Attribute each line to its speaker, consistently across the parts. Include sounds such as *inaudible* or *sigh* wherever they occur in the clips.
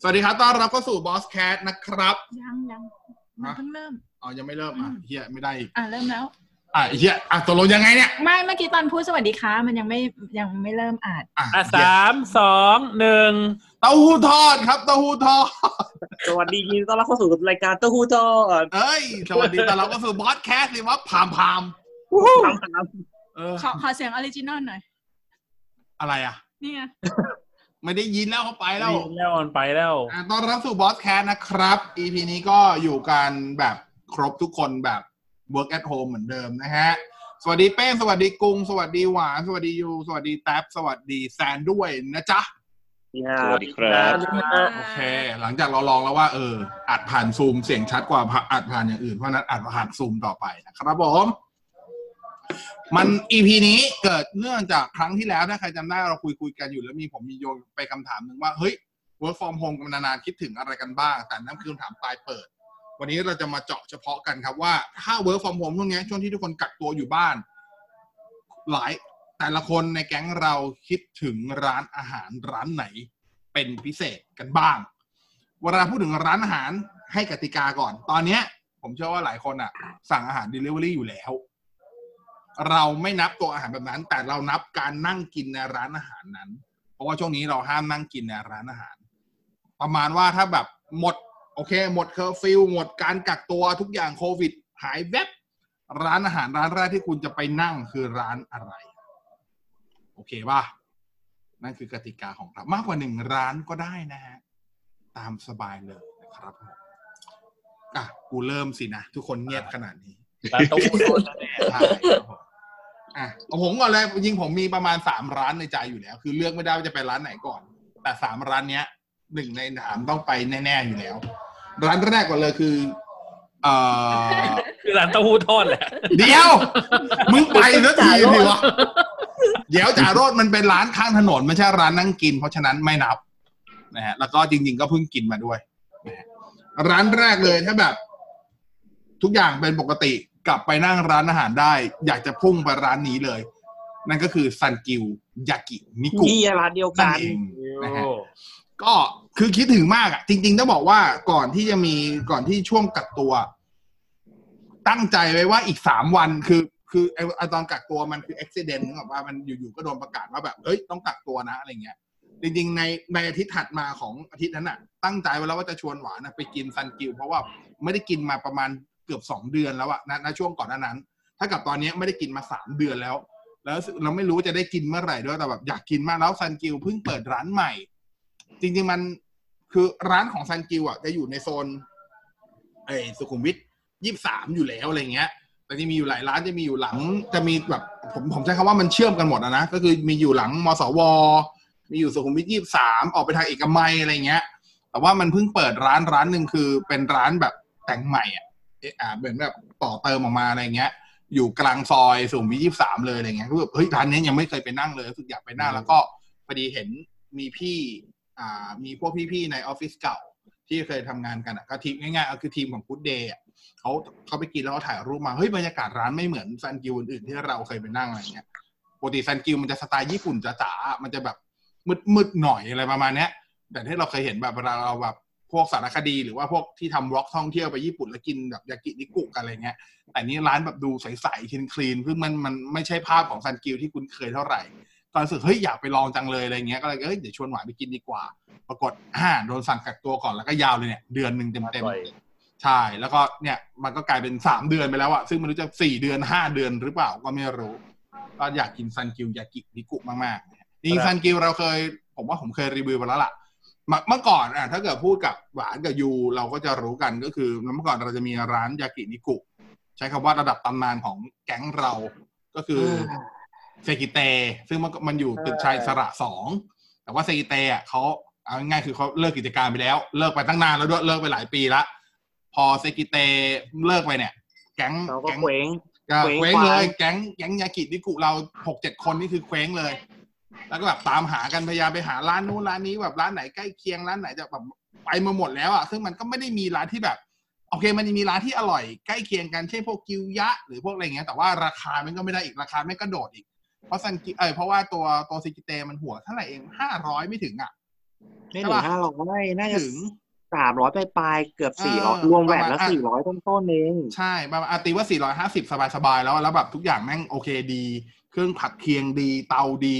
Speaker 1: สวัสดีครับต้อนรับเข้าสู่บอสแค t นะครับ
Speaker 2: ยังยัง
Speaker 1: ฮะ
Speaker 2: เพิ่งเริ่ม
Speaker 1: อ๋อยังไม่เริ่มอ่ะ
Speaker 2: อืม
Speaker 1: เฮียไม่ได้อีก
Speaker 2: อ่ะเริ่มแล้ว
Speaker 1: อ่ะเฮียอ่ะตกลงยังไงเนี่ย
Speaker 2: ไม่เมื่อกี้ตอนพูดสวัสดีค่ะมันยังไม่ยังไม่เริ่ม
Speaker 1: *laughs*
Speaker 2: อ่าน
Speaker 1: อ่ะ
Speaker 3: อ่ะส
Speaker 1: เหี้ย
Speaker 3: ามสองหนึ่ง
Speaker 1: เต้าหู้ทอดครับเต้าหู้ทอด
Speaker 4: สวัสดียินดีต้อนรับเข้าสู่รายการเต้าหู้ทอด
Speaker 1: เอ้ยสวัสดีต้อนรับเข้าสู่บอสแค t สิว่าพามพาม
Speaker 4: ตามตาม
Speaker 1: เออ
Speaker 2: ขอขอเสียงออริจินอลหน่อย
Speaker 1: อะไรอ่ะ
Speaker 2: นี่ไง
Speaker 1: *laughs* ไม่ได้ยินแล้วเขาไปแล้ว
Speaker 3: แน่นอนไปแล้ว
Speaker 1: อ่ะต้อนรับสู่บอสแค t นะครับ EP นี้ก็อยู่กันแบบครบทุกคนแบบ work at home เหมือนเดิมนะฮะ สวัสดีเป้งสวัสดีกรุง สวัสดีหวานสวัสดียูสวัสดีแท็บสวัสดีแซนด้วยนะจ๊ะ
Speaker 4: สวัสดีครั
Speaker 1: โอเค หลังจากเราลองแล้วว่าเอออัดผ่านซูมเสียงชัดกว่าอัดผ่านอย่างอื่น เพราะฉะนั้นอัดผ่านซูมต่อไปนะครับผม มันอีพีนี้เกิดเนื่องจากครั้งที่แล้วถ้าใครจำได้เราคุยคุยๆกันอยู่แล้วมีผมมีโยนไปคำถามหนึ่งว่า เฮ้ย work from home กันมานานๆคิดถึงอะไรกันบ้าง แต่นั่นคือคำถามปลายเปิด วันนี้เราจะมาเจาะเฉพาะกันครับว่าถ้า work from home ช่วงนี้ช่วงที่ทุกคนกักตัวอยู่บ้าน หลายแต่ละคนในแก๊งเราคิดถึงร้านอาหารร้านไหน เป็นพิเศษกันบ้าง เวลาพูดถึงร้านอาหารให้กติกาก่อน ตอนเนี้ย ผมเชื่อว่าหลายคนอ่ะ สั่งอาหาร Delivery อยู่แล้ว เราไม่นับตัวอาหารแบบนั้น แต่เรานับการนั่งกินในร้านอาหารนั้น เพราะว่าช่วงนี้เราห้ามนั่งกินในร้านอาหาร ประมาณว่าถ้าแบบหมด โอเค หมดเคอร์ฟิวหมดการกักตัวทุกอย่างโควิด หายแวบร้านอาหารร้านแรกที่คุณจะไปนั่งคือร้านอะไร โอเคป่ะ นั่นคือกติกาของเรามากกว่าหนึ่งร้านก็ได้นะฮะ ตามสบายเลยนะครับผมอ่ะกูเริ่มสินะ ทุกคนเงียบขนาดนี้
Speaker 3: ร้านเต้าหู้ทอดแน่
Speaker 1: ใช่ครับผมอ่ะเอาผมก่อนเลยยิงผมมีประมาณสามร้านในใจอยู่แล้ว คือเลือกไม่ได้ว่าจะไปร้านไหนก่อน แต่สามร้านเนี้ยหนึ่งในสามต้องไปแน่ๆอยู่แล้ว ร้านแรกก่อนเลยคือเอ่อ
Speaker 3: คือร้านเต้าหู้ทอดแหละ
Speaker 1: เดี๋ยว มึงไปแล้วที
Speaker 4: จ่าโรจน์
Speaker 1: ดิวะเดี๋ยวจ่าโรดมันเป็นร้านข้างถนนไม่ใช่ร้านนั่งกิน เพราะฉะนั้นไม่นับนะฮะแล้วก็จริง ๆ ก็เพิ่งกินมาด้วยนะฮะร้านแรกเลยถ้าแบบ ทุกอย่างเป็นปกติกลับไปนั่งร้านอาหารได้ อยากจะพุ่งไปร้านนี้เลย นั่นก็คือซันกิวยากินิกุ
Speaker 4: นี่ร้านเดียวกัน
Speaker 1: นั่นเองนะฮะ ก็คือคิดถึงมากอ่ะ จริงๆต้องบอกว่าก่อนที่จะมีก่อนที่ช่วงกักตัว ตั้งใจไว้ว่าอีกสามวันคือ คือไอ้ไอ้ตอนกักตัวมันคืออุบิเหตุนึกออกว่ามันอยู่ๆก็โดนประกาศว่าแบบเอ้ยต้องกักตัวนะอะไรเงี้ย จริงๆในในอาทิตย์ถัดมาของอาทิตย์นั้นอ่ะ ตั้งใจไว้แล้วว่าจะชวนหวานอะไปกินซันกิวเพราะว่าไม่ได้กินมาประมาณเกือบสองเดือนแล้วอะณณช่วงก่อนหน้านั้น ถ้ากับตอนเนี้ยไม่ได้กินมาสามเดือนแล้ว แล้วเราไม่รู้ว่าจะได้กินเมื่อไหร่ด้วยแต่แบบอยากกินมากแล้วซันกิวเพิ่งเปิดร้านใหม่ จริง ๆ มันคือร้านของซันกิวอ่ะจะอยู่ในโซนไอ้สุขุมวิทยี่สามอยู่แล้วอะไรเงี้ย แต่จะมีอยู่หลายร้านจะมีอยู่หลัง จะมีแบบผมผมใช้คำว่ามันเชื่อมกันหมดอะนะก็คือมีอยู่หลังมสว มีอยู่สุขุมวิทยี่สามออกไปทางเอกมัยอะไรเงี้ย แต่ว่ามันเพิ่งเปิดร้านร้านหนึ่งคือเป็นร้านแบบแต่งใหม่อ่ะเอะอ่าเหมือนแบบต่อเติมออกมาอะไรเงี้ย อยู่กลางซอยสุขุมวิทยี่สามเลยอะไรเงี้ยก็แบบเฮ้ยร้านนี้ยังไม่เคยไปนั่งเลยรู้สึกอยากไปนั่งแล้วก็พอดีเห็นมีพี่ อ่ามีพวกพี่ๆในออฟฟิศเก่า ที่เคยทำงานกันอะก็ทีมง่ายๆก็คือทีมของพุ d เดย์เขาเขาไปกินแล้วเขาถ่ายรูปมา เฮ้ย บรรยากาศร้านไม่เหมือนซันกิวอื่นๆที่เราเคยไปนั่งอะไรเงี้ยปกติซันกิวมันจะสไตล์ญี่ปุ่นจ๋าๆมันจะแบบมืดๆหน่อยอะไรประมาณเนี้ย แต่ที่เราเคยเห็นแบบเวลาเราแบบพวกสารคดีหรือว่าพวกที่ทำวล็อกท่องเที่ยวไปญี่ปุ่นแล้วกินแบบยากินิกุกันอะไรเงี้ย แต่นี่ร้านแบบดูใสๆคลีนคลีนๆซึ่งมันมันไม่ใช่ภาพของซันกิวที่คุณเคยเท่าไหร่ ตอนรู้สึกเฮ้ยอยากไปลองจังเลยอะไรเงี้ยก็เลยเอ้ยเดี๋ยวชวนหวานไปกินดีกว่า ปรากฏอ่าโดนสั่งกักตัวก่อนแล้วก็ยาวเลยเนี่ย เดือนหนึ่งเต็มเต็ม
Speaker 3: อ
Speaker 1: ๆ
Speaker 3: ร่อย
Speaker 1: ใช่แล้วก็เนี่ยมันก็กลายเป็นสามเดือนไปแล้วอะซึ่งไมันรู้จะสี่เดือนห้าเดือนหรือเปล่าก็ไม่รู้ก็อยากกินซันกิวยากินิกุมากๆนะจริงๆซันกิวเราเคย ผมว่าผมเคยรีวิวไปแล้วล่ะ เมื่อเมื่อก่อนอ่ะถ้าเกิดพูดกับหวานกับยูเราก็จะรู้กันก็คือเมื่อก่อนเราจะมีร้านยากินิกุ ใช้คำว่าระดับตำนานของแก๊งเรา ก็คืออเซกิเต ซึ่งมันก็มันอยู่ตึกชายสระสองแต่ว่าเซกิเตอ่ะเขาเอาง่ายๆคือเขาเลิกกิจการไปแล้ว เลิกไปตั้งนานแล้วด้วยเลิกไปหลายปีละพอเซกิเตเลิกไปเนี่ย แก๊ง
Speaker 4: เราก็
Speaker 1: แก๊ง
Speaker 4: เคว้ง
Speaker 1: ก็
Speaker 4: เคว้ง
Speaker 1: เคว้งเลย
Speaker 4: คว้าง
Speaker 1: แก๊งแก๊งยากินิกุเราหกเจ็ดคนนี่คือเคว้งเลย แล้วก็แบบตามหากันพยายามไปหาร้านนู้นร้านนี้แบบร้านไหนใกล้เคียงร้านไหนจะแบบไปมาหมดแล้วอ่ะซึ่งมันก็ไม่ได้มีร้านที่แบบ โอเค มันมีร้านที่อร่อยใกล้เคียงกันเช่นพวกกิวยะ หรือพวกอะไรเงี้ยแต่ว่าราคามันก็ไม่ได้อีกราคาไม่กระโดดอีก เพราะซันกิเอยเพราะว่าตัวตัวซิกิเตมันหัวเท่าไหร่เองห้าร้อยไม่ถึงอ่ะ
Speaker 4: ไม่
Speaker 1: ใช่
Speaker 4: ถึ
Speaker 1: ปะ
Speaker 4: งห้าร้อยน่าจะ
Speaker 1: ถึง
Speaker 4: สามร้อยปลายๆเกือบ
Speaker 1: เออ
Speaker 4: สี่ร้อยรวมแหว
Speaker 1: ป
Speaker 4: น
Speaker 1: ระมาณ
Speaker 4: แล้ว
Speaker 1: อ่ะ
Speaker 4: สี่ร้อยต้นๆเอง
Speaker 1: ใช่ประมาณอาตีว่า 450 สบายๆ แล้ว แล้วแบบทุกอย่างแม่งโอเคดี เครื่องผัดเคียงดี เตาดี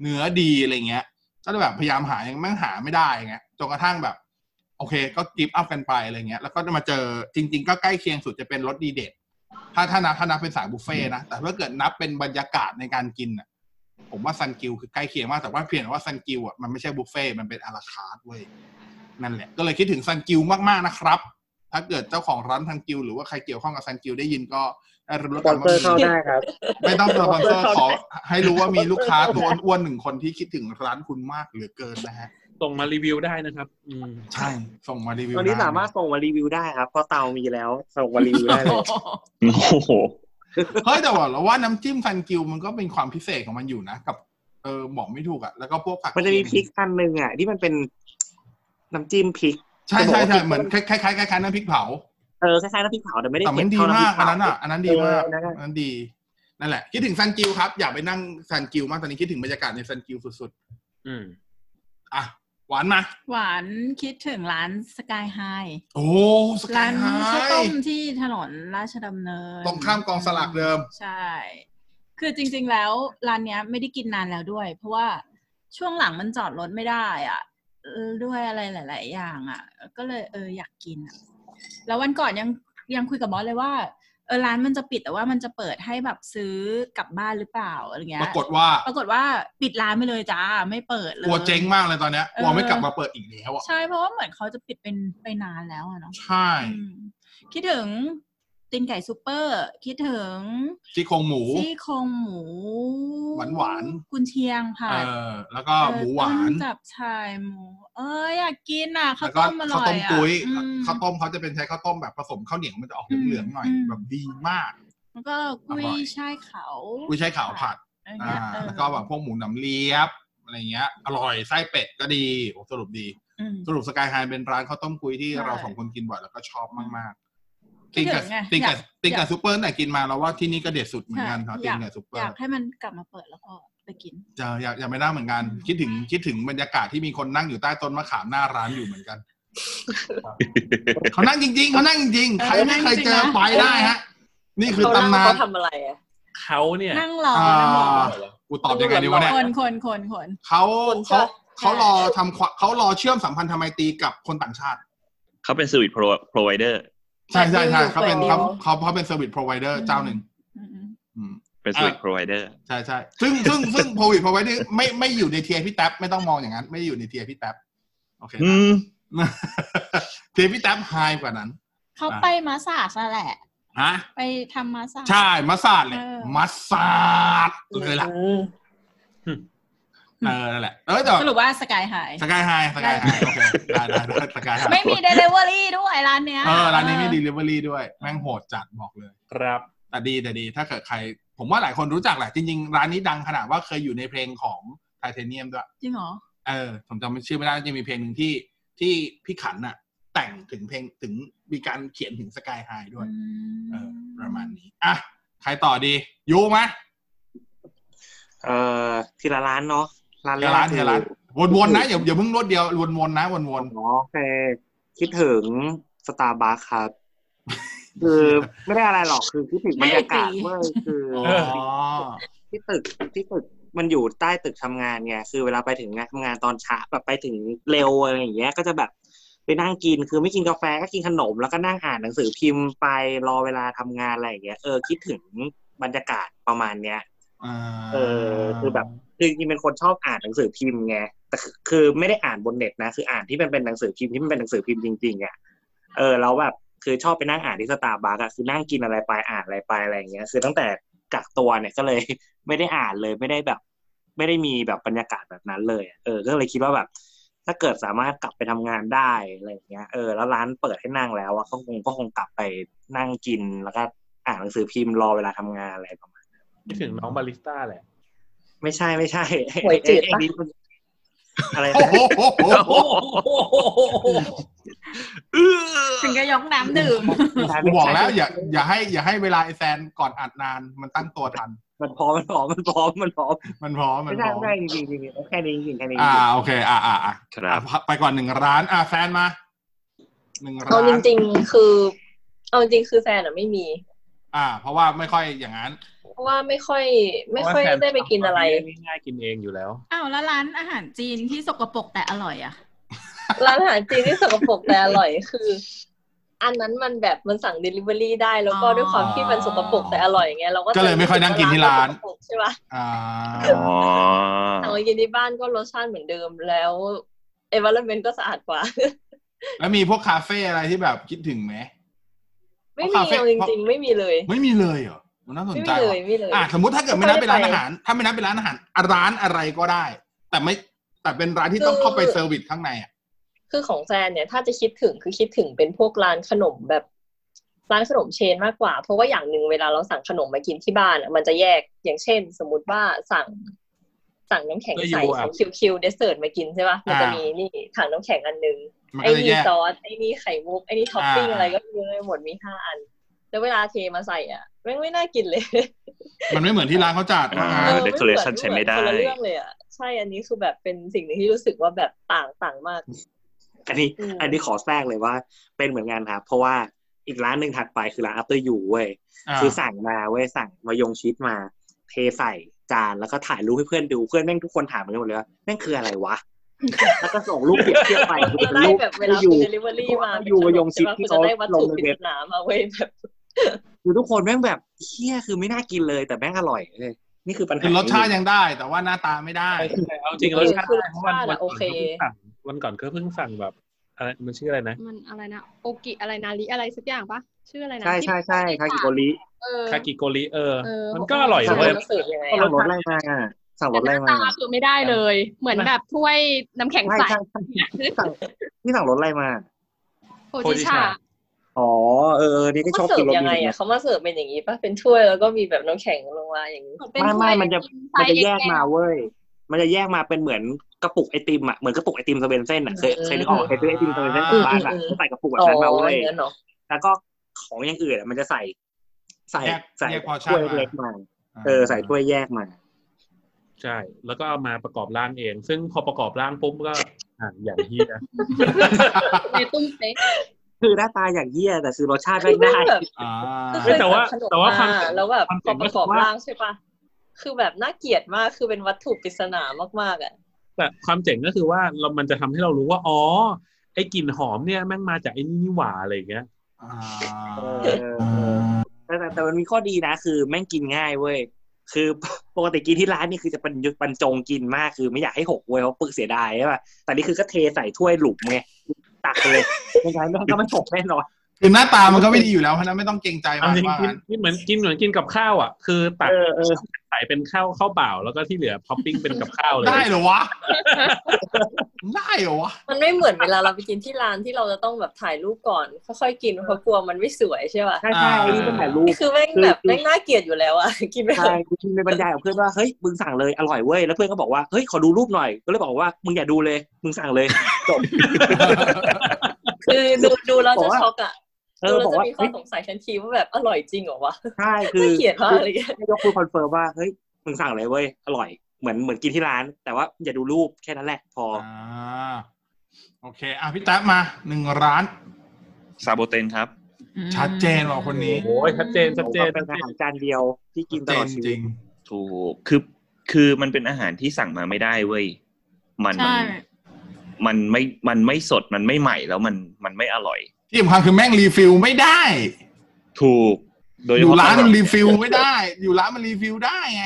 Speaker 1: เนื้อดีอะไรเงี้ย ก็เลยแบบพยายามหายังแม่งหาไม่ได้เงี้ยจนกระทั่งแบบ โอเค ก็กิฟต์อัพกันไปอะไรเงี้ย แล้วก็จะมาเจอจริง ๆ ก็ใกล้เคียงสุดจะเป็นรสดีเด็ด ถ้าถ้านับถ้านับเป็นสายบุฟเฟ่ต์นะ แต่ถ้าเกิดนับเป็นบรรยากาศในการกินน่ะ ผมว่าซันกิวคือใกล้เคียงมาก แต่ว่าเพียงแต่ว่าซันกิวอ่ะมันไม่ใช่บุฟเฟ่ต์มันเป็นอาราคาร์ทเว้ย นั่นแหละ ก็เลยคิดถึงซันกิวมากๆนะครับ ถ้าเกิดเจ้าของร้านซันกิวหรือว่าใครเกี่ยวข้องกับซันกิวได้ยินก็ได้รู้
Speaker 4: ส
Speaker 1: แล้ว
Speaker 4: ป
Speaker 1: กั
Speaker 4: อน นเซ
Speaker 1: ว่า
Speaker 4: อร์เข้า
Speaker 1: มี
Speaker 4: ได้ครับ
Speaker 1: ไม่ต้องสปอนเซอร์
Speaker 4: สปอน
Speaker 1: ข
Speaker 4: เซอร์
Speaker 1: อ
Speaker 4: เข้าได้
Speaker 1: ให้รู้ว่ามีลูกค้าตัวอ้วนๆหนึ่งคนที่คิดถึงร้านคุณมากเหลือเกินนะฮะ
Speaker 3: ส่งมารีวิวได้นะครับ อืม
Speaker 1: ใช่ ส่งมารีวิว
Speaker 4: ตอนนี้สามารถส่งมารีวิวได้ครับเพราะเตามีแล้วส่งมารีวิวได้เลย
Speaker 5: โอ้โห
Speaker 1: เฮ้ยแต่ว่าเราว่าน้ำจิ้มซันกิวมันก็เป็นความพิเศษของมันอยู่นะ กับเออบอกไม่ถูกอะแล้วก็พวกผัก
Speaker 4: มันจะมีพริกอันหนึ่งอ่ะที่มันเป็นน้ำจิ้มพริก
Speaker 1: ใช่ใช่ใช่เหมือนคล้ายคล้ายคล้ายๆน้ำพริกเผา
Speaker 4: เออคล้ายๆน้ำพริกเผาแต่ไม่ได้
Speaker 1: แต่
Speaker 4: เผ็
Speaker 1: มั
Speaker 4: ด
Speaker 1: นดี
Speaker 4: เท่าน้ำพ
Speaker 1: มา
Speaker 4: ริ
Speaker 1: ก
Speaker 4: ก
Speaker 1: อัน
Speaker 4: เผา
Speaker 1: นั้นอ่ะอันนั้นดีมาก
Speaker 4: เออนะฮะ
Speaker 1: อันนั้นดีนั่นแหละ คิดถึงซันกิวครับ อยากไปนั่งซันกิวมากตอนนี้คิดถึงบรรยากาศในซันกิวสุด
Speaker 3: อืม
Speaker 1: ๆอ่ะหวานมา
Speaker 2: หวานคิดถึงร้านสกายไฮ
Speaker 1: โอ้สกา
Speaker 2: ร้าย น
Speaker 1: ไฮ
Speaker 2: ข้าวต้มที่ถนนราชดำเนิน
Speaker 1: ตรงข้ามกองสลากเดิม
Speaker 2: ใช่ คือจริง ๆ แล้วร้านเนี้ยไม่ได้กินนานแล้วด้วย เพราะว่าช่วงหลังมันจอดรถไม่ได้อ่ะเออด้วยอะไรหลาย ๆ อย่างอ่ะ ก็เลยเอออยากกินอะแล้ววันก่อนยังยังคุยกับบอสเลยว่าเออร้านมันจะปิดแต่ว่ามันจะเปิดให้แบบซื้อกลับบ้านหรือเปล่าอะไรเงี้ย
Speaker 1: ปรากฏว่า
Speaker 2: ปรากฏว่าปิดร้านไปเลยจ้าไม่เปิดเลย
Speaker 1: กลัวเจ๊งมากเลยตอนเนี้ยกลัวไม่
Speaker 2: เออ
Speaker 1: กลับมาเปิดอีกแล้วอ่ะ
Speaker 2: ใช่เพราะว่าเหมือนเขาจะปิดเป็นไปนานแล้วอะเนาะ
Speaker 1: ใช่
Speaker 2: อืมคิดถึงตีนไก่ซูเปอร์ คิดถึง
Speaker 1: ซี่โครงหมู
Speaker 2: ซี่โครงหมู
Speaker 1: หวานๆ
Speaker 2: กุนเชียงผั
Speaker 1: เอ
Speaker 2: ด
Speaker 1: อแล้วก็หมูหวา
Speaker 2: เออน ต้มจับชายหมู เอออยากกินอ่ะข้า
Speaker 1: แล้ว วก็
Speaker 2: ต้มอร่
Speaker 1: ข้าว
Speaker 2: อย
Speaker 1: ต้ม
Speaker 2: อ่ะ
Speaker 1: กุ้ย
Speaker 2: อืม
Speaker 1: ข้าวต้มเขาจะเป็นใช้ข้าวต้มแบบผสมข้าวเหนียวมันจะออกเหลืองๆหน่อย
Speaker 2: อืม
Speaker 1: แบบดีมาก
Speaker 2: แล้วก็กุ้ย
Speaker 1: อร่อย
Speaker 2: ช่ายเขา
Speaker 1: กุ้ยช่ายขาวผัด
Speaker 2: อะไรเงี้
Speaker 1: อ่าย
Speaker 2: เออ
Speaker 1: แล้วก็แบบพวกหมูหนำเลียบอะไรเงี้ย อร่อยไส้เป็ดก็ดีโอ้สรุปดี
Speaker 2: อืม
Speaker 1: สรุปสกายไฮเป็นร้านข้าวต้มกุยที่
Speaker 2: ใช่
Speaker 1: เราสองคนกินบ่อยแล้วก็ชอบมากๆ
Speaker 2: คิ
Speaker 1: ติง
Speaker 2: ดถึ
Speaker 1: กับ
Speaker 2: งไง
Speaker 1: ติง
Speaker 2: อยา
Speaker 1: กับ
Speaker 2: ก
Speaker 1: ติงกับซูเปอร์ตั้งแต่กินมาเราว่าที่นี่ก็เด็ดสุดเหมือนกัน
Speaker 2: ใช่
Speaker 1: ครับ
Speaker 2: อ
Speaker 1: ติ
Speaker 2: ยาก
Speaker 1: งกับซูเปอ
Speaker 2: อ
Speaker 1: ร์
Speaker 2: ยากให้มันกลับมาเปิดแล้วก็ไปกิน
Speaker 1: จะอยากอยากไปนั่งเหมือนกัน
Speaker 2: อืม
Speaker 1: คิดถึงคิดถึงบรรยากาศที่มีคนนั่งอยู่ใต้ต้นมะขามหน้าร้านอยู่เหมือนกัน เขานั่งจริง ๆ เขานั่งจริงๆใครไม่เคยเจอไปได้ฮะ นี่คือตำนาน
Speaker 6: เขาทำอะไรอ่ะ
Speaker 3: เขาเนี่ย
Speaker 2: นั่งรอ
Speaker 1: อ่า
Speaker 2: นะบอก
Speaker 1: กูตอบยังไงดีวะเนี่ย
Speaker 2: คนคนคนคน
Speaker 1: เขา
Speaker 6: คนช
Speaker 1: เขาเขา
Speaker 6: อบ
Speaker 1: รอทำความเขารอเชื่อมสัมพันธไมตรีกับคนต่างชาติ
Speaker 5: เขาเป็นสวิตพรพรอไวเดอร์
Speaker 1: ใช่ใช่ใช่
Speaker 6: แบบนี้
Speaker 1: เขาเป็น
Speaker 6: แบบนี้
Speaker 1: เขาเขาเขาเป็นเซอร์วิสพรอไวเดอร์
Speaker 2: อืม
Speaker 1: เจ้าหนึ่ง
Speaker 2: อืม
Speaker 1: อืม
Speaker 5: เป็นสวิตพรอไวเดอร์
Speaker 1: ใช่ใช่ซึ่งซึ่งซึ่งโควิดพอไว้นี่ไม่ไม่อยู่ในเทียร์พี่แท็บไม่ต้องมองอย่างนั้น ไม่อยู่ในเทียร์พี่แท็บโอเค
Speaker 5: อื
Speaker 1: *laughs*
Speaker 5: ม
Speaker 1: นะเทียร์พี่แท็บไฮกว่านั้น
Speaker 2: เขา
Speaker 1: อ่ะ
Speaker 2: ไปมาสาดซะแหละ
Speaker 1: ฮะ
Speaker 2: ไปทำมาสาด
Speaker 1: ใช่มัสซาดเลย
Speaker 2: เออ
Speaker 1: มัสซาดเลยล่ะ
Speaker 6: อืม
Speaker 1: เออนั่นแหละเออแต่
Speaker 2: สรุปว่าสกายหาย
Speaker 1: สกายไฮสกายไฮโอเคได้ได้ได้สกายไฮ
Speaker 2: ไม่มีเดลิเวอรี่ด้วยร้านเนี้ย
Speaker 1: เออร้านนี้มีดีลิเวอรี่ด้วย แม่งโหดจัดบอกเลย
Speaker 3: ครับ
Speaker 1: แต่ดีแต่ดี ถ้าเกิดใคร ผมว่าหลายคนรู้จักแหละ จริง ๆ ร้านนี้ดังขนาดว่าเคยอยู่ในเพลงของไทเทเนียมด้วย
Speaker 2: จริงเหรอ
Speaker 1: เออผมจำชื่อไม่ได้จะมีเพลงหนึ่งที่ที่พี่ขันน่ะ แต่งถึงเพลงถึงมีการเขียนถึงสกายไฮด้วย เออ ประมาณนี้ อ่ะ ใครต่อดียูไหม
Speaker 4: เออทีละร้านเนาะร้านแร
Speaker 1: เดี๋ยว
Speaker 4: ก
Speaker 1: ร้าน
Speaker 4: คือ
Speaker 1: เดี๋ยวร้านวนๆนะอย่าอย่าเพิ่งรวดเดียววนๆนะวน
Speaker 4: อ๋อโอเคคิดถึงสตาร์บัคครับ คือไม่ได้อะไรหรอกคือคิดถึงบรรยากาศ
Speaker 2: ไม่ได้ตี
Speaker 4: เว้ยคือ
Speaker 1: ๆอ๋อ
Speaker 4: ที่ตึกที่ตึกมันอยู่ใต้ตึกทำงานไงคือเวลาไปถึงงานทำงานตอนเช้าแบบไปถึงเร็วอะไรอย่างเงี้ยก็จะแบบไปนั่งกินคือไม่กินกาแฟก็กินขนมแล้วก็นั่งอ่านหนังสือพิมพ์ไปรอเวลาทำงานอะไรอย่างเงี้ยเออคิดถึงบรรยากาศประมาณเนี้ย
Speaker 1: า
Speaker 4: เออคือแบบ คือจริงๆเป็นคนชอบอ่านหนังสือพิมพ์ไงแต่คือคือไม่ได้อ่านบนเน็ตนะคืออ่านที่มันเป็นหนังสือพิมพ์ที่มันเป็นหนังสือพิมพ์จริงๆอ่ะเออแล้วแบบคือชอบไปนั่งอ่านที่สตาร์บัคอะคือนั่งกินอะไรไปอ่านอะไรไปอะไรอย่างเงี้ยคือตั้งแต่กักตัวเนี่ยก็เลย ไม่ได้อ่านเลยไม่ได้แบบ ไม่ได้มีแบบบรรยากาศแบบนั้นเลยอะเออ ก็เลยคิดว่าแบบ ถ้าเกิดสามารถกลับไปทำงานได้อะไรอย่างเงี้ยเออแล้วร้านเปิดให้นั่งแล้วอะก็คงก็คงกลับไปนั่งกินแล้วก็อ่านหนังสือพิมพ์รอเวลาทำงานอะไรประมาณ
Speaker 3: คิดถึงน้องบาริสต้าแหละ
Speaker 4: ไม่ใช่ไม่ใช่
Speaker 6: หวยจีบปะ
Speaker 4: ไอ้นี่มันอะไร
Speaker 1: โอ้
Speaker 4: นะ
Speaker 1: โหโอ้โห
Speaker 3: โอ้โห
Speaker 2: ถึงก็ยกน้ำดื่ม
Speaker 1: กูบอกแล้วอย่าอย่าให้อย่าให้เวลาไอแซนก่อนอัดนานมันตั้งตัวทัน
Speaker 4: มันพร้อมมันพร้อมมันพร้อมมันพร้อม
Speaker 1: มันพร้อมมั
Speaker 4: ไม่
Speaker 1: นพ
Speaker 4: ได้
Speaker 1: ร้อม
Speaker 4: ไม่ได้จริงๆจริงๆแค่นี้จริงๆแค่นี้จ
Speaker 1: อ่า
Speaker 4: ริง
Speaker 1: โอเค อ่าอ่าอ่า
Speaker 5: ครับ
Speaker 1: อ่ะไปก่อนหนึ่งร้าน อ่าแฟนมาหนึ่งร้า
Speaker 6: เอาจ
Speaker 1: น
Speaker 6: ริง ๆ คือ เอาจริงๆคือแฟนอะไม่มี
Speaker 1: อ่า เพราะว่าไม่ค่อยอย่างนั้น
Speaker 6: เพราะว่าไม่ค่อย ไม่ค่อย
Speaker 3: เพราะว่าแฟ
Speaker 6: ได้ไปกินอะไร
Speaker 3: ทำม่ด้ง่ายๆกินเองอยู่แล้ว
Speaker 2: อ้าวแล้วร้านอาหารจีนที่สกปรกแต่อร่อยอ่ะ
Speaker 6: ร้านอาหารจีนที่สกปรกแต่อร่อยคือ อันนั้นมันแบบมันสั่ง Delivery ได้แล้วก็
Speaker 2: อ๋อ
Speaker 6: ด้วยความที่มันสกปรกแต่อร่อยไงเราก็
Speaker 1: ก็เลยไม่ค่อยนั่งกินที่ร้าน
Speaker 6: สกปกใช่ปะ
Speaker 1: อ่า
Speaker 5: อ๋อ
Speaker 6: สั่งมากินที่บ้านก็รสชาติเหมือนเดิมแล้วเอเวอร์เมนก็สะอาดกว่า *laughs*
Speaker 1: แล้วมีพวกคาเฟ่อะไรที่แบบคิดถึงไหม
Speaker 6: ไม่
Speaker 1: คา
Speaker 6: มี
Speaker 1: เฟ่
Speaker 6: เอาจริง ๆ ไม่มีเลย
Speaker 1: ไม่มีเลยเหรอมันน่าสน
Speaker 6: ไม่
Speaker 1: ใจ
Speaker 6: มีเลย
Speaker 1: ว่ะ
Speaker 6: ไม่เลย
Speaker 1: อ่าสมมติถ้าเกิดไม่นับ
Speaker 6: ไม่
Speaker 1: เป็น
Speaker 6: ได้
Speaker 1: ร้าน
Speaker 6: ไป
Speaker 1: อาหาร ถ้าไม่นับเป็นร้านอาหารอ่ะร้านอะไรก็ได้ แต่ไม่แต่เป็นร้านที่ต้อง
Speaker 6: คือ
Speaker 1: เข้าไปเซอร์วิสข้างในอ่ะ
Speaker 6: คือของแซนเนี่ยถ้าจะคิดถึงคือคิดถึงเป็นพวกร้านขนมแบบร้านขนมเชนมากกว่า เพราะว่าอย่างหนึ่งเวลาเราสั่งขนมมากินที่บ้านอะมันจะแยกอย่างเช่น สมมติว่าสั่งสั่งน้ำแข็ง
Speaker 3: ได้อยู่
Speaker 6: ใส่
Speaker 3: อะ
Speaker 6: ของคิวคิวเดสเซอร์มากินใช่ปะมันจะ
Speaker 1: อ่ามี
Speaker 6: มีนี่ถังน้ำแข็งอันหนึง
Speaker 1: มัน
Speaker 6: ไอ้
Speaker 1: ก็จะ
Speaker 6: นี่
Speaker 1: แยก
Speaker 6: ซอสไอ้นี่ไข่มุกไอ้นี่ท็อปปิ้ง
Speaker 1: อ่า
Speaker 6: อะไรก็เยอะไปหมดมีห้าอัน แล้วเวลาเทมาใส่อ่ะแม่งไม่น่ากินเลย
Speaker 1: มันไม่เหมือนที่ร้านเขาจัด
Speaker 5: อ่า
Speaker 1: ว่างั้น
Speaker 6: ออไม่หมือน
Speaker 5: decoration ใช้ไม่ได้
Speaker 6: คนละเรื่องเลยอ่ะใช่อันนี้คือแบบเป็นสิ่งหนึ่งที่รู้สึกว่าแบบต่างต่างมาก
Speaker 4: ๆอันนี้
Speaker 6: อืม
Speaker 4: อันนี้ขอแทรกเลยว่าเป็นเหมือนกันครับเพราะว่าอีกร้านหนึ่งถัดไปคือร้าน after you เว้ย คือสั่งมาเว้ยสั่งมายงชิดมา เทใส่จานแล้วก็ถ่ายรูปให้เพื่อนดูเพื่อนแม่งทุกคนถามกันหมดเลยว่าแม่งคืออะไรวะ แล้วก็ส่งรูปเปรียบเทียบไปคือเป็น
Speaker 6: เรา *laughs* ได้
Speaker 4: รูป
Speaker 6: แบบเวลา
Speaker 4: อ
Speaker 6: เป็
Speaker 4: ยู่
Speaker 6: น delivery มา
Speaker 4: อยู่กับยงชิปที่เขา
Speaker 6: จะได้วัต
Speaker 4: ลง
Speaker 6: ถุ
Speaker 4: ใน
Speaker 6: ปริ
Speaker 4: เว็บ
Speaker 6: ศนามาเว้ยแบบ
Speaker 4: คือทุกคนแม่งแบบเฮี้ยคือไม่น่ากินเลยแต่แม่งอร่อยเลยนี่คือปัญหา
Speaker 1: คือรสชาติยังได้ แต่ว่าหน้าตาไม่ได้
Speaker 3: แต่เอาจริงรสชาติเพราะวันก่อนก็เพิ่งสั่งวันก่อนก็เพิ่งสั่งแบบอะไรมันชื่ออะไรนะ
Speaker 7: มันอะไรนะ โอกิอะไรนาริอะไรสักอย่างปะชื่ออะไรนะ
Speaker 4: ใช่ใช่ใช่คากิโกริ
Speaker 7: เออ
Speaker 3: คากิโกริเออ
Speaker 7: เออ
Speaker 3: มันก็อร่อย
Speaker 6: จะ
Speaker 3: เว้ย
Speaker 6: รู้สึกยังไง
Speaker 3: เอ
Speaker 4: สั่งรถอะไรมาสั่งรถอะไร
Speaker 7: แต่หน้า
Speaker 4: มา
Speaker 7: ตาคือไม่ได้เลย เหมือนแบบถ้วยน้ำแข็ง
Speaker 4: ใช่
Speaker 7: ใส
Speaker 4: ใช่ใช่สั่งนี่สั่งรถอะไรมา
Speaker 7: โคจิชา
Speaker 4: อ๋อเออเออนี่ก็ช
Speaker 6: เขา
Speaker 4: อบ
Speaker 6: เสิ
Speaker 4: กิ
Speaker 6: ร์
Speaker 4: น
Speaker 6: ฟ
Speaker 4: รถ
Speaker 6: ยังไง
Speaker 4: ดี
Speaker 6: อ่ะ
Speaker 4: นะ
Speaker 6: เขามาเสิร์ฟเป็นอย่างนี้ป่ะเป็นถ้วยแล้วก็มีแบบน้ำแข็งลงมาอย่างนี้
Speaker 7: เป็น
Speaker 4: ไม่
Speaker 7: ถ้วย
Speaker 4: ไม่มันจะ
Speaker 7: ไซ
Speaker 4: มัน
Speaker 7: ส์
Speaker 4: จะแยก
Speaker 7: XL
Speaker 4: มาเว้ย มันจะแยกมาเป็นเหมือนกระปุกไอติมอ่ะ เหมือนกระปุกไอติมสเวนเซ่นอ่ะ เคย
Speaker 6: อืม
Speaker 4: เคยนึกออกเคยซื้อไอติมสเวนเซ่นกลับบ้านอ่ะ
Speaker 6: อืมอืม
Speaker 4: ก็ใส่กระปุกแบบ
Speaker 6: อ๋อ
Speaker 4: นั้นมาเว้ย
Speaker 6: อย่างนั้นเหรอ
Speaker 4: แล้วก็ของอย่างอื่นอะมันจะใส่ ใส่
Speaker 1: แยก
Speaker 4: ใส่
Speaker 1: แยก portion
Speaker 4: ถ้วยเล็กมา เออ ใส่ถ้วยแยกมา
Speaker 3: ใช่ แล้วก็เอามาประกอบร่างเอง ซึ่งพอประกอบร่างปุ๊บก็อ่ะอย่างเฮีย
Speaker 7: ในตุ้มเป๊ะ
Speaker 4: คือหน้าตาอย่างเยี่ยแต่คือรสชาติไม่ *laughs* งได้
Speaker 6: แบบ
Speaker 1: อ่า
Speaker 6: คือ
Speaker 3: เฮ้
Speaker 6: เค
Speaker 3: ย
Speaker 6: ย
Speaker 3: แต่ว่า
Speaker 6: สั่งขนม
Speaker 3: แต่ว่าความ
Speaker 6: มาแล้วแบบ
Speaker 3: ความ
Speaker 6: พอ
Speaker 3: เจ๋ง
Speaker 6: ป
Speaker 3: ก็
Speaker 6: ระ
Speaker 3: คื
Speaker 6: กอบ
Speaker 3: ว่
Speaker 6: ร่างใช่ป่ะคือแบบน่าเกลียดมากคือเป็นวัตถุปริศนามากๆอ่ะ
Speaker 3: แต่ความเจ๋งก็คือว่าเรามันจะทำให้เรารู้ว่า อ๋อ ไอ้กลิ่นหอมเนี่ยแม่งมาจากไอ้นี่นี่หว่าอะไรอย่างเงี้ย
Speaker 1: อ่า
Speaker 4: เออเออแต่แต่แต่มันมีข้อดีนะ คือแม่งกินง่ายเว้ย คือ *laughs* ปกติกินที่ร้านนี่คือจะเป็นบรรจงกินมากคือไม่อยากให้หกเว้ยเพราะปึกเสียดายใช่ป่ะ แต่นี่คือก็เทใส่ถ้วยหลุมไงตักไปเลยยังไงแม่งก็ไม่หกแน่นอน
Speaker 1: คือหน้าตามันก็ไม่ดีอยู่แล้วเพราะฉะนั้นไม่ต้องเกรงใจ
Speaker 3: อั
Speaker 1: มันน
Speaker 3: นี้
Speaker 1: ว่า
Speaker 3: กิน
Speaker 1: งั้น
Speaker 3: กินเหมือนกินเหมือนกินกับข้าวอ่ะ คือตัก
Speaker 4: เออเออ
Speaker 3: ใส่เป็นข้าวข้าวเปล่า แล้วก็ที่เหลือท็อปปิ้งเป็นกับข้าวเลย
Speaker 1: ได้เหรอวะ ได้เหรอวะ
Speaker 6: มันไม่เหมือนเวลาเราไปกินที่ร้านที่เราจะต้องแบบถ่ายรูปก่อนค่อยๆกินเพราะกลัวมันไม่สวยใช่ป่ะ
Speaker 4: ใช่ใช่ไอ้นี่ก็ถ่ายรูป
Speaker 6: นี่คือแม่งแบบแม่งน่าเกลียดอยู่แล้วอ่ะกินไปเถ
Speaker 4: ใช่
Speaker 6: อะ
Speaker 4: กูพิมพ์ไปบรรยายกับเพื่อนว่าเฮ้ยมึงสั่งเลยอร่อยเว้ยแล้วเพื่อนก็บอกว่าเฮ้ยขอดูรูปหน่อยก็เลยบอกว่ามึงอย่าดูเลย มึงสั่งเลยจบ
Speaker 6: คือดูดูแล้ว
Speaker 4: บอก
Speaker 6: จะ
Speaker 4: ว่า
Speaker 6: ช็อกอ่ะ
Speaker 4: เออ
Speaker 6: ดูแล้ว
Speaker 4: บอก
Speaker 6: จะ
Speaker 4: ว่า
Speaker 6: มีข้อ
Speaker 4: เฮ้ย
Speaker 6: สงสัยทันทีว่าแบบอร่อยจริงเหรอวะ
Speaker 4: ใช่คือ
Speaker 6: น่าเกลียดมากเลย
Speaker 4: ยกคือคอนเฟิร์มว่าเฮ้ยมึงสั่งเลยเว้ยอร่อยเหมือนเหมือนกินที่ร้าน แต่ว่าอย่าดูรูปแค่นั้นแหละพอ
Speaker 1: อ่า โอเค อ่ะพี่แต๊บมาหนึ่งร้าน
Speaker 5: ซาโบเตนครับ
Speaker 1: ชัดเจนว่ะคนนี้
Speaker 3: โอ้ยชัดเจนชัดเจน
Speaker 4: เป็นอาหารจานเดียวที่กินตลอด
Speaker 1: จ
Speaker 4: ชีวิ
Speaker 1: ริ
Speaker 4: ต
Speaker 1: ง
Speaker 5: ถูกคือคือมันเป็นอาหารที่สั่งมาไม่ได้เว้ย มัน
Speaker 2: ใช่
Speaker 5: มันมันไม่มันไม่สดมันไม่ใหม่แล้วมันมันไม่อร่อย
Speaker 1: ที่สำคัญคือแม่งรีฟิลไม่ได้
Speaker 5: ถูก โด
Speaker 1: อ
Speaker 5: ยเฉ
Speaker 1: ยู่
Speaker 5: พาะ
Speaker 1: ร้านมันรีฟิลไม่ได้ อยู่ร้านมันรีฟิลได้ไง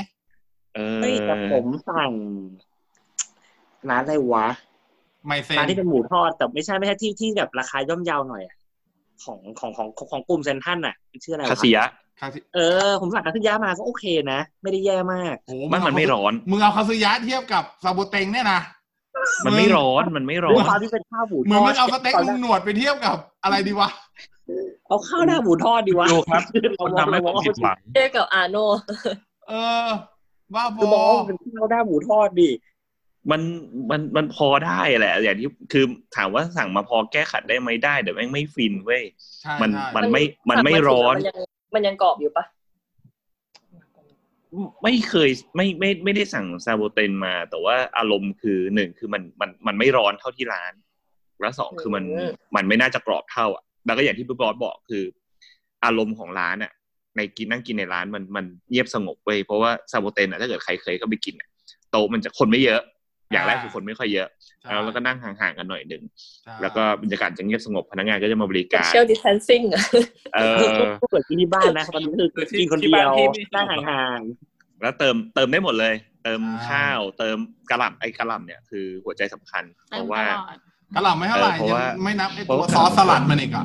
Speaker 5: เอ
Speaker 4: เฮ้ยแต่ผ
Speaker 5: อ
Speaker 4: มสั่งร้านอะไรวะ
Speaker 1: ไม่เซ็น
Speaker 4: ร้านที่เป็นหมูทอดแต่ไม่ใช่ไม่ใช่ที่ที่แบบราคาย่อมเยาวหน่อยอะของของของของกลุ่มเซนทันอ่ะมันชื่ออะไรวะ
Speaker 5: คาสิยะ
Speaker 1: ครับที่
Speaker 4: เออ ผมสั่งกัตสึยะมาก็โอเคนะ ไม่ได้แย่มาก
Speaker 1: โอ้
Speaker 5: มันมันไม่ร้อน
Speaker 1: มึงเอาคาซึยะเทียบกับซาโบเตงเนี่ยนะ
Speaker 5: มันไม่ร้อนมันไม่ร้อ
Speaker 4: ด้วย
Speaker 5: น
Speaker 4: ความที่เป็นข้าวหมู
Speaker 1: เหมื
Speaker 4: ท
Speaker 1: อน
Speaker 4: อ
Speaker 1: มั
Speaker 4: ด
Speaker 1: นเอาสเต็กลุงหนวดไปเทียบกับอะไรดีวะ
Speaker 4: เอาข้าวหน้าหมูทอดดีวะ
Speaker 3: ดูครับคนทำให้ผมผิดหวัง
Speaker 6: เทียบกับอาโน่
Speaker 1: เออบ้าบ
Speaker 4: คือม
Speaker 1: อ
Speaker 4: องว่าเป็นข้าวหน้าหมูทอดดิ
Speaker 5: มันมันมันพอได้แหละ อย่างที่คือถามว่าสั่งมาพอแก้ขัดได้ไหมได้เดี๋ยวแม่งไม่ฟินเว้ย
Speaker 1: ใช่
Speaker 5: มัน
Speaker 1: ใช่
Speaker 5: มันไม่มันไม่ร้อน
Speaker 6: มันยังมันยังกรอบอยู่ปะ
Speaker 5: ไม่เคยไม่ไม่ไม่ได้สั่งซาโบเตนมา แต่ว่าอารมณ์คือหนึ่งคือมันมันมันไม่ร้อนเท่าที่ร้าน และสองคือมัน
Speaker 6: อืม
Speaker 5: มันไม่น่าจะกรอบเท่าอ่ะแล้วก็อย่างที่พี่บอสบอกคือ อารมณ์ของร้านอ่ะ ในกินนั่งกินในร้านมันมันเงียบสงบเว้ยเพราะว่าซาโบเตนอ่ะถ้าเกิดใครเคยเข้าไปกินอะโต๊ะมันจะคนไม่เยอะ อย่างแรกคือคนไม่ค่อยเยอะ
Speaker 1: ใช่
Speaker 5: แล้วก็นั่งห่างๆกันหน่อยหนึ่ง
Speaker 1: ใช่
Speaker 5: แล้วก็บรรยากาศจะเงียบสงบพนักงานก็จะมาบริการ
Speaker 6: social distancing อะ
Speaker 5: เออ
Speaker 4: ก็เปิดกินที่บ้านนะตอนนี้คือกินคนเดียวนั่งห่าง
Speaker 5: แล้วเติมเติมได้หมดเลย เติมข้าว เติมกระหล่ำไอ้กระหล่ำเนี่ยคือหัวใจสำคัญ เพ
Speaker 2: เติม
Speaker 5: ราะ
Speaker 2: ต
Speaker 5: ว่า
Speaker 2: ลอด
Speaker 1: กระหล่ำไม่เท่าไหร่
Speaker 5: เออ
Speaker 1: ยั
Speaker 5: เพราะ
Speaker 1: ง
Speaker 5: ว่า
Speaker 1: ไม่นับไอ้
Speaker 5: เพ
Speaker 1: ตั
Speaker 5: ราะ
Speaker 1: ว
Speaker 5: ว่า
Speaker 1: ซอสสลัดมันอีกอ่ะ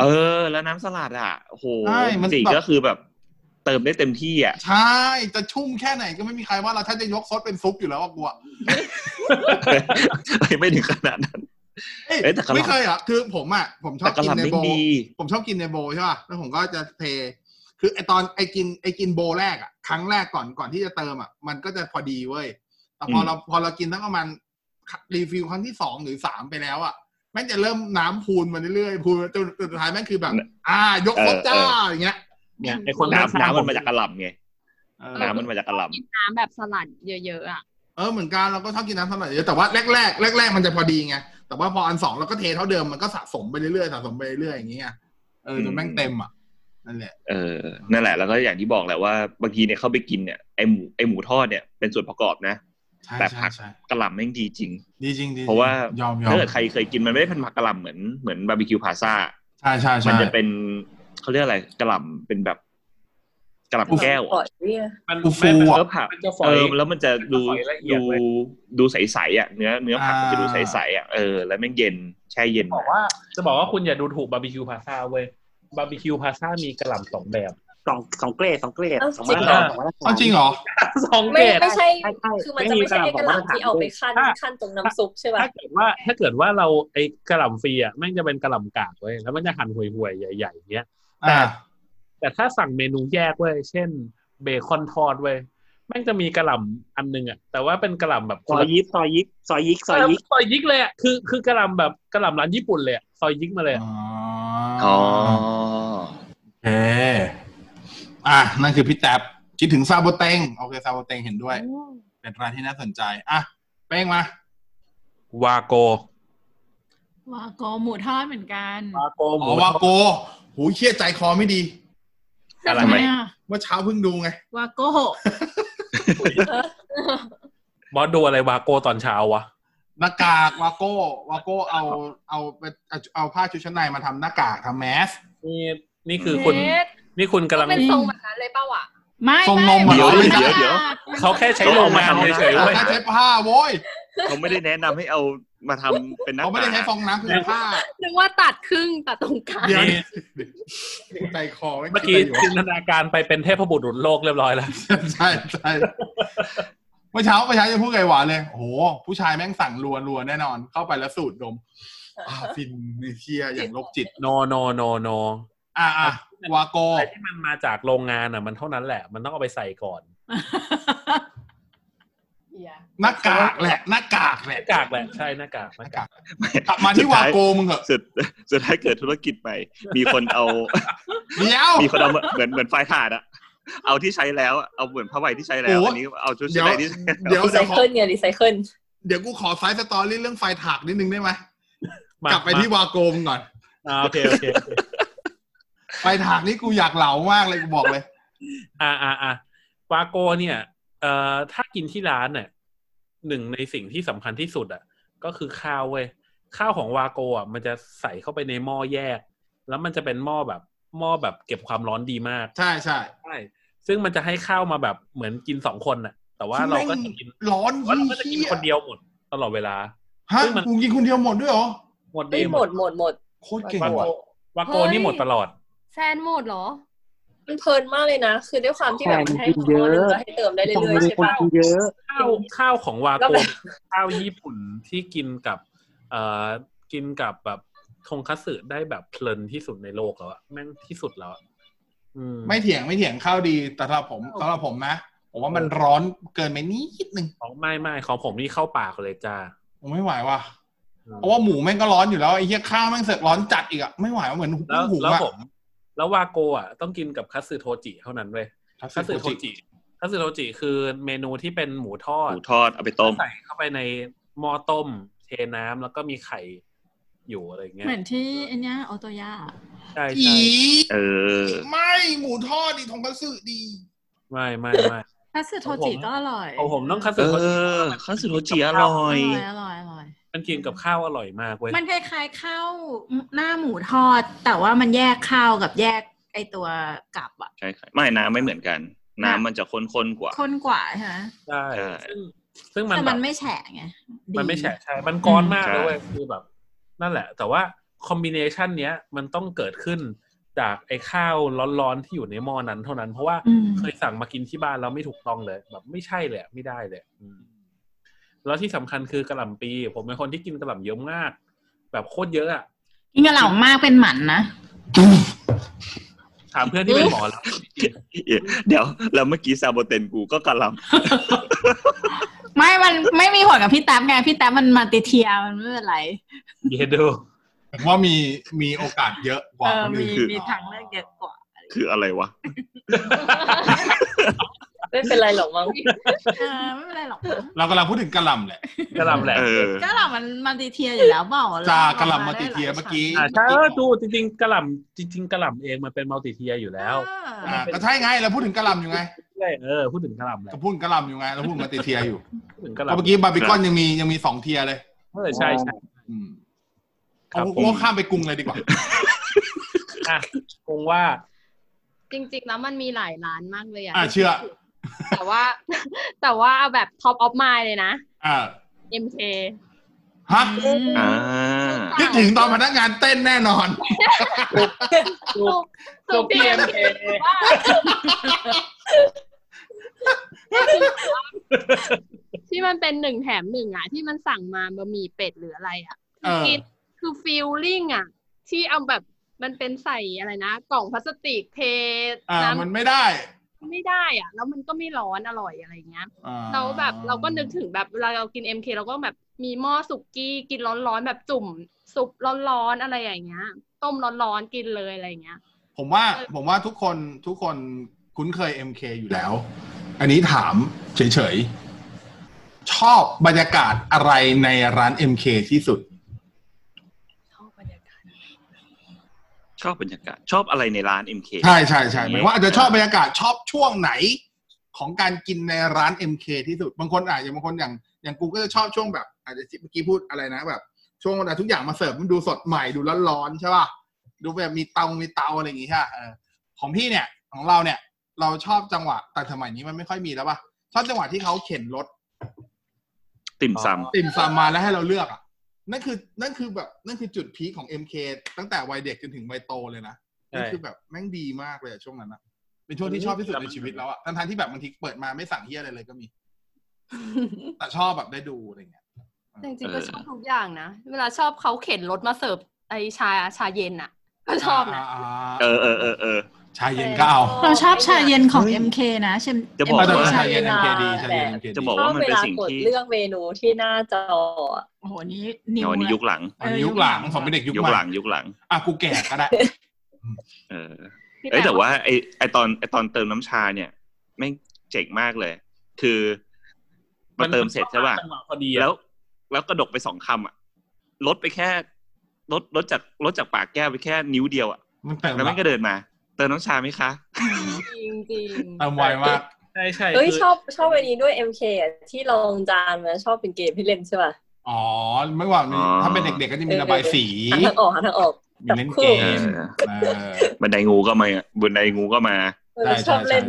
Speaker 5: เออ แล้วน้ำสลัดอ่ะโอ้โห
Speaker 1: ใช่มัน
Speaker 5: สี
Speaker 1: แบบ
Speaker 5: ก็คือแบบ เติมได้เต็มที่
Speaker 1: *laughs*
Speaker 5: อ่ะ
Speaker 1: ใช่ จะชุ่มแค่ไหนก็ไม่มีใครว่าเราถ้าจะยกซดเป็นซุปอยู่แล้วอะกูอะ
Speaker 5: ไม่ถึงขนาดนั้น
Speaker 1: เอ้ย
Speaker 5: เอ้ยแต่กระหล่ำ
Speaker 1: ไม่เคยอ่ะคือผมอ่ะผมชอบ
Speaker 5: แต่กระ
Speaker 1: กิน
Speaker 5: หล่ำ
Speaker 1: ใน
Speaker 5: ไม่
Speaker 1: โบ
Speaker 5: ดี
Speaker 1: ผมชอบกินในโบใช่ป่ะแล้วผมก็จะเท คือไอตอนไอกินไอกินโบแรกอ่ะครั้งแรกก่อนก่อนที่จะเติมอ่ะมันก็จะพอดีเว้ยแต่พออ
Speaker 5: ม
Speaker 1: เราพอเรากินทั้งประมาณรีฟิลครั้งที่สองหรือสามไปแล้วอ่ะแม่งจะเริ่มน้ำพูนมาเรื่อยๆพูนจนจนสุดท้ายแม่งคือแบบ อ่ายกซดจ้าอย่างเงี้ย
Speaker 4: ๆเนี่ยไอคน
Speaker 5: น้ำน้ำมันมาจากกระหล่ำไง
Speaker 1: เออ
Speaker 5: น้ำมันมาจากกระหล่ำ
Speaker 7: กินน้ำแบบสลัดเยอะๆอ่ะ
Speaker 1: เออเหมือนกันเราก็ชอบกินน้ำสลัดเยอะแต่ว่าแรกแรกแรกแรกๆมันจะพอดีไงแต่ว่าพออันสองเราก็เทเท่าเดิมมันก็สะสมไปเรื่อยๆสะสมไปเรื่อยๆอย่างเงี้ยเออจนแม่งเต็มอ่ะนั่นแหละ
Speaker 5: เออ นั่นแหละ แล้วก็อย่างที่บอกแหละว่าบางทีเนี่ยเข้าไปกินเนี่ยไอหมูไอหมูทอดเนี่ยเป็นส่วนประกอบนะ
Speaker 1: ใช่
Speaker 5: แต่ผั
Speaker 1: ใช่
Speaker 5: ก
Speaker 1: ใช่
Speaker 5: กระหล่ำแม่งดีจริง
Speaker 1: ดีจริงดีจง
Speaker 5: เพราะว่า
Speaker 1: ยอมยอม
Speaker 5: ถ้าเกิดใครเคยกินมันไม่ได้เป็นผักกระหล่ำเหมือนเหมือนบาร์บีคิวพาซา
Speaker 1: ใช่ใช่
Speaker 5: มั
Speaker 1: ใช่
Speaker 5: นจะเป็นเขาเรียกอะไรกระหล่ำเป็นแบบกระหล่ำแก้ว
Speaker 6: ปล่
Speaker 5: อะ
Speaker 6: อยเรีย
Speaker 8: มัน
Speaker 1: ฟูฟู
Speaker 8: ไม่
Speaker 1: อ่ะ
Speaker 5: แล้วผัก
Speaker 8: มันจะฝอ
Speaker 5: เอย อแล้วมันจะดู
Speaker 8: มันจะฝอยละเอียด
Speaker 5: ดู
Speaker 8: เว้ย
Speaker 5: ดูใสๆอ่ะเนื้อเนื้อผัก
Speaker 1: อ่ามั
Speaker 5: มันจะดูใสๆอ่ะเออแล้วแม่งเย็นแช่เย็น
Speaker 8: บอกว่า จะบอกว่าคุณอย่าดูถูกบาร์บีคิวพาซาเว้ยบาร์บีคิวพาซามีกระหล่ำสองแบบ
Speaker 4: สองสองเกรดสองเกรดสองมาตรฐานสองมาตรฐาน
Speaker 1: เอาจริงเหรอ
Speaker 8: สองเก
Speaker 6: ไม่
Speaker 8: รด
Speaker 6: ไม่ใช่
Speaker 4: ใช่ใช่
Speaker 6: คือมันจะไม่ใช่
Speaker 4: ไม่มี
Speaker 6: ไอ้ก
Speaker 4: กระห
Speaker 6: ระห
Speaker 4: ล่ำ
Speaker 6: ล่ำที่เอาไปขั้น
Speaker 8: ถ้า
Speaker 6: ขั้นตรงน้ำซุปใช่ป่ะ
Speaker 8: ถ้าเกิดว่าถ้าเกิดว่าเราไอ้กระหล่ำฟรีอ่ะแม่งจะเป็นกระหล่ำกากเว้ยแล้วมันจะหั่นห่วยๆ ใหญ่ๆอย่างเงี้ย
Speaker 1: อ่า
Speaker 8: แต่ถ้าสั่งเมนูแยกเว้ยเช่นเบคอนทอดเว้ยแม่งจะมีกระหล่ำอันหนึงอ่ะแต่ว่าเป็นกระหล่ำแบบ
Speaker 4: ซอยยิกซอยยิกซอยยิกซ
Speaker 8: ซ
Speaker 4: อ
Speaker 8: อยย
Speaker 4: ยิ
Speaker 8: ยิ
Speaker 4: ก
Speaker 8: กซอยยิกเลยอ่ะคือคือกระหล่ำแบบกระหล่ำร้านญี่ปุ่นเลยอะซอยยิกมาเลยอะ
Speaker 1: อ๋อ
Speaker 5: อ๋อ
Speaker 1: โอเคอ่ะนั่นคือพี่แท็บคิดถึงซาโบเตงโอเคซาโบเตงเห็นด้วย เป็นร้านที่น่าสนใจอ่ะเป้งมาว
Speaker 8: าโก
Speaker 2: วาโกหมูทอดเหมือนกัน
Speaker 8: วาโกห
Speaker 1: อ๋
Speaker 8: มู
Speaker 1: อวาโกหูเครียดใจคอไม่ดี
Speaker 8: อะไร
Speaker 2: ทำไมอ่ะ
Speaker 1: เมื่อเช้าเพิ่งดูไง
Speaker 2: วาโก
Speaker 8: บอสดูอะไรวาโกตอนเช้าวะ
Speaker 1: หน้ากากวาโก้วาโก้เอาเอาเอาเอาผ้าชุดชั้นในมาทำหน้ากากทำแมส
Speaker 8: นี่นี่คือคุณ
Speaker 7: เอ๊ะ
Speaker 8: นี่คุณกำลัง
Speaker 7: เป็นทรงแบบนั้นเลยเปล่าวะ
Speaker 2: ไม่
Speaker 1: ทรงนม
Speaker 2: ไม่
Speaker 1: อะ
Speaker 5: เดี๋ยว
Speaker 2: ไม่
Speaker 5: เดี๋ยวเดี๋ยว
Speaker 8: เขาแค่ใช้โรงงานเฉยๆ
Speaker 1: เอา
Speaker 8: เว้ย
Speaker 1: แค่ใช้ผ้าโว้ย
Speaker 5: เขาไม่ได้แนะนำให้เอามาทำเป็นหน้า
Speaker 1: เขาไม่ได้ใช้ฟ
Speaker 5: ตา
Speaker 1: องน้ำคือผ้า
Speaker 7: นึกว่าตัดครึ่งตัดตรงกลาง
Speaker 1: เดี๋ยวใจคอไ
Speaker 8: เมื่อกี้จินตนาการไปเป็นเทพบุตรหลุดโลกเรียบร้อยแล้ว
Speaker 1: ใช่ใช่เมื่อเช้าเมื่อเช้าจะพูดไงหวานเลยโอ้โหผู้ชายแม่งสั่งรัวรัวแน่นอน เข้าไปแล้วสูดดมอ่าฟินในเชียอย่างโรคจิต
Speaker 8: โนโนโนโน
Speaker 1: อ่ะอ่ะวาโก
Speaker 8: อะไรที่มันมาจากโรงงานอ่ะ มันเท่านั้นแหละ มันต้องเอาไปใส่ก่อน
Speaker 1: หน้ากากแหละหน้ากาก
Speaker 8: ห
Speaker 1: แหละ
Speaker 8: น้ากากแหละใช่หน้ากากหน้ากาก
Speaker 1: กลับมาที่วาโกมึงเหอะ
Speaker 5: สุดสุดท้ายเกิดธุรกิจใหม่มีคนเอา
Speaker 1: *laughs* เดี๋ยว
Speaker 5: มีคนเอาเหมือนเหมือนไฟล์ถ่านอะเอาที่ใช้แล้วอะเอาเหมือนผ้าใบที่ใช้แล้ว
Speaker 1: โอ้
Speaker 5: อันนี้เอาชุด
Speaker 1: เดี๋
Speaker 5: ชั้
Speaker 1: ยว
Speaker 5: นในที่ใช้แล้ว
Speaker 1: เดี๋ยว
Speaker 6: รีไซ
Speaker 1: เดี๋ยวขอ
Speaker 6: เคิลเนี่ยรีไซเคิล
Speaker 1: เดี๋ยวกูขอไซส์สตอรี่เรื่องไฟถากนิดนึงได้ไหม
Speaker 8: มาก
Speaker 1: ลับไปที่วาโกมก่อน
Speaker 8: อ่าโอเคโอเคโอเค
Speaker 1: ไฟถากนี่กูอยากเหลามากเลยกูบอกเลย
Speaker 8: อ่าอ่าอ่าวาโกเนี่ย เอ่อถ้ากินที่ร้านเนี่ยหนึ่งในสิ่งที่สำคัญที่สุดอ่ะ ก็คือข้าวเว้ยข้าวของวาโกอ่ะมันจะใส่เข้าไปในหม้อแยก แล้วมันจะเป็นหม้อแบบหม้อแบบเก็บความร้อนดีมาก
Speaker 1: ใช่ใช่
Speaker 8: ใช่ซึ่งมันจะให้ข้าวมาแบบเหมือนกินสองคนน่ะ แต่ว่าเราก็จะกิน
Speaker 1: ร้อน
Speaker 8: แต่ว่าเราก็จะกินคนเดียวหมดตลอดเวลา
Speaker 1: ฮะ
Speaker 8: ซึ่งมัน
Speaker 1: กูกินคนเดียวหมดด้วยเหรอ
Speaker 8: หมดดี
Speaker 6: ไม่หมดหมดหมด
Speaker 1: โคตรเก่ง
Speaker 8: วาโก
Speaker 1: ว่ะ
Speaker 8: วาโกนี่หมดตลอด
Speaker 7: แซนโหมดเหรอ
Speaker 6: มันเพลินมากเลยนะ คือด้วยความที่แบบมัน
Speaker 4: แซ
Speaker 6: ให้
Speaker 4: นกินเยอะ
Speaker 6: ข้อนึงก็ให้เติมได้
Speaker 4: ตรง
Speaker 6: เรื่อย
Speaker 4: นี้
Speaker 6: ๆใช่
Speaker 4: คน
Speaker 6: ปะ
Speaker 4: กินเยอะ
Speaker 8: ข้าวข้าวของวา
Speaker 6: แล้
Speaker 8: โก
Speaker 6: วแบบ
Speaker 8: ข้าวญี่ปุ่นที่กินกับเอ่อกินกับแบบทงคัตสึได้แบบเพลินที่สุดในโลกแล้วอะแม่งที่สุดแล้วอะอืม
Speaker 1: ไม่เถียงไม่เถียงข้าวดีแต่สำหรับผมสำหรับผมนะผมว่ามันร้อนเกินไปนิดนึง
Speaker 8: ของไม่ไม่ของผมนี่เข้าปากเลยจ้า
Speaker 1: ผมไม่ไหวว่ะเพราะว่าหมูแม่งก็ร้อนอยู่แล้วไอ้เหี้ยข้าวแม่งเสอกร้อนจัดอีกอะไม่ไหวว่ะเหมือน
Speaker 8: แล้ว
Speaker 1: หุง
Speaker 8: แล้ว
Speaker 1: อะ
Speaker 8: ผม แล้ววาโกอ่ะต้องกินกับคัตสึโทจิเท่านั้นเว้ย
Speaker 1: ครับ
Speaker 8: คัตสึโทจิ ทัสึโรจิคือเมนูที่เป็นหมูทอ
Speaker 5: ห
Speaker 8: ด
Speaker 5: มูทอดเอาไปต้ม
Speaker 8: ใส่เข้าไปในหม้อต้ม เทน้ำแล้วก็มีไข่อยู่อะไรอย่างเงี้ย
Speaker 2: เหมือนที่อันเนี้ยโอโตย่า
Speaker 8: ใช่
Speaker 1: อี
Speaker 8: ใช่
Speaker 5: เออ
Speaker 1: ไม่หมูทอดดีทงคัตสึดี
Speaker 8: ไม่ไม่ไม่
Speaker 2: คัตสึโทจิก็อร่อย
Speaker 8: ของผมต้องคัตสึ
Speaker 5: เอ
Speaker 8: โทจิ
Speaker 5: อข้าวสุโรจิอร่อ
Speaker 2: อย ร่อยอร่อยอร่อย
Speaker 8: มันกินกับข้าวอร่อยมากเว้ย
Speaker 2: มันคล้ายๆข้าวหน้าหมูทอด แต่ว่ามันแยกข้าวกับแยกไอตัวกลับอะ
Speaker 5: ใช่ค่ะไม่น้ำไม่เหมือนกัน น้ำมันจะข้นๆกว่า
Speaker 2: ข้นกว่าใช่ไหม
Speaker 8: ใช่
Speaker 5: ใช่
Speaker 8: ซึ่งซึ่งมัน
Speaker 2: แต่
Speaker 8: แบ
Speaker 2: มั
Speaker 8: บ
Speaker 2: นไม่แฉะไงดี
Speaker 8: มันไม่แฉะใช่ มันก้อนมาก
Speaker 5: ใช่
Speaker 8: เลยเว้ยคือแบบ นั่นแหละ แต่ว่าคอมบิเนชันเนี้ยมันต้องเกิดขึ้นจากไอ้ข้าวร้อนๆที่อยู่ในหม้อนั้นเท่านั้น เพราะว่า
Speaker 2: อืม
Speaker 8: เคยสั่งมากินที่บ้านแล้วไม่ถูกต้องเลย แบบไม่ใช่เลยอะไม่ได้เลยอืมแล้วที่สำคัญคือกระหล่ำปี ผมเป็นคนที่กินกระหล่ำเยอะมาก แบบโคตรเยอะอะ
Speaker 2: กินกระเหล่ามากเป็นหมันนะ
Speaker 8: ถามเพื่อนที่เป็นหมอ
Speaker 5: *laughs*
Speaker 8: แล้ว
Speaker 5: เดี๋ยว แล้วเมื่อกี้ซาโบเตนกูก็กระหล
Speaker 2: ไม่ มันไม่มีผลกับพี่แท็บไงพี่แท็บมันมาติเทียมันไม่เป็นไร
Speaker 8: เยโด
Speaker 1: ผมว่ามีมีโอกาสเยอะกว่า
Speaker 2: เออ
Speaker 1: คน
Speaker 2: มี
Speaker 1: อื่น
Speaker 2: มีทางเลือกเยอะกว่า
Speaker 5: ำคืออะไรวะ
Speaker 6: ไม่เป็นไรหรอกมั้ง
Speaker 2: เออไม่เป็นไรหรอกมั้ง
Speaker 1: เรากำลังพูดถึงกะหล่ำแหละ
Speaker 8: กระหล่ำแหละ
Speaker 5: เออ
Speaker 2: ก็เหล่ามันมาติเทียอยู่แล้วเปล่า
Speaker 1: จ้ากะหล่ำมาติเทียเมื่อกี้
Speaker 8: อ่าใช่เออดูจริงๆกระหล่ำจริง ๆกระหล่ำเองมันเป็นมัลติเทียอยู่แล้ว
Speaker 2: เออ
Speaker 1: อ่าก็ใช่ไงเราพูดถึงกะหล่ำอยู่ไง
Speaker 8: ใช่เออพูดถึงกระหล่ำแหละ
Speaker 1: ก็พูดถึงกะหล่ำอยู่ไงเราพูดมาติเทียอยู่
Speaker 8: พูดถึงกระห
Speaker 1: เพราะ
Speaker 8: ล่ำ
Speaker 1: เมื่อกี้บาร์บีคอนยังมียังมีสองเทียเลย
Speaker 8: เออใช่ใช่
Speaker 1: อืม
Speaker 8: ครั
Speaker 1: เอา
Speaker 8: บ
Speaker 1: โอ้ข้ามไปกรุงเลยดีกว่า
Speaker 8: อ่ะคงว่า
Speaker 7: จริง ๆ แล้วมันมีหลายร้านมากเลยอ่ะ
Speaker 1: อ่ะเชื่อ
Speaker 7: แต่ว่า แต่ว่าเอาแบบท็อปออฟม d เลยนะ
Speaker 1: อ่า
Speaker 7: MK
Speaker 1: ฮะ
Speaker 2: อืม
Speaker 5: อ่า
Speaker 1: คิดถึงตอนพนักงานเต้นแน่นอน
Speaker 7: ถูกถูก MK ว่าที่มันเป็นหนึ่งแถมหนึ่งอ่ะ ที่มันสั่งมาบะหมี่เป็ดหรืออะไรอ่ะ
Speaker 1: เออ
Speaker 7: กินคือฟิลลิ่งอ่ะ ที่เอาแบบมันเป็นใส่อะไรนะ กล่องพลาสติกเท
Speaker 1: อ่า
Speaker 7: น้
Speaker 1: มันไม่ได้
Speaker 7: ำไม่ได้อ่ะ แล้วมันก็ไม่ร้อนอร่อยอะไรอย่างเงี้ย
Speaker 1: อ่
Speaker 7: เราแบบเราก็นึกถึงแบบเวลาเรากิน MK เราก็แบบมีหม้อสุกี้กินร้อนๆแบบจุ่มซุปร้อนๆอะไรอย่างเงี้ย ต้มร้อนๆกินเลยอะไรอย่างเงี้ย
Speaker 1: ผมว่าผมว่าทุกคนทุกคนคุ้นเคย MK อยู่แล้ว อันนี้ถามเฉยๆ ชอบบรรยากาศอะไรในร้าน MK ที่สุด
Speaker 5: ชอบบรรยากาศ ชอบอะไรในร้าน MK
Speaker 1: ใช่ใช่ใช่หมายว่าอาจจะชอบบรรยากาศชอบช่วงไหนของการกินในร้าน MK ที่สุด บางคนอาจจะบางคนอย่างอย่างกูก็จะชอบช่วงแบบ อาจจะที่เมื่อกี้พูดอะไรนะแบบ ช่วงเวลาทุกอย่างมาเสิร์ฟมันดูสดใหม่ดูร้อนๆใช่ป่ะดูแบบมีเตา มีเตาอะไรอย่างงี้ใช่ปะเออของพี่เนี่ยของเราเนี่ย เราชอบจังหวะแต่สมัยนี้มันไม่ค่อยมีแล้วป่ะชอบจังหวะที่เขาเข็นรถ
Speaker 5: ติ่มซ
Speaker 1: ติ่มซำมาแล้วให้เราเลือกอ่ะ นั่นคือ นั่นคือแบบ นั่นคือจุดพีคของ MK ตั้งแต่วัยเด็กจนถึงวัยโตเลยนะ
Speaker 8: ใช่
Speaker 1: นั่นคือแบบแม่งดีมากเลยอะช่วงนั้นอะเป็นช่วงที่ชอบที่สุดในชีวิตแล้วอะทั้งทที่แบบบางทีเปิดมาไม่สั่งเฮียอะไรเลยก็มี แต่ชอบแบบได้ดูอะไรเงี้ย
Speaker 7: จริงๆก็ชอบทุกอย่างนะ เวลาชอบเขาเข็นรถมาเสิร์ฟไอชาชาเย็นอ่ะ ก็ชอบนะ
Speaker 1: าา
Speaker 5: ำเออเออเออเออ
Speaker 1: ชายเย็นก็เอา
Speaker 2: เราชอบชาเย็นของ
Speaker 5: เฮ้ย
Speaker 2: MK นะเชม
Speaker 5: จะบอก
Speaker 1: แต่
Speaker 2: MK
Speaker 1: ว่า
Speaker 6: ชา
Speaker 1: ชาย
Speaker 6: เย็
Speaker 1: เย็
Speaker 6: น
Speaker 1: น MK ดี
Speaker 6: แต่
Speaker 1: ชายเย็น MK ดี
Speaker 5: จะบอก
Speaker 6: ชอ
Speaker 5: ว่า
Speaker 6: บ
Speaker 5: มัน
Speaker 6: เว
Speaker 5: เป็น
Speaker 6: ลา
Speaker 5: สิ่ง
Speaker 6: กด
Speaker 5: ที่
Speaker 6: เลือกเมนูที่หน้าจออะ
Speaker 2: โอ้โหนี้นิว
Speaker 5: เอาอันนี้ยุคหลัง
Speaker 1: อันนี้ยุคหลังผมเป็นเด็กยุ
Speaker 5: ยุ
Speaker 1: ค
Speaker 5: ค
Speaker 1: ให
Speaker 5: หลั
Speaker 1: ลั
Speaker 5: ง
Speaker 1: ง
Speaker 5: ยุคหลัง
Speaker 1: อ่ะกูแก่ก็ได้
Speaker 5: เออ
Speaker 7: พี่
Speaker 5: เอ้ย
Speaker 7: แต่
Speaker 5: แต่ว่าไอไอตอนไอตอนเติมน้ำชาเนี่ยไม่งเจ๋งมากเลย คือมาเติมเสร็จใช่ป่ะ
Speaker 8: จังหวะพอดีอะ
Speaker 5: แล้วแล้วกระดกไปสองคำอ่ะลดไปแค่ลดลดจากลดจากปากแก้วไปแค่นิ้วเดียวอ่ะ
Speaker 1: มันเติม
Speaker 5: แล้วแม่งก็เดินมา เติมน้ำชาไหมคะ
Speaker 6: จริง
Speaker 1: เติมไวมาก
Speaker 8: ใช่ใช่
Speaker 6: ๆเอ้ย
Speaker 8: คื
Speaker 6: ชอบชอบอันนี้ด้วย MK อะที่ลองจานมันชอบเป็นเกมที่เล่นใช่ป่ะ
Speaker 1: อ๋อไม่ว่ามัน
Speaker 5: อ๋อ
Speaker 1: ถ้าเป็นเด็กๆก็จะมีระบายสี
Speaker 6: หาทางออกหาทางออก
Speaker 1: มีเล่นเก
Speaker 5: เอ
Speaker 1: ม
Speaker 5: อ
Speaker 1: เออ
Speaker 5: บันไดงูก็มาบันไดงูก็มา
Speaker 6: เออชอบเล่น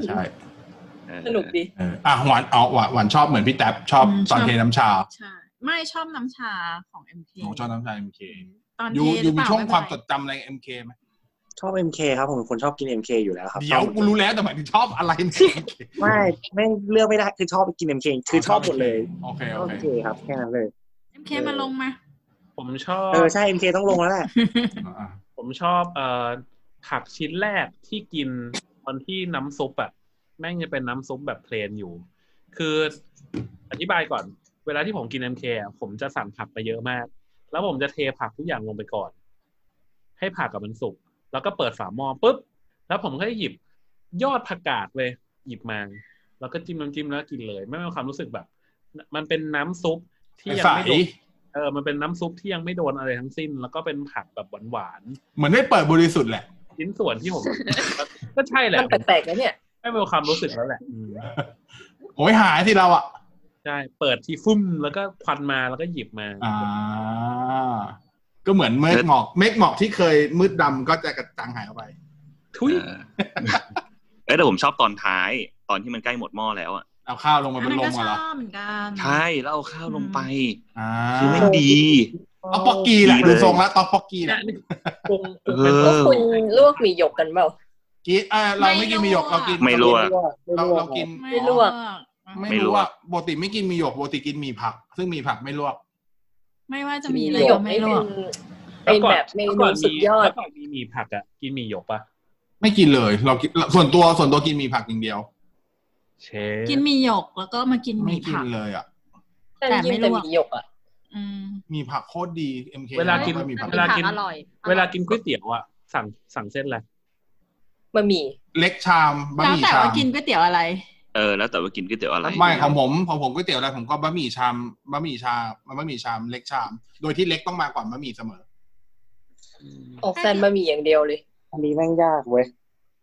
Speaker 5: เออ
Speaker 6: สนุกดี
Speaker 1: เอออ่ะหวานเอาหวานหวานชอบเหมือนพี่แท็บชอบ
Speaker 2: อืม
Speaker 1: ตอน
Speaker 2: ชอบ
Speaker 1: เทน้ำชา
Speaker 2: ใช่ไม่ชอบน้ำชาของ MK
Speaker 1: หนูชอบน้ำชา MK
Speaker 2: ตอน
Speaker 1: ยู
Speaker 2: เทห
Speaker 1: ยู
Speaker 2: รือเป
Speaker 1: มี
Speaker 2: ล่า
Speaker 1: ช่วงความ
Speaker 2: ไเป็น
Speaker 1: จ
Speaker 2: ไร
Speaker 1: ดจำอะไรกับ MK ไหม
Speaker 4: ชอบ MK ครับผมเป็นคนชอบกิน MK อยู่แล้วครับ
Speaker 1: เดี๋ยว
Speaker 4: ชอบ
Speaker 1: กูรู้แล้วแต่หมายถึงชอบอะไรใน MK
Speaker 4: ไม่แม่งเลือกไม่ได้คือชอบกิน MK คือชอบหมดเลย
Speaker 1: โอเค
Speaker 4: ช
Speaker 1: โอ
Speaker 4: อบ
Speaker 1: เค
Speaker 4: MK ครับแค่นั้นเลย
Speaker 2: MK มาลงมา
Speaker 8: ผมชอบ
Speaker 4: เออใช่ MK ต้องลงแล้วแหละ
Speaker 1: อ่ะ
Speaker 8: ผมชอบเอ่อผักชิ้นแรกที่กินตอนที่น้ำซุปอ่ะแม่งจะเป็นน้ำซุปแบบเพลนอยู่ คืออธิบายก่อน เวลาที่ผมกิน MK อะผมจะสั่งผักไปเยอะมาก แล้วผมจะเทผักทุกอย่างลงไปก่อน ให้ผักกับมันสุก แล้วก็เปิดฝาหม้อปุ๊บ แล้วผมก็หยิบยอดผักกาดเว้ยหยิบมา แล้วก็จิ้มน้ำจิ้มแล้วกินเลย ไม่มีความรู้สึกแบบ มันเป็นน้ำซุปที่ยัง
Speaker 1: ใส
Speaker 8: ไม่โดนเออมันเป็นน้ำซุปที่ยังไม่โดนอะไรทั้งสิ้น แล้วก็เป็นผักแบบหวาน
Speaker 1: เหมือนได้เปิดบริสุทธิ์แหละ
Speaker 8: ๆชิ้นส่วนที่ผม ก็ใช่แหละ
Speaker 6: มันแปลกๆนะเนี่ย
Speaker 8: ไม่มีความรู้สึกแล้วแหละอืม
Speaker 1: โหยหายสิเราอ่ะ
Speaker 8: ใช่ เปิดทีฟุ้มแล้วก็ควันมาแล้วก็หยิบมา
Speaker 1: อ่า ก็เหมือนเมฆหมอกเมฆหมอกที่เคยมืดดำก็จะกระจางหายไป
Speaker 8: ทุย
Speaker 5: เออเอ้ยแต่ผมชอบตอนท้าย ตอนที่มันใกล้หมดหม้อแล้วอ่ะ
Speaker 1: เอาข้าวลงมา
Speaker 2: อัน
Speaker 1: เป็น
Speaker 2: นั้
Speaker 1: ล
Speaker 2: นก็
Speaker 1: ม
Speaker 2: ช
Speaker 1: มาเหรอ
Speaker 2: อบเหมือนกัน
Speaker 5: ใช่แล้วเอาข้าวลงไป
Speaker 1: อ่า
Speaker 5: คือไม่ดี
Speaker 1: เอาปอกกีแหละ
Speaker 5: ดีเลย
Speaker 1: ดูทรงแล้วตอกปอกกีแห
Speaker 8: เนี่ย
Speaker 1: ละ
Speaker 8: นี่ปรุง
Speaker 5: เอ
Speaker 6: พวก
Speaker 5: อ
Speaker 6: คุณลวกหมี่หยกกันเปล่า
Speaker 1: กีเออเราไม่กิน
Speaker 2: ไม่
Speaker 1: มี
Speaker 2: ล
Speaker 1: หยว
Speaker 2: ก
Speaker 1: ก
Speaker 2: อะ
Speaker 1: เรากิน
Speaker 5: ไม่ลวก
Speaker 1: เราเรากิน
Speaker 6: ไม่ลวก
Speaker 1: ไม่
Speaker 5: ไม่ลวก
Speaker 1: ลวกปกติไม่กินมีหยวกปกติกินมีผัก ซึ่งมีผักไม่ลวก
Speaker 2: ไม่ว่าจะมี
Speaker 6: ห
Speaker 2: อะไร
Speaker 6: มี่หย
Speaker 2: ก็
Speaker 6: ก
Speaker 2: ไม่
Speaker 6: นี่
Speaker 2: ลวน ก
Speaker 6: เป็เป็นแบบเมนูสุดยอด
Speaker 8: แล้วก่อนมีหมี่ผักอ่ะ กินหมี่หยกปะ
Speaker 1: ไม่กินเลย เรากินส่วนตัวส่วนตัวกินมีผักอย่างเดียว
Speaker 8: เชฟ
Speaker 2: กินหมีหยกแล้วก็มากินห
Speaker 1: ไม่
Speaker 2: มี
Speaker 1: กิ
Speaker 2: ผั
Speaker 1: น
Speaker 2: ก
Speaker 1: เลยอ่ะ
Speaker 6: แต่
Speaker 2: แต่
Speaker 6: กิน
Speaker 2: ไม่ลวก
Speaker 6: แต่หมี่หยกอ่ะ
Speaker 2: อืม
Speaker 1: มีผักโคตรดี MK
Speaker 8: เวลากิน
Speaker 1: ไม่มีผัก
Speaker 8: เวลากิน
Speaker 7: อร่อย
Speaker 8: เวลากินก๋วยเตี๋ยวอ่ะ สั่งสั่งเส้นอะไร
Speaker 6: บะหมี่
Speaker 1: เล็กชามบะ
Speaker 2: แล้
Speaker 1: ห
Speaker 2: ว
Speaker 1: มี่
Speaker 2: แต่
Speaker 1: ชาม
Speaker 2: ว่ากินก๋วยเตี๋ยวอะไร
Speaker 5: เออ แล้วแต่ว่ากินก๋วยเตี๋ยวอะไร
Speaker 1: ไม่ของผมของผมก๋วยเตี๋ยวอะไรผมก็บะหมี่ชามบะหมี่ชามบะหมี่ชามเล็กชาม โดยที่เล็กต้องมาก่อนบะหมี่เสมอ
Speaker 6: ออกแซนบะหมี่อย่างเดียวเลย
Speaker 4: อันนี้แม่งยากเว้ย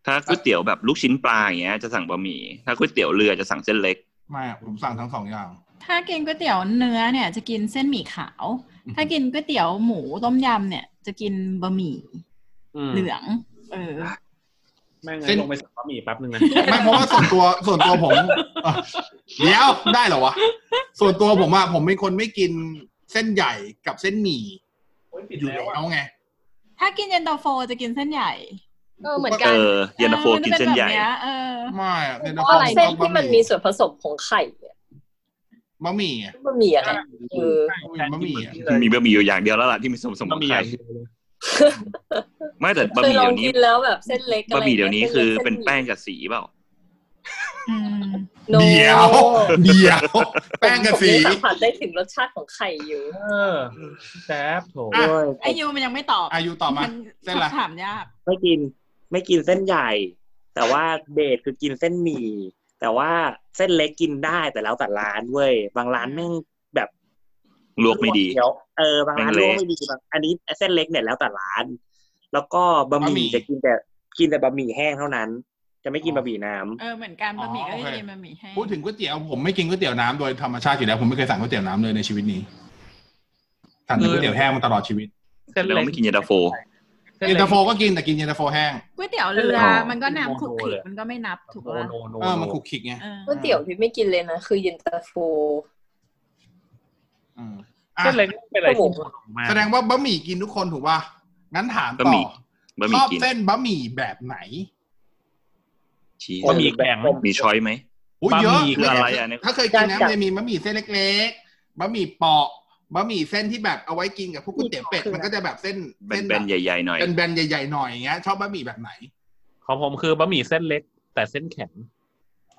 Speaker 5: ถ้าก๋วยเตี๋ยวแบบลูกชิ้นปลาอย่างเงี้ยจะสั่งบะหมี่ถ้าก๋วยเตี๋ยวเรือจะสั่งเส้นเล็ก
Speaker 1: ไม่อะผมสั่งทั้งสองอย่าง
Speaker 2: ถ้ากินก๋วยเตี๋ยวเนื้อเนี่ยจะกินเส้นหมี่ขาว
Speaker 1: อืม
Speaker 2: ถ้ากินก๋วยเตี๋ยวหมูต้มยำเนี่ยจะกินบะหมี่
Speaker 8: ม
Speaker 2: เหลือง เออ
Speaker 8: แม่ง
Speaker 1: เส้น
Speaker 8: ลงไปสั่งบะหมี่แป๊บนึงนะ
Speaker 1: ไม่เพราะว่าส่วนตัวส่วนตัวผมเอ่อเดี๋ยวได้เหรอวะส่วนตัวผมอะผมเป็นคนไม่กินเส้นใหญ่กับเส้นหมี่อยู่แล้วไง
Speaker 2: ถ้ากินเย็นตาโฟจะกินเส้นใหญ่
Speaker 7: เออเหมือน
Speaker 5: เอ
Speaker 7: กัน
Speaker 5: อเย็นตาโฟ
Speaker 2: ออมั
Speaker 5: กิน
Speaker 2: จะป็
Speaker 5: เส้นใหญ่
Speaker 2: แบบยเออ
Speaker 1: ไม่อะเส้น
Speaker 6: เพราะอะไรเส้นที่มันมีส่วนผสมของไข่เนี่ย
Speaker 1: บะหมี่อะ
Speaker 6: บะหมี่อะไรเออ
Speaker 1: บะหมี่อะ
Speaker 5: มีบะหมี่อยู่อย่างเดียวแล้วล่ะที่มีส่วนผสมข
Speaker 8: บะ
Speaker 5: อง
Speaker 8: หมี่
Speaker 5: ไข่
Speaker 8: อะ
Speaker 5: ไม่แต่บะ
Speaker 6: เคย
Speaker 5: หมี่
Speaker 6: ลอง
Speaker 5: เดี๋ยวนี้
Speaker 6: กินแล้วแบบเส้นเล็กอะไร
Speaker 5: บะหมี่เดี๋ยวนี้
Speaker 6: ส้
Speaker 5: คือ
Speaker 6: ล็ก
Speaker 5: เป็น
Speaker 6: ส้หมี่
Speaker 5: แป้งกับสีเปล่า
Speaker 2: อืม
Speaker 6: โน
Speaker 1: เดี๋ยวเดี๋
Speaker 6: *laughs*
Speaker 1: ยวแป้งกับสี
Speaker 6: ผมยังสัมผัสได้ถึงรสชาติของไข่อยู่
Speaker 8: เออแซ่บโถ
Speaker 1: ะ
Speaker 4: ด้วย
Speaker 2: ไอยูมันยังไม่ตอบ
Speaker 1: อายุต่อมา
Speaker 2: น
Speaker 1: เส้นอะไร
Speaker 2: ถามยาก
Speaker 4: ไม่กินไม่กินเส้นใหญ่ แต่ว่าเดทคือกินเส้นหมี่แต่ว่าเส้นเล็กกินได้แต่แล้วแต่ร้านเว้ยบางร้านแม่งแบบ
Speaker 5: ลวกไม่ดี
Speaker 4: เยวเออบางร้านล
Speaker 5: แม่ง
Speaker 4: วก
Speaker 5: เละ
Speaker 4: ไม่ดีบางอันนี้เส้นเล็กเนี่ยแล้วแต่ร้าน แล้วก็บะห
Speaker 1: บะหมี่
Speaker 4: มี่จะกินแต่กินแต่บะหมี่แห้งเท่านั้น จะไม่กินบะหมี่น้ำ
Speaker 2: เออเหมือนกันบะหมี่
Speaker 1: อ๋
Speaker 2: ก็
Speaker 1: อโอเค
Speaker 2: จะกินบะหมี่แห้ง
Speaker 1: พูดถึงก๋วยเตี๋ยวผมไม่กินก๋วยเตี๋ยวน้ำโดยธรรมชาติอยู่แล้วผมไม่เคยสั่งก๋วยเตี๋ยวน้ำเลยในชีวิตนี้สั่งแต่ก๋วยเตี๋ยวแห้งมาตลอดชีวิต
Speaker 5: แล้วก็ไม่กินเย็นตาโฟ
Speaker 8: ส้ล็
Speaker 1: เย็
Speaker 8: ก
Speaker 1: นตาโฟก็กินแต่กินเย็นตาโฟแห้ง
Speaker 2: ก๋วยเตี๋ยวเรือ
Speaker 5: อ๋อ
Speaker 2: มันก็น้ำขลุกขลิกมันก็ไม่นับถูก
Speaker 8: โน
Speaker 2: ป่ะ
Speaker 8: โนโน
Speaker 1: เออมันขลุกขลิกไง
Speaker 2: เออ
Speaker 6: ก๋วยเตี๋ยวที่ไม่กินเลยนะ คือเย็นตาโฟ
Speaker 1: อืมอ่ะ
Speaker 8: เส้นเล็กเป็นอะไรที่โนโนมาก
Speaker 1: แสดงว่าบะหมี่กินทุกคนถูกป่ะงั้นถาม
Speaker 5: บะ
Speaker 1: ต่
Speaker 5: หมี่
Speaker 1: อบ
Speaker 5: ะห
Speaker 1: ช
Speaker 5: มี่
Speaker 1: อบ
Speaker 5: กิน
Speaker 1: เส้นบะหมี่แบบไหน
Speaker 5: ชีส
Speaker 8: บะหมี่แข็ง
Speaker 5: มีช้อยไหม
Speaker 1: โอ้ยเยอะ
Speaker 8: บะหมี่คืออะไร
Speaker 5: อ่ะเนี่ย
Speaker 1: ถ้าเคยกินนะ
Speaker 6: จัด
Speaker 1: มันจะมีบะหมี่เส้นเล็กๆบะหมี่เปาะบะหมี่เส้นที่แบบเอาไว้กินกับพวกก๋วยเตี๋ยวเป็ด
Speaker 6: คือ
Speaker 1: มันก็จะแบบเส้นเส้น
Speaker 5: แบ
Speaker 1: แบ
Speaker 5: น
Speaker 1: บ
Speaker 5: ๆใหญ่ๆหน่อย
Speaker 1: เป็นแบนใหญ่ๆหน่อยอย่างเงี้ยชอบบะหมี่แบบไหน
Speaker 8: ของผมคือบะหมี่เส้นเล็ก แต่เส้นแข็ง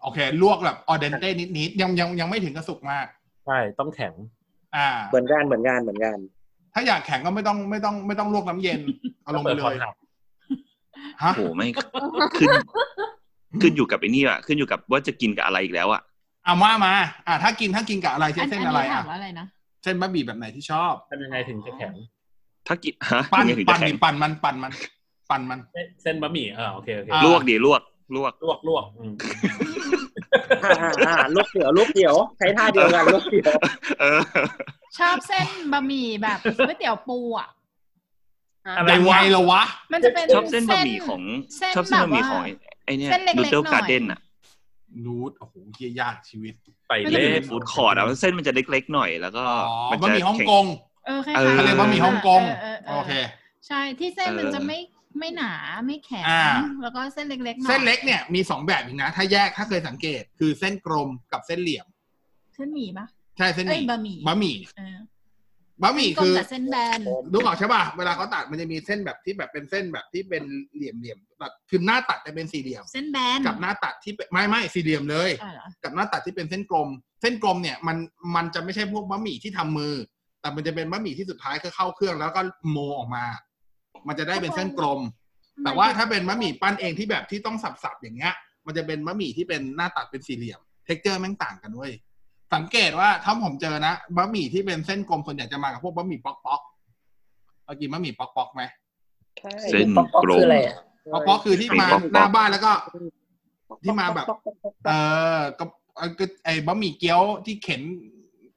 Speaker 1: โอเค ลวกแบบออเดนเต้นิดๆยังยังยังไม่ถึงกระสุกมาก
Speaker 8: ใช่ ต้องแข็ง
Speaker 1: อ่า
Speaker 4: เหมือนกันเหมือนกันเหมือนกัน
Speaker 1: ถ้าอยากแข็งก็ไม่ต้องไม่ต้องไม่ต้องลวกน้ำเย็น
Speaker 2: *laughs*
Speaker 1: เอาลงไปเลยฮะ
Speaker 5: โอ้โหไม่ขึ้นขึ้นอยู่กับไอ้นี่อ่ะขึ้นอยู่กับว่าจะกินกับอะไรอีกแล้วอ่ะ
Speaker 1: เอาว่ามา อ่าถ้ากินถ้ากินกับอะไรเช่
Speaker 2: อั
Speaker 1: น
Speaker 2: น
Speaker 1: เส้น
Speaker 2: อัน
Speaker 1: อะไร
Speaker 2: นี้ถา
Speaker 1: อ่ะ
Speaker 2: มว่าอะไรนะ
Speaker 1: เส้นบะหมี่แบบไหนที่ชอบ
Speaker 8: ทำยังไงถึงจะแข็ง
Speaker 5: ถ้ากินฮะ
Speaker 1: ปั่น
Speaker 5: ยังไงถึงจะ
Speaker 1: ปั่น
Speaker 5: แข็ง
Speaker 1: ดิปั่นมันปั่นมัน ปั่นมัน
Speaker 8: เส้นเส้นบะหมี่อ่าโอเคโอเค
Speaker 1: อ่ะ
Speaker 5: ลวกดีลวกลวก
Speaker 8: ลวกลวกอืม
Speaker 4: อ่าอ่าอ่าลูกเดียวลูกเดียวใช้ท่าเดียวกันลูกเดียว
Speaker 5: เออ
Speaker 2: ชอบเส้นบะหมี่แบบ ก๋วยเตี๋ยวปูอ่ะ
Speaker 8: อะไร
Speaker 1: แต่ไว
Speaker 8: วะ
Speaker 1: เหรอวะ
Speaker 2: มันจะเป็น
Speaker 5: ชอบเส้นบะหมี่ของ
Speaker 2: เส้น
Speaker 5: ชอบเส้นบะหมี่ของ
Speaker 2: แบบ
Speaker 5: ไอ้เนี่ย
Speaker 2: เส้นเล็กๆ
Speaker 5: ดูเดิล
Speaker 2: หน่อย
Speaker 5: การ์เด้นอ่ะ
Speaker 1: นูดโอ้โหเหี้ยยากชีวิต
Speaker 8: ไป
Speaker 5: มัน
Speaker 8: เล่
Speaker 5: จะอยู่ใน
Speaker 8: น
Speaker 5: ฟู้ดคอร์ดอ่ะเส้นมันจะเล็กๆหน่อยแล้วก็
Speaker 1: อ๋อ
Speaker 5: มัน
Speaker 1: บะ
Speaker 5: จะ
Speaker 1: หมี่ฮ่อง
Speaker 5: แข็ง
Speaker 1: กง
Speaker 2: เออคล้าย
Speaker 5: เออ
Speaker 2: ๆ
Speaker 1: เขาเรียกบะหมี่ฮ่องกง
Speaker 2: เเ
Speaker 1: โอเค
Speaker 2: ใช่ที่เส้นมัน
Speaker 5: เออ
Speaker 2: จะไม่ไม่หนาไม่แข็ง
Speaker 1: อ่า
Speaker 2: แล้วก็เส้นเล็กๆหน่อย
Speaker 1: เส้นเล็กเนี่ยมีสองแบบอีกนะ ถ้าแยกถ้าเคยสังเกต คือเส้นกลมกับเส้นเหลี่ยม
Speaker 2: เส้นหมี่ปะ
Speaker 1: ใช่เส้นหมี่
Speaker 2: เอ้ยบะหมี่
Speaker 1: บะหมี่
Speaker 2: เออบ
Speaker 1: ะหมี่
Speaker 2: กล
Speaker 1: คื
Speaker 2: ม
Speaker 1: อ
Speaker 2: แต่เส้นแบน
Speaker 1: ดูออกใช่ป่ะ เวลาเขาตัดมันจะมีเส้นแบบที่แบบเป็นเส้นแบบที่เป็นเหลี่ยมเหลี่ยมๆแบบคือหน้าตัดจะเป็นสี่เหลี่ยม
Speaker 2: เส้นแบน
Speaker 1: กับหน้าตัดที่เป็นไม่ไม่สี่เหลี่ยมเลย
Speaker 2: อ่าเหรอ
Speaker 1: กับหน้าตัดที่เป็นเส้นกลม เส้นกลมเนี่ยมันมันจะไม่ใช่พวกบะหมี่ที่ทำมือ แต่มันจะเป็นบะหมี่ที่สุดท้ายก็เข้าเครื่องแล้วก็โมออกมา มันจะได้เป็นเส้นกลม แต่ว่าถ้าเป็นบะหมี่ปั้นเองที่แบบที่ต้องสับๆอย่างเงี้ย มันจะเป็นบะหมี่ที่เป็นหน้าตัดเป็นสี่เหลี่ยม เท็กเจอร์แม่งต่างกันเว้ยสังเกตว่าถ้าผมเจอนะบะหมี่ที่เป็นเส้นกลมส่วนใหญ่จะมากับพวกบะหมี่ป๊อกป๊อกๆเอากินบะหมี่ป๊อกป๊อกๆไหม
Speaker 6: ใช่
Speaker 5: เส้น
Speaker 6: ป๊อกๆคืออะไรอะ
Speaker 1: ป๊อกป๊อกๆคือที่มา
Speaker 5: บะหมี่
Speaker 1: ห
Speaker 5: ป๊อกๆ
Speaker 1: น้าบ้านแล้วก็ ที่มาแบบ เออก็ไอ้ก็ไอ้บะหมี่เกี๊ยวที่เข็น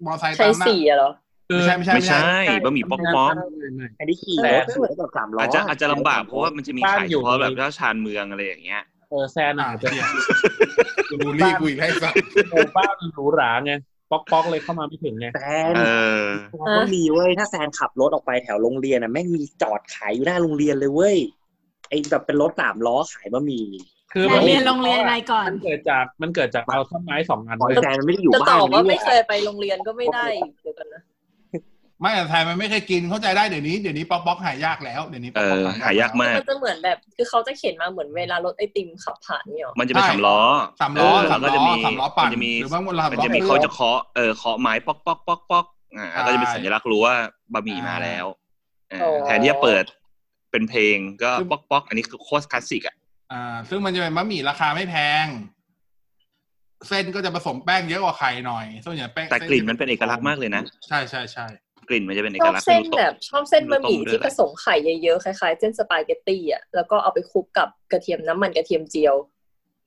Speaker 1: มอไซค์
Speaker 6: ใช้
Speaker 1: ตามหน้า
Speaker 6: สีอะเหรอ
Speaker 8: คือ
Speaker 1: ไม่ใช่ไม่ใช่ไม่
Speaker 5: ไม่
Speaker 1: ใช่
Speaker 5: ใช่บะหมี่ป๊อกป๊อก
Speaker 8: ไม่
Speaker 4: อันนี้ขี่
Speaker 6: แต่
Speaker 4: รถไม่เหมือนกับสามล้ออา
Speaker 5: อาจจะอาจจะลำบากเพราะว่ามันจะมีขายเฉพาะแบบถ้าชานเมืองอะไรอย่างเงี้ย
Speaker 8: เออแซนอาจจะเนี่ย
Speaker 1: กูบูลลี่กูอีกแล้วไอ้สัส
Speaker 8: หมู่บ้านหรูหราไงป๊อกป๊อกๆเลยเข้ามาไม่ถึงไง
Speaker 4: แซน
Speaker 5: เออ
Speaker 4: ก็มีเว้ยถ้าแซนขับรถออกไปแถวโรงเรียนอ่ะแม่งมีจอดขายอยู่หน้าโรงเรียนเลยเว้ยไอแบบเป็นรถสามล้อขายบะหมี่
Speaker 8: คือ
Speaker 2: ไหน
Speaker 8: มัน
Speaker 2: เรียนโรงเรียนอะไรก่อน
Speaker 8: มันเกิดจากมันเกิดจากเราท่อนไม้สองอัน
Speaker 4: ขอ
Speaker 8: ไว้
Speaker 4: แซนมันไม่ได้อยู่
Speaker 6: จะ
Speaker 4: บ้าน
Speaker 6: ตอบว่า
Speaker 4: นี่
Speaker 6: ไม่
Speaker 4: ห
Speaker 6: เคยไปโรงเรียนก็ไม่ได้อีกเดี๋ยวกันนะ
Speaker 1: ไม่แต่ไทยมันไม่เคยกินเข้าใจได้เดี๋ยวนี้เดี๋ยวนี้ป๊อกป๊อกหายากแล้วเดี๋ยวนี้ป๊
Speaker 5: เอ
Speaker 1: อกป๊อก
Speaker 5: อ หายากมาก
Speaker 6: มันจะเหมือนแบบคือเขาจะเขียนมาเหมือนเวลารถไอติมขับผ่านเนี่ยหรอ
Speaker 5: มันจะเป็นสามล้อ
Speaker 1: สามล้อสาม
Speaker 5: เแล้ว
Speaker 1: ล้
Speaker 5: ก็จะ
Speaker 1: อ
Speaker 5: มี
Speaker 1: สามล้อปั่น
Speaker 5: มันจะมี
Speaker 1: หรือว่าสาม
Speaker 5: มัน
Speaker 1: ล้อ
Speaker 5: จะมี
Speaker 1: เครื่
Speaker 5: เขา
Speaker 1: อง
Speaker 5: จะเคาะเออเคาะไม้ป๊อกป๊อกป๊อกป๊อกอ่าแล้วก็จะเป็นสัญลักษณ์รู้ว่าบะหมี่มาแล้วอ่าแทนที่จะเปิดเป็นเพลงก็
Speaker 1: คือ
Speaker 5: ป๊อกป๊อกอันนี้คือโคตรคลาสสิกอ่ะ
Speaker 1: อ่าซึ่งมันจะเป็นบะหมี่ราคาไม่แพง เส้นก็จะผสมแป้งเยอะกว่าไข่หน่อยส่วนใหญ่แป้ง
Speaker 5: แต่กลิ่นมันเป็นเอกลักษณ์มากเลยนะ
Speaker 1: ใช่ใช่ใช่
Speaker 5: กลิ่นมันจะเป็นเอ
Speaker 6: ช
Speaker 5: ก
Speaker 6: อบ
Speaker 5: ลักษณ์
Speaker 6: เส้น
Speaker 5: ไม่รู้ตก
Speaker 6: แบบชอบเส้นบะหมี่
Speaker 5: หรือต้มด้วย
Speaker 6: ที่
Speaker 5: แหละ
Speaker 6: ผสมไข่เยอะๆคล้ายๆเส้นสปาเกตตี้อ่ะแล้วก็เอาไปคลุกกับกระเทียมน้ำมันกระเทียมเจียว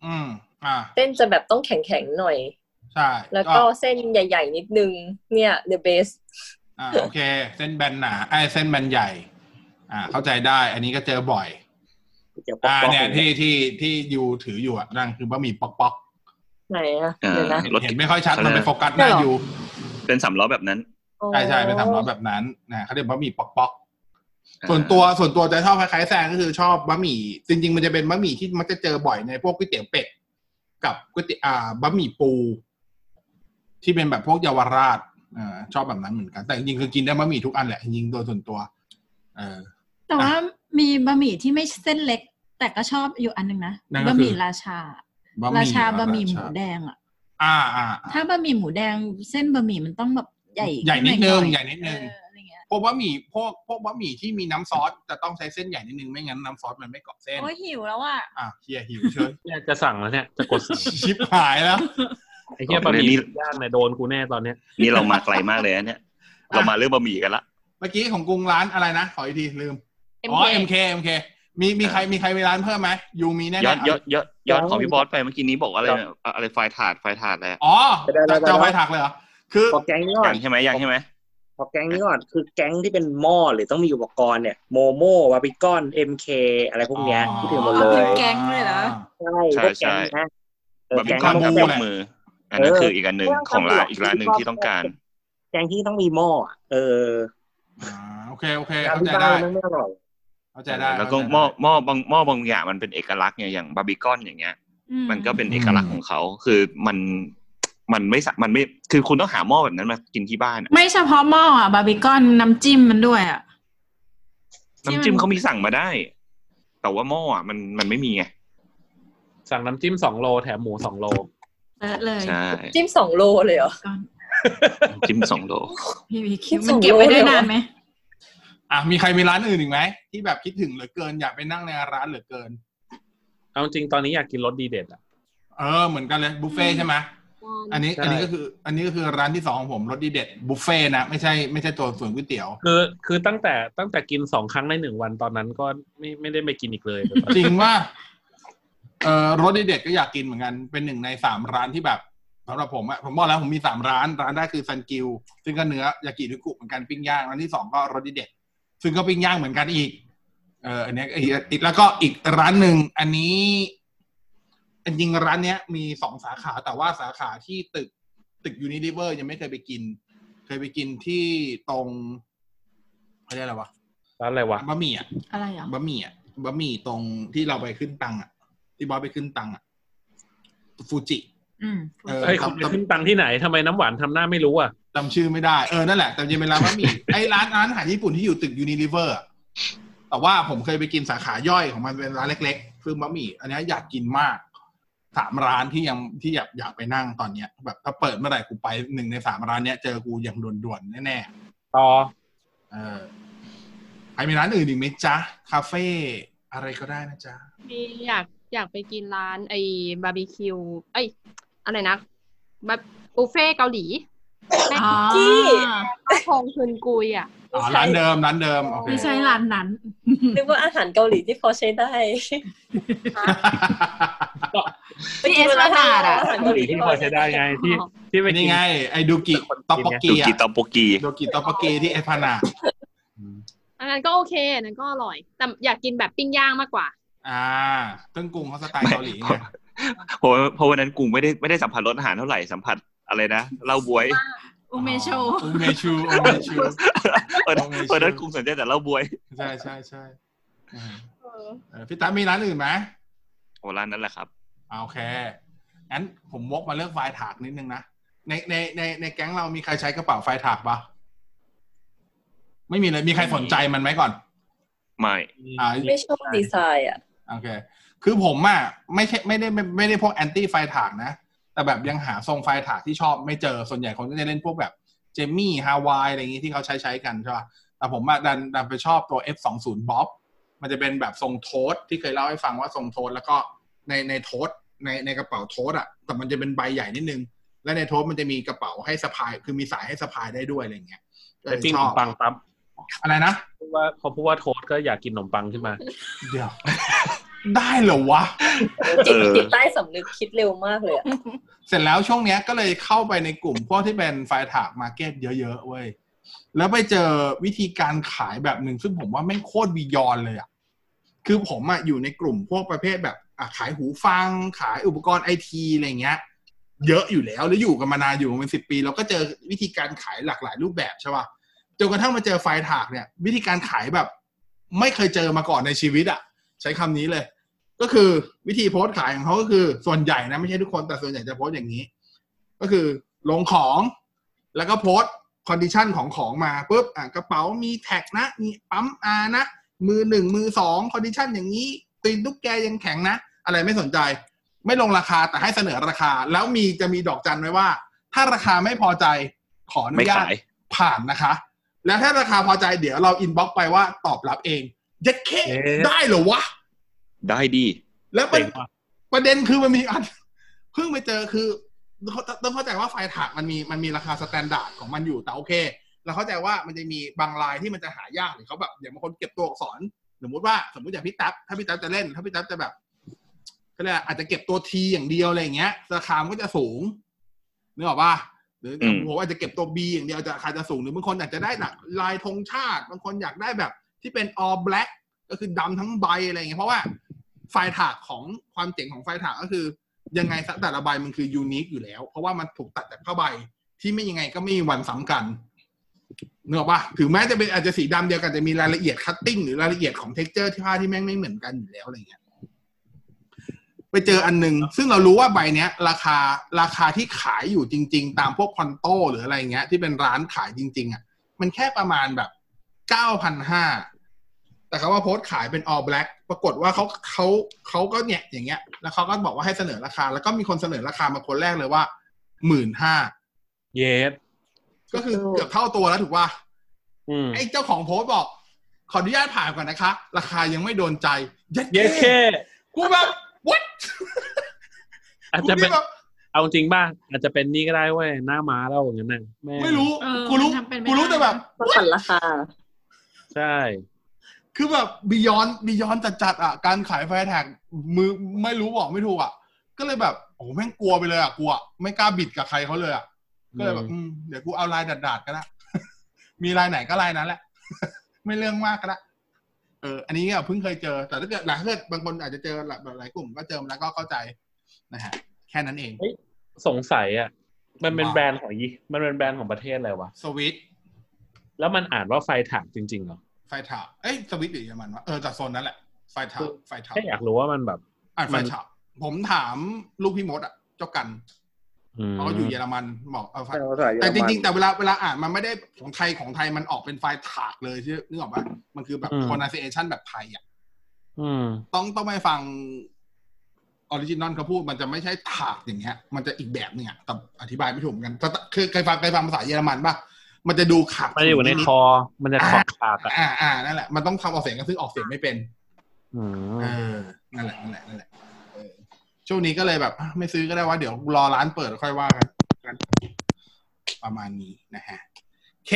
Speaker 1: อืม อ่า
Speaker 6: เส้นจะแบบต้องแข็งๆหน่อย
Speaker 1: ใช่
Speaker 6: แล้วก็เส้นใหญ่ ๆ นิดนึงเนี่ย the best
Speaker 1: อ่าโอเค เส้นแบนหนาไอ้เส้นแบนใหญ่ อ่า เข้าใจได้ อันนี้ก็เจอบ่อย
Speaker 4: เดี๋ยวป๊อก
Speaker 1: อ่า
Speaker 4: ป๊อก
Speaker 1: เนี่ยที่ที่ที่ยูถืออยู่อ่ะนั่นคือบะหมี่ป๊อกป๊อก
Speaker 6: ไหนอะ
Speaker 5: เออ
Speaker 6: เดี๋ยวนะ
Speaker 5: รถ
Speaker 1: เห็นไม่ค่อยชัดมันไปโฟกัสห
Speaker 6: เนี่
Speaker 1: น้าย
Speaker 6: เหรอ
Speaker 1: ยู
Speaker 5: เป็นสามล้อแบบนั้น
Speaker 1: ใช่ใช่เป็นสามล้อแบบนั้นนะเขาเรียกบะหมี่ป๊อกป๊อกส่วนตัวส่วนตัวจะชอบคล้ายๆแซงก็คือชอบบะหมี่จริง ๆ มันจะเป็นบะหมี่ที่มักจะเจอบ่อยในพวกก๋วยเตี๋ยวเป็ดกับก๋วยเตี๋ยวอ่าบะหมี่ปู ที่เป็นแบบพวกเยาวราชอ่าชอบแบบนั้นเหมือนกัน แต่จริงๆคือกินได้บะหมี่ทุกอันแหละจริงๆโดยส่วนตัว เออ
Speaker 2: แต่ว่ามีบะหมี่ที่ไม่เส้นเล็ก แต่ก็ชอบอยู่อันหนึงนะ
Speaker 1: นั่นก็คือ
Speaker 2: บะหมี่ราชา
Speaker 1: บะห
Speaker 2: รา
Speaker 1: มี่
Speaker 2: ชาบะหมี่หมูแดงอ่ะ
Speaker 1: อ่าอ่า
Speaker 2: ถ้าบะหมี่หมูแดงเส้นบะหมี่มันต้องแบบใหญ่
Speaker 1: ใหญ่นิดนึง
Speaker 2: ขึ้มา
Speaker 1: ใหญ่นิดนึง
Speaker 2: เอออะไรเงี้ย
Speaker 1: พวกบะหมี่พวกพวกบะหมี่ที่มีน้ำซอสจะต้องใช้เส้นใหญ่นิดนึงไม่งั้นน้ำซอสมันไม่เกาะเส้น
Speaker 2: โอ้ยหิวแล้วอ่ะ
Speaker 1: อ่ะเฮียหิวเชย
Speaker 8: เนี่ยจะสั่งแล้วเนี่ยจะกดสั่ง
Speaker 1: ชิบหายแล้ว
Speaker 8: ไอ้เหี้ยบะหมี่
Speaker 5: นี่
Speaker 8: ย่างเนี่ยโดนกูแน่ตอนเนี้ย
Speaker 5: นี่เรามาไกลมากเลยนะเนี่ย เรามาเรื่องบะหมี่กันละ
Speaker 1: เมื่อกี้ของกรุงร้านอะไรนะ ขออีกทีลืม อ๋อ MK MK มีมีใครมีใครมีร้านเพิ่มไหมยูมีแน่ๆ
Speaker 5: ยอดยอดยอดยอดของพี่บอสไปเมื่อกี้นี้บอกว่าอะไรนะอะไรไฟล์ถาดไฟล์ถาดอะไรอะ
Speaker 1: อ๋อจะจะเอาไปถักเลยเหรอ คือ
Speaker 4: พอแก๊งนี้ก่
Speaker 5: ยั
Speaker 4: อน
Speaker 5: งใช่ไหมยังใช่ไหม
Speaker 4: พอแก๊งนี้ก่อนคือแก๊งที่เป็นหม้อหรือต้องมีอุปกรณ์เนี่ยโมโม่วาปิกอนเอ็มเคอะไรพวกเนี้ยที่ถึงหมดเล
Speaker 2: าป็
Speaker 4: ย
Speaker 2: นแก๊งเลยเหรอ
Speaker 4: ใช่
Speaker 5: ใช่
Speaker 4: พวกแก๊ง
Speaker 5: ใช่
Speaker 4: นะเออบ
Speaker 5: ะหมี่
Speaker 4: แก๊ง
Speaker 5: ก้อน
Speaker 4: ต้
Speaker 5: กั
Speaker 4: อบง
Speaker 5: ย
Speaker 4: มี
Speaker 5: กมือ อันนั้น
Speaker 4: เออ
Speaker 5: คืออีกอันหนึ่งของร้านอีกร้านหนึ่งที่ต้องการ
Speaker 4: แก๊งที่ต้องมีหม้ออะเออ
Speaker 1: อ่าโอเคโอเค
Speaker 4: ร้าน
Speaker 1: เข้าใจ
Speaker 4: ที่บ้า
Speaker 1: ได้
Speaker 4: นมันไม่อร่อย
Speaker 1: เข้าใจได้
Speaker 5: แล้วก็หม้อหม้อบางหม้อบางอย่างมันเป็นเอกลักษณ์ไงอย่างบาร์บีคอนอย่างเงี้ย
Speaker 2: อื
Speaker 5: มันก็เป็นเอกลักษณ์ของเขาคือมันมันไม่สะมันไม่คือคุณต้องหาหม้อแบบนั้นมากินที่บ้านอะ
Speaker 2: ไม่เฉพาะหม้ออ่ะบาร์บีคอนน้ำจิ้มมันด้วยอ่ะ
Speaker 5: น้ำจิ้มเขามีสั่งมาได้ แต่ว่าหม้ออะมันมันไม่มีไง
Speaker 8: สั่งน้ำจิ้มสองโลแถมหมูสองโล
Speaker 2: เลิศเลย
Speaker 5: ใช่
Speaker 6: จิ้มสองโลเลยเหรอ
Speaker 2: ก่อน
Speaker 5: น้ำจิ้มสองโล
Speaker 2: พี่วีคิว
Speaker 6: จิ้
Speaker 2: มัน
Speaker 6: ม
Speaker 2: เก็บไว้ได้
Speaker 6: สองโล
Speaker 2: นานไหม
Speaker 1: อ่ะมีใครมีร้านอื่นอีกไหมที่แบบคิดถึงเหลือเกินอยากไปนั่งในร้านเหลือเกิน
Speaker 8: เอาจริงตอนนี้อยากกินรสดีเด็ดอ่ะ
Speaker 1: เออเหมือนกันเลยบุฟเฟ่ต์ใช่ไหมอันนี้
Speaker 8: ใช่
Speaker 1: อันนี้ก็คือ อันนี้ก็คือร้านที่สองของผมรสดีเด็ดบุฟเฟ่ต์นะไม่ใช่ไม่ใช่ตัวส่วนก๋วยเตี๋ยว
Speaker 8: คือคือตั้งแต่ตั้งแต่กินสองครั้งในหนึ่งวันตอนนั้นก็ไม่ไม่ได้ไปกินอีกเลย *laughs*
Speaker 1: จริงว่าเออรสดีเด็ดก็อยากกินเหมือนกัน เป็นหนึ่งในสามร้านที่แบบสำหรับผมอะผมบอกแล้วผมมีสามร้าน ร้านแรกคือซันกิวซึ่งก็เนื้อยากิริกุเหมือนกันปิ้งย่างร้านที่สองก็รสดีเด็ดซึ่งก็ปิ้งย่างเหมือนกันอีก เอออันเนี้ยอีกอีกแล้วก็อีกร้านหนึ่งอันนี้จริงๆร้านเนี้ย มีสองสาขาแต่ว่าสาขาที่ตึกตึกยูนิลิเวอร์ยังไม่เคยไปกิน เคยไปกินที่ตรงเขาเรียกอะไรวะ
Speaker 8: ร้านอะไรวะ
Speaker 1: บะหมี่อะ
Speaker 2: อะไรอ่ะ
Speaker 1: บะหมี่อ่ะบะหมี่ตรงที่เราไปขึ้นตังค์อ่ะ ที่บอสไปขึ้นตังค์อ่ะฟูจิ
Speaker 2: อืม
Speaker 1: เออ
Speaker 8: เฮ้ย
Speaker 1: จ
Speaker 8: คุณไปขึ้น
Speaker 1: ำ
Speaker 8: ตังค์ที่ไหนทำไมน้ำหวานทำหน้าไม่รู้อ่ะ
Speaker 1: จำชื่อไม่ได้เออนั่นแหละแต่ยังเป็นร้านบะห
Speaker 8: *laughs*
Speaker 1: มี่ ไอ้ร้านร้านอาหารญี่ปุ่นที่อยู่ตึกยูนิลิเวอร์แต่ว่าผมเคยไปกินสาขาย่อยของมันเป็นร้านเล็กๆคือบะหมี่อันเนี้ยอยากกินมากสามร้านที่ยังที่อยากอยากไปนั่งตอนเนี้ย แบบถ้าเปิดเมื่อไหร่กูไปหนึ่งในสามร้านเนี้ยเจอกูอย่างด่วนๆแน่
Speaker 8: ต่อ
Speaker 1: ๆเออใครมีร้านอื่นอีกไหมจ๊ะคาเฟ่อะไรก็ได้นะจ๊ะ
Speaker 7: มีอยากอยากไปกินร้านไอ้บาร์บีคิว เอ้ยอะไรนะ แบบบุฟเฟ่ต์เกาหลีแม็ก
Speaker 2: อ๋อ
Speaker 7: กี้ข้าวพองคืนกุยอ่ะ
Speaker 1: อ๋อร้านเดิมร้านเดิมโอเค
Speaker 2: ไม่ใช่ร้านนั้น
Speaker 6: นึกว่าอาหารเกาหลีที่พอใช้ได้
Speaker 2: ที่เอสพลานาดอะ
Speaker 6: หรเกาหลี
Speaker 3: ที่พอใช้ได้ไงที่ที่ไปกิ
Speaker 1: นี่ไง ไอ้ดูกิตอปป
Speaker 5: ดู
Speaker 1: กี
Speaker 5: กิ
Speaker 1: อะ
Speaker 5: ตอโปกี
Speaker 1: ดูกิตอปปกีที่เอพานา
Speaker 7: อันนั้นก็โอเคอันนั้นก็อร่อย แต่อยากกินแบบปิ้งย่างมากกว่า
Speaker 1: อ่าตึ้งกรุงเขาสไตล์เกาหลีไง
Speaker 5: เพราะเพราะวันนั้นกูไม่ได้ไม่ได้สัมผัสรสอาหารเท่าไหร่สัมผัสอะไรนะเหล้าบวย
Speaker 2: อุเมโช
Speaker 1: อุเมชูอุเมชู
Speaker 5: เออ
Speaker 1: เอาไง
Speaker 5: เออนั้นกูสนใจแต่เหล้าบวย
Speaker 1: ใช่ใช่ใช่อืมเออพี่ตามีร้านอื่นไหม
Speaker 5: โอ้ร้านนั้นแหละครับ
Speaker 1: อ่าโอเคงั้นผมวกมาเรื่องไฟล์ถากนิดนึงนะในในในในแก๊งเรามีใครใช้กระเป๋าไฟล์ถากปะไม่มีเลยมีใครสนใจมันไหมก่อน
Speaker 5: ไม่
Speaker 1: อ่า
Speaker 6: ไม่ชอบดีไซน์อ่ะ
Speaker 1: โอเค คือผมอ่ะไม่ใช่ไม่ได้ไม่ไม่ได้พวกแอนตี้ไฟถากนะ แต่แบบยังหาทรงไฟถากที่ชอบไม่เจอ ส่วนใหญ่คนก็จะเล่นพวกแบบเจมี่ฮาวายอะไรอย่างงี้ที่เขาใช้ใช้กันใช่ป่ะ แต่ผมอ่ะดันดันไปชอบตัว F20 บ๊อบมันจะเป็นแบบทรงโทสที่เคยเล่าให้ฟังว่าทรงโทสแล้วก็ในในโทสในในกระเป๋าโทสอ่ะ แต่มันจะเป็นใบใหญ่นิดนึง และในโทสมันจะมีกระเป๋าให้สะพาย คือมีสายให้สะพายได้ด้วยอะไรอย่างเงี้ยก็
Speaker 8: ไป
Speaker 1: เลย
Speaker 8: ปิ้ง
Speaker 1: ช
Speaker 8: ขน
Speaker 1: อบ
Speaker 8: มปังปั๊บ
Speaker 1: อะไรนะ
Speaker 8: เพราะว่าพอพูดว่าโทษก็อยากกินขนมปังขึ้นมา
Speaker 1: เดี๋ยว ได้เหรอวะ
Speaker 6: จิต
Speaker 5: เออ
Speaker 6: จิตใต้สำนึกคิดเร็วมากเลยอะ
Speaker 1: เสร็จแล้วช่วงเนี้ยก็เลยเข้าไปในกลุ่มพวกที่เป็นไฟล์ถากมาร์เก็ตเยอะๆเว้ย แล้วไปเจอวิธีการขายแบบหนึ่งซึ่งผมว่าแม่งโคตรบียอนเลยอ่ะ คือผมอ่ะอยู่ในกลุ่มพวกประเภทแบบอ่ะขายหูฟัง ขายอุปกรณ์ไอทีอะไรเงี้ย เยอะอยู่แล้วแล้วอยู่กันมานานอยู่กันเป็นสิบปีเราก็เจอวิธีการขายหลากหลายรูปแบบใช่ป่ะจนกระทั่งมาเจอไฟล์ถากเนี่ย วิธีการขายแบบ ไม่เคยเจอมาก่อนในชีวิตอ่ะ ใช้คำนี้เลย ก็คือวิธีโพสต์ขายของเขาก็คือส่วนใหญ่นะไม่ใช่ทุกคนแต่ส่วนใหญ่จะโพสต์อย่างนี้ ก็คือลงของแล้วก็โพสต์คอนดิชันของของมาปุ๊บอ่ะกระเป๋ามีแท็กนะ มีปั๊มอานะ มือหนึ่งมือสองคอนดิชันอย่างนี้ตีนตุ๊กแกยังแข็งนะ อะไรไม่สนใจ ไม่ลงราคาแต่ให้เสนอราคา แล้วมีจะมีดอกจันไว้ว่า ถ้าราคาไม่พอใจขออนุ
Speaker 5: ไม่
Speaker 1: ญาต
Speaker 5: ขาย
Speaker 1: ผ่านนะคะ แล้วถ้าราคาพอใจเดี๋ยวเราอินบ็อกไปว่าตอบรับเองยัดเค้
Speaker 8: เอ๊ะ
Speaker 1: ได้เหรอวะ
Speaker 5: ได้ดี
Speaker 1: แล้วประเด็น
Speaker 8: เจ๋งว่ะ
Speaker 1: ประเด็นคือมันมีอัน *laughs* เพิ่งไปเจอคือเขาต้องเข้าใจว่าไฟล์ถากมันมีมันมีราคาสแตนดาร์ดของมันอยู่แต่โอเค เราเข้าใจว่ามันจะมีบางลายที่มันจะหายากหรือเขาแบบอย่างบางคนเก็บตัวอักษรสมมติว่าสมมติอย่างพี่ตั๊บถ้าพี่ตั๊บจะเล่น ถ้าพี่ตั๊บจะแบบก็เลยกอาจจะเก็บตัวทีอย่างเดียวอะไรอย่างเงี้ยราคามันก็จะสูงนึกออกปะหรือ
Speaker 5: อืม
Speaker 1: ผมอาจจะเก็บตัวบีอย่างเดียวจะราคาจะสูงหรือบางคนอาจจะได้แบบลายธงชาติบางคนอยากได้แบบ ที่เป็น all black ก็คือดำทั้งใบอะไรอย่างเงี้ยเพราะว่าไฟล์ถากของความเจ๋งของไฟล์ถากก็คือ ยังไงซะแต่ละใบมันคือยูนิคอยู่แล้ว เพราะว่ามันถูกตัดจากผ้าใบที่ไม่ยังไงก็ไม่มีวันซ้ำกันเนกอะปะถึงแม้จะเป็นอาจจะสีดำเดียวกันแต่มีรายละเอียดคัตติ้งหรือรายละเอียดของเท็กเจอร์ที่ผ้าที่แม่งไม่เหมือนกันอยู่แล้วอะไรเงี้ยไปเจออันหนึง ซึ่งเรารู้ว่าใบเนี้ย ราคาราคาที่ขายอยู่จริง ๆ ตามพวกคอนโตหรืออะไรเงี้ย ที่เป็นร้านขายจริง ๆอ่ะ มันแค่ประมาณแบบเก้าพันห้า แต่เขาว่าโพสต์ขายเป็น all black ปรากฏว่าเขาเขาเขาก็เนี่ยอย่างเงี้ย แล้วเขาก็บอกว่าให้เสนอราคา แล้วก็มีคนเสนอราคามาคนแรกเลยว่าหมื่นห้า
Speaker 8: เยส
Speaker 1: ก็คือเกือบเท่าตัวแล้วถูกป่ะ
Speaker 8: อืม
Speaker 1: ไอ้เจ้าของโพสต์บอก ขออนุญาตผ่านก่อนนะคะ ราคายังไม่โดนใจยัด
Speaker 8: เยส
Speaker 1: เย้
Speaker 8: แค่
Speaker 1: กูแบบ what
Speaker 8: อาจ
Speaker 1: กู
Speaker 8: จะเป็
Speaker 1: นี่
Speaker 8: น
Speaker 1: แบบ
Speaker 8: เอาจริงป่ะอาจจะเป็นนี่ก็ได้เว้ยหน้าม้าเราอย่างนั้นน่ะแม่ง
Speaker 1: ไม่รู้
Speaker 2: เออ
Speaker 1: กูรู้
Speaker 2: มันทำเป็นไม่
Speaker 1: กูรู้
Speaker 2: ได้
Speaker 1: แต่แบบ
Speaker 6: มาปั่นราคา
Speaker 8: ใช่
Speaker 1: คือแบบบียอนบียอนจัดจัดๆอ่ะ การขายไฟแท็กมือไม่รู้บอกไม่ถูกอ่ะ ก็เลยแบบโอ้โหแม่งกลัวไปเลยอ่ะกลัว ไม่กล้าบิดกับใครเขาเลยอ่ะ ก็เลยแบบอืมเดี๋ยวกูเอาลายดาดๆก็ได้ *laughs* มีลายไหนก็ลายนั้นแหละ *laughs* ไม่เรื่องมากก็ได้เออ อันนี้อ่ะเพิ่งเคยเจอ แต่ถ้าเกิดหลายเกิดบางคนอาจจะเจอหลายหลายกลุ่มก็เจอมาแล้วก็เข้าใจนะฮะ แค่นั้นเอง
Speaker 8: สงสัยอ่ะ มันเป็น
Speaker 1: ว่า
Speaker 8: แบรนด์ของยี่มันเป็นแบรนด์ของประเทศอะไรวะ
Speaker 1: สวิตช์
Speaker 8: แล้วมันอ่านว่าไฟถากจริงๆเหรอ
Speaker 1: ไฟถาเอ้ยสวิตช์หรือเยอรมันวะเออจากโซนนั้นแหละไฟถาไฟถา
Speaker 8: แค่อยากรู้ว่ามันแบบ
Speaker 1: อ่านไฟฉาบผมถามลูกพี่มดอ่ะ เจ้ากัน
Speaker 8: อืม
Speaker 1: เขาอยู่เยอรมันบอกเออไฟ
Speaker 4: ภาษาเยอร
Speaker 1: แต่
Speaker 4: มัน
Speaker 1: จริงๆ แต่เวลาเวลาอ่านมันไม่ได้ของไทยของไทยมันออกเป็นไฟล์ถากเลยใช่นึกออกปะมันคือแบบ pronunciation แบบไทยอ่ะ
Speaker 8: อืม
Speaker 1: ต้องต้องไปฟังออริจินอลเขาพูดมันจะไม่ใช่ถากอย่างเงี้ย มันจะอีกแบบหนึงอ่ะแต่อธิบายไม่ถูกเหมือนกันแต่คือเคยฟังเคยฟังภาษาเยอรมันปะมันจะดูขาด
Speaker 8: มันอยู่ในคอมันจะคอขาดอ่ะ
Speaker 1: อ่าอ่านั่นแหละมันต้องทำออกเสียงกันซึ่งออกเสียงไม่เป็น
Speaker 8: อืม
Speaker 1: เออ นั่นแหละ นั่นแหละ นั่นแหละเออช่วงนี้ก็เลยแบบอ่ะไม่ซื้อก็ได้ว่า เดี๋ยวรอร้านเปิดแล้วค่อยว่ากัน กันประมาณนี้นะฮะโอเค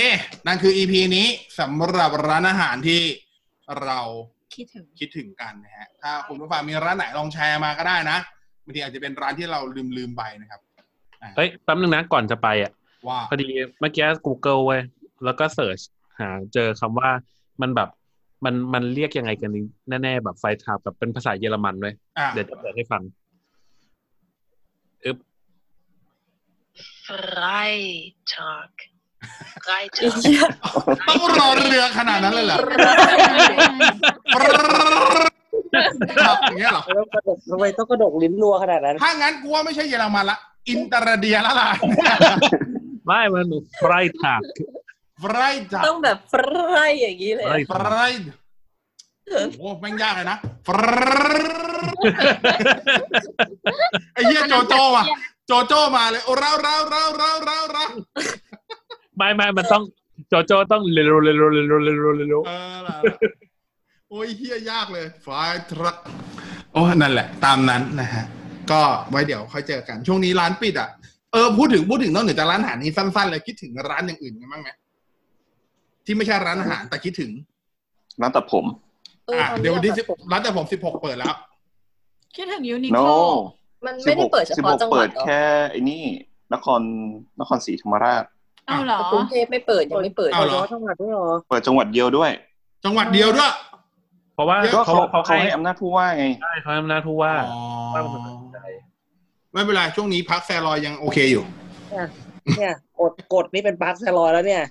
Speaker 1: นั่นคือ EP นี้สำหรับร้านอาหารที่เรา
Speaker 2: คิดถึง
Speaker 1: คิดถึงกันนะฮะ ถ้าคุณผู้ฟังมีร้านไหนลองแชร์มาก็ได้นะบางทีอาจจะเป็นร้านที่เราลืมลืมๆไปนะครับอ่ะ
Speaker 8: เฮ้ยแป๊บนึงนะก่อนจะไปอ่ะ
Speaker 1: ว่า
Speaker 8: พอดีเมื่อกี้ Google เว้ยแล้วก็เสิร์ชหาเจอคำว่ามันแบบมันมันเรียกยังไงกันแน่ๆแบบไฟทาบแบบเป็นภาษาเยอรมันเว้ย
Speaker 1: อ่ะ
Speaker 8: เดี๋ยวจะเปิดให้ฟัง
Speaker 9: Freitag.
Speaker 6: อี
Speaker 9: Freitag.
Speaker 6: เหี้ย
Speaker 1: ต้องรอเรือขนาดนั้นเลยเหรอ *laughs* ปร๊ดอย่างเงี้ยเหรอ
Speaker 4: แล้วกระดกทำไมต้องกระดกลิ้นรัวขนาดนั้น
Speaker 1: ถ้างั้นกูว่าไม่ใช่เยอรมันละ อินเตอร์เดียละ *laughs* ล่ะ
Speaker 8: ไม่มันไฟทาบ
Speaker 1: ไฟรจัด
Speaker 6: ต้องแบบไฟรอย่างนี้เลย
Speaker 8: ไฟ
Speaker 6: อะ
Speaker 1: ไฟ
Speaker 8: ทาร บ
Speaker 1: โอ้โหแม่งยากเลยนะ *laughs* ไฟรไอ้เหี้ยโจโจว่ะ โจโจมาเลย โอ้เราเราเราเราเราเรา
Speaker 8: ไม่ไม่มันต้องโจโจต้องเร็วเร็วเร็วเร็วเร็วเร็ว
Speaker 1: เออล่ะโอ้ยเหี้ยยากเลยไฟทรัคโอ้นั่นแหละ ตามนั้นนะฮะ ก็ไว้เดี๋ยวค่อยเจอกัน ช่วงนี้ร้านปิดอ่ะ เออพูดถึงพูดถึงนอกเหนือจากร้านอาหารนี้สั้นๆเลยคิดถึงร้านอย่างอื่นกันบ้างไหมที่ไม่ใช่ร้านอาหารแต่คิดถึง
Speaker 5: ร้านตัดผม
Speaker 6: ออ
Speaker 1: อ่ะ
Speaker 6: ตอนนี้
Speaker 1: เดี๋ยววันที่
Speaker 6: แบบ
Speaker 1: สิบร้านแต่ผมสิบหกเปิดแล้ว
Speaker 2: คิดถึงยูนิ
Speaker 5: no
Speaker 2: โค
Speaker 6: มัน
Speaker 5: สิ
Speaker 6: ไม่
Speaker 5: บห
Speaker 6: ได้
Speaker 5: ก
Speaker 6: เปิดเฉ
Speaker 5: สิบ
Speaker 6: พาะ
Speaker 5: หก
Speaker 6: จังห
Speaker 5: เปิ
Speaker 6: วัด
Speaker 5: ด
Speaker 6: เหรอ
Speaker 5: แค่ไอ้นี่นครนครศรีธรรมราช
Speaker 2: เอาเหรอ
Speaker 6: กรุงเทพไม่เปิดยังไม่เปิด
Speaker 1: เอาเหรอ
Speaker 4: จังหวัดด้วยเหรอ
Speaker 5: เปิดจังหวัดเดียวด้วย
Speaker 1: จังหวัดเดียวด้วย
Speaker 8: เพราะว่า
Speaker 5: ก็
Speaker 8: เขา
Speaker 5: เขา
Speaker 8: เขา
Speaker 5: เขา
Speaker 8: ให้
Speaker 5: ให้อำนาจผู้ว่าไง
Speaker 8: ได้เขาให้อำนาจผู้ว่า
Speaker 1: อ๋อ
Speaker 8: ว่ามันสนใจ
Speaker 1: ไม่เป็นไร ช่วงนี้พักแซลอยยังโอเคอยู่
Speaker 4: เนี่ยกดกดนี่เป็นบัคแซลอยแล้วเนี่ย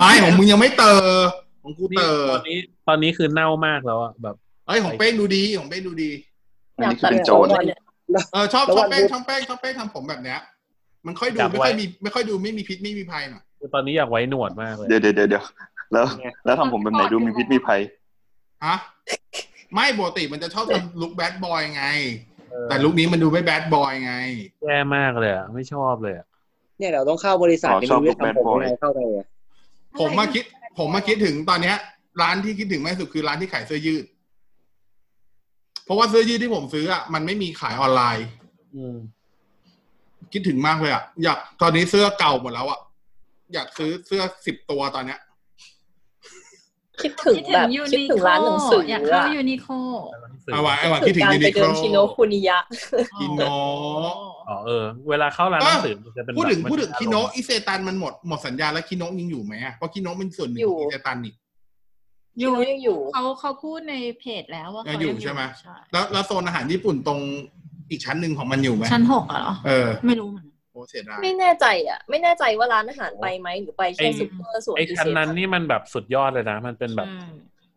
Speaker 1: ไอ้ของมึงยังไม่เตอของกู
Speaker 8: นี่
Speaker 1: เตอ
Speaker 8: ตอนนี้ตอนนี้คือเน่ามากแล้วอะแบบ
Speaker 1: เอ้ยของเป้งดูดีของเป้งดูดี
Speaker 5: อันนี้คือเป็นโจร
Speaker 6: อยากตัดผมเนี่ย
Speaker 1: เออชอบ
Speaker 4: แล้ว
Speaker 1: ช
Speaker 4: วั
Speaker 1: อบ
Speaker 4: น
Speaker 1: เป้ง
Speaker 4: พุธ
Speaker 1: ชอบเป้งชอบเป้งทำผมแบบเนี้ย มันค่อยดู
Speaker 8: จับ
Speaker 1: ไม่
Speaker 8: ไว้
Speaker 1: ค่อยมีไม่ค่อยดูไม่มีพิษไม่มีภัยหน่อย
Speaker 8: คือตอนนี้อยากไว้หนวดมากเลย
Speaker 5: เดี๋ยวเดี๋ยวเดี๋ยวเดี๋ยวแล้ว แล้วทำผมแบบไหนดูมีพิษมีภัย
Speaker 1: ฮะไม่ปกติมันจะชอบทำลุคแบดบอยไง
Speaker 8: เออ
Speaker 1: แต่ลุคนี้มันดูไม่แบดบอยไง
Speaker 8: แย่มากเลยอะไม่ชอบเลยอะ
Speaker 4: เนี่ยเดี๋ยวต้องเข้าบริษัท
Speaker 5: อ๋อ
Speaker 4: นี่
Speaker 5: ชอ
Speaker 4: มั
Speaker 5: บ
Speaker 4: นเรียก
Speaker 5: ลูก
Speaker 4: ทำผม
Speaker 5: แบดบอย
Speaker 4: ยังไงเข้าไปอะ
Speaker 1: ผมมาคิด ผมมาคิดถึงตอนเนี้ย ร้านที่คิดถึงมากที่สุดคือร้านที่ขายเสื้อยืด เพราะว่าเสื้อยืดที่ผมซื้ออ่ะมันไม่มีขายออนไลน์
Speaker 8: อืม
Speaker 1: คิดถึงมากเลยอ่ะอยากตอนนี้เสื้อเก่าหมดแล้วอ่ะอยากซื้อเสื้อสิบตัวตอนเนี้ย
Speaker 6: คิดถึง
Speaker 2: คิด
Speaker 6: แบ
Speaker 2: ถึ
Speaker 6: บ
Speaker 2: งยู
Speaker 6: คิด
Speaker 2: นิ
Speaker 6: ถึ
Speaker 2: โค
Speaker 6: งร้านหนังสืออย
Speaker 2: อากเข้า
Speaker 6: ะ
Speaker 2: ยูนิโค
Speaker 8: แล้วหนังสือ
Speaker 1: ไอ้หวานไอ้หวานคิดถึง
Speaker 6: การ
Speaker 1: ยู
Speaker 6: ไป
Speaker 1: นิโค
Speaker 6: เดิ
Speaker 1: ล
Speaker 6: นชิโนคุนิยะ
Speaker 1: กินเนอะ
Speaker 8: อ๋อเออ เวลาเข้าร้านหนังสือมันจะเป็น
Speaker 1: พูดถึง
Speaker 8: แบบ
Speaker 1: พูดถึง
Speaker 8: มัจะ
Speaker 1: คิโนะอิเซตันมันหมดหมดสัญญาแล้วคิโนะยังอยู่ไหมอ่ะเพราะคิโนะเป็นส่วนหนึ่ง
Speaker 6: อยู่
Speaker 1: ของอิเซตันนี่
Speaker 2: อ
Speaker 6: ยู
Speaker 2: ยู่
Speaker 6: ยังอยู่
Speaker 2: เขาเขาพูดในเพจแล้วว่าเขา
Speaker 1: อยู่
Speaker 2: ยัง
Speaker 1: ใช่ไหม แล้วแล้วโซนอาหารญี่ปุ่นตรงอีกชั้นหนึ่งของมันอยู่ไหม
Speaker 2: ชั้นหกอะเหรอ
Speaker 1: เออ
Speaker 2: ไม่รู้เหมือนกัน
Speaker 1: โอ้เสียดาย
Speaker 6: ไม่แน่ใจอ่ะ ไม่แน่ใจว่าร้านอาหารไปไหมหรือไปแค่ซุปเปอร์ส่วน
Speaker 8: ไอ้
Speaker 6: พิ
Speaker 8: คัน
Speaker 6: เศษ
Speaker 8: นั้นนี่มันแบบสุดยอดเลยนะ มันเป็นแบบ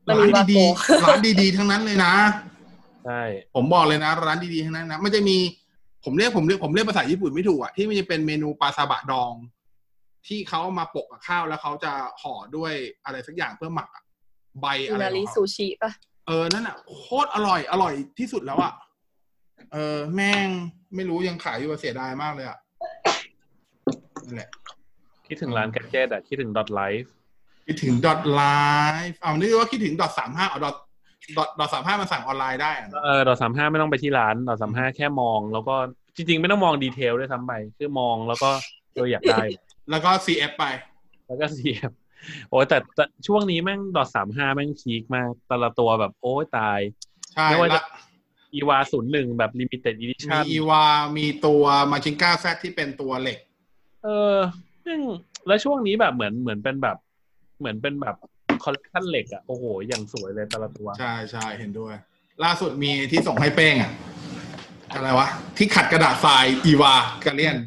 Speaker 2: ใช่
Speaker 6: มัน
Speaker 1: ร้า
Speaker 6: มี
Speaker 1: นดีๆ
Speaker 6: วาโก
Speaker 1: ร้านดีๆทั้งนั้นเลยนะ
Speaker 8: ใช่
Speaker 1: ผมบอกเลยนะ ร้านดีๆทั้งนั้นนะมันจะมีผมเรียกผมเรียกผมเรียกภาษาญี่ปุ่นไม่ถูกอ่ะที่มันจะเป็นเมนูปลาซาบะดอง ที่เขาเอามาโปะกับข้าวแล้วเขาจะห่อด้วยอะไรสักอย่างเพื่อหมักอะใบ
Speaker 6: อิ
Speaker 1: อะไร
Speaker 6: นา
Speaker 1: ข
Speaker 6: ริ
Speaker 1: อง
Speaker 6: ซู
Speaker 1: เขา
Speaker 6: ชิป่ะ
Speaker 1: เออนั่นอ่ะโคตรอร่อยอร่อยที่สุดแล้วอ่ะเออ แม่งไม่รู้ยังขายอยู่อะเสียดายมากเลยอ่ะนั่นแหละ
Speaker 8: คิดถึงร้านแกจเจ็ตอะคิดถึงดอทไลฟ์
Speaker 1: คิดถึงดอทไลฟ์เอานึกว่าคิดถึงดอทสามห้าเอาดอทดอทดอทสามห้ามันสั่งออนไลน์ได้อะเนอะ
Speaker 8: เออดอทสามห้าไม่ต้องไปที่ร้านดอทสามห้าแค่มอง แล้วก็จริง ๆ ไม่ต้องมองดีเทลด้วยซ้ำไปคือมองแล้วก็เอออยากได้ *laughs*
Speaker 1: แล้วก็ CF ไป
Speaker 8: แล้วก็เสียบโอ้ยแต่แต่ช่วงนี้แม่งดอทสามห้าแม่งพีคมากแต่ละตัวแบบโอ้ยตาย
Speaker 1: ใช่
Speaker 8: ไม่ว่า
Speaker 1: ละ
Speaker 8: จะ อีวาศูนย์หนึ่งแบบลิมิเต็ดอีดิ
Speaker 1: มี
Speaker 8: ชั่น
Speaker 1: อีวา มีตัวมาชิงก้าแซที่เป็นตัวเหล็ก
Speaker 8: เออซึ่งแล้วช่วงนี้แบบเหมือนเหมือนเป็นแบบ เหมือนเป็นแบบคอลเลคชันเหล็กอะโอ้โห อย่างสวยเลยแต่ละตัว
Speaker 1: ใช่ใช่เห็นด้วย ล่าสุดมีที่ส่งให้เป้งอะอะไรวะ ที่ขัดกระดาษทรายอีวากาเลียน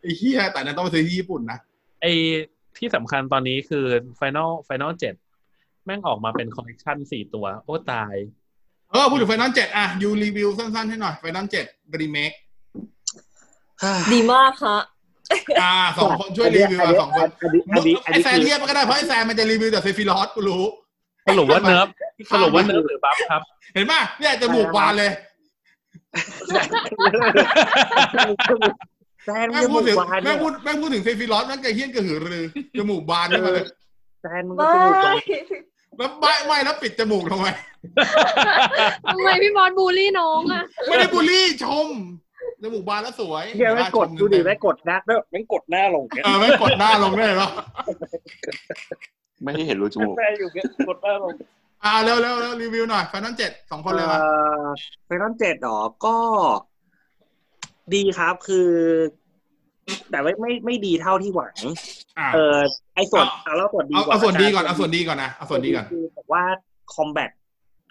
Speaker 1: ไอ้เหี้ยแต่นั้นต้องไปซื้อที่ญี่ปุ่นนะ
Speaker 8: ไอที่สำคัญตอนนี้คือ Final Final 7 แม่งออกมาเป็นคอลเลคชันสี่ตัว โอ้ตาย
Speaker 1: เออ พูดถึงไฟนอลเจ็ดอะยูรีวิวสั้นๆให้หน่อยไฟนอลเจ็ดรีเมค
Speaker 6: ดีมากฮะ
Speaker 1: อ่าสองคนช่วยรีวิวอะสองคน
Speaker 4: อันนี้อันนี้อัน
Speaker 1: ไอ
Speaker 4: นี้
Speaker 1: แซน
Speaker 4: คือ
Speaker 1: เรียกมันก็ได้ เพราะไอแซนมันจะรีวิวแต่เซฟิลอสกูรู้
Speaker 8: สรุปว่าเนิร์ฟ
Speaker 1: ใช่
Speaker 8: สรุปว่าเนิร์ฟหรือบัฟครับ
Speaker 1: เห็นป่ะเนี่ยจะบุกบานเลย
Speaker 4: แซน
Speaker 1: แม่ง
Speaker 4: มันจะ
Speaker 1: พู
Speaker 4: บุ
Speaker 1: ด
Speaker 4: ก
Speaker 1: ถึง
Speaker 4: บาน
Speaker 1: แม่งพูดแม่งพูดถึงเซฟิลอสแม่งกระเฮี้ยนกระหือรือจมูกบานขึ้นมาเลย
Speaker 4: แซนมัน
Speaker 6: ไม่
Speaker 4: จะบุกบาน
Speaker 1: แล้วไม่ไม่แล้วปิดจมูกทำไม
Speaker 7: ทำไมพี่บอสบูลลี่น้องอ่ะ
Speaker 1: ไม่ได้บูลลี่ชม จมูกบานแล้วสวย
Speaker 4: เฮียไม่กด
Speaker 1: ชม
Speaker 4: ดูดิ
Speaker 1: เต็มๆ
Speaker 4: ไม่กดหน้าไม่ไม่กดหน้าลงเนี่ย
Speaker 1: เออไม่กดหน้าลงด้วยเหรอ
Speaker 5: ไม่ให้เห็นรูจมูก
Speaker 4: แม่อยู่เนี่ยกดหน้าลง
Speaker 1: อ่าเร็วเร็วเร็วรีวิวหน่อยแฟนนั่นเจ็ดสองคนเลยมา
Speaker 4: เอ่อไฟนอลเจ็ดหรอ ก็ดีครับคือ แต่ไม่ไม่ไม่ดีเท่าที่หวัง
Speaker 1: อ่า
Speaker 4: เออไอส่วน
Speaker 1: เอา
Speaker 4: เอาแล้วส่วนดี
Speaker 1: เอา
Speaker 4: ก่อน
Speaker 1: เอาส่วนดีก่อน
Speaker 4: ละ
Speaker 1: เอาส่วนดีก่อนนะเอาส่วนดีก่อน
Speaker 4: คือแบบว่าคอมแบท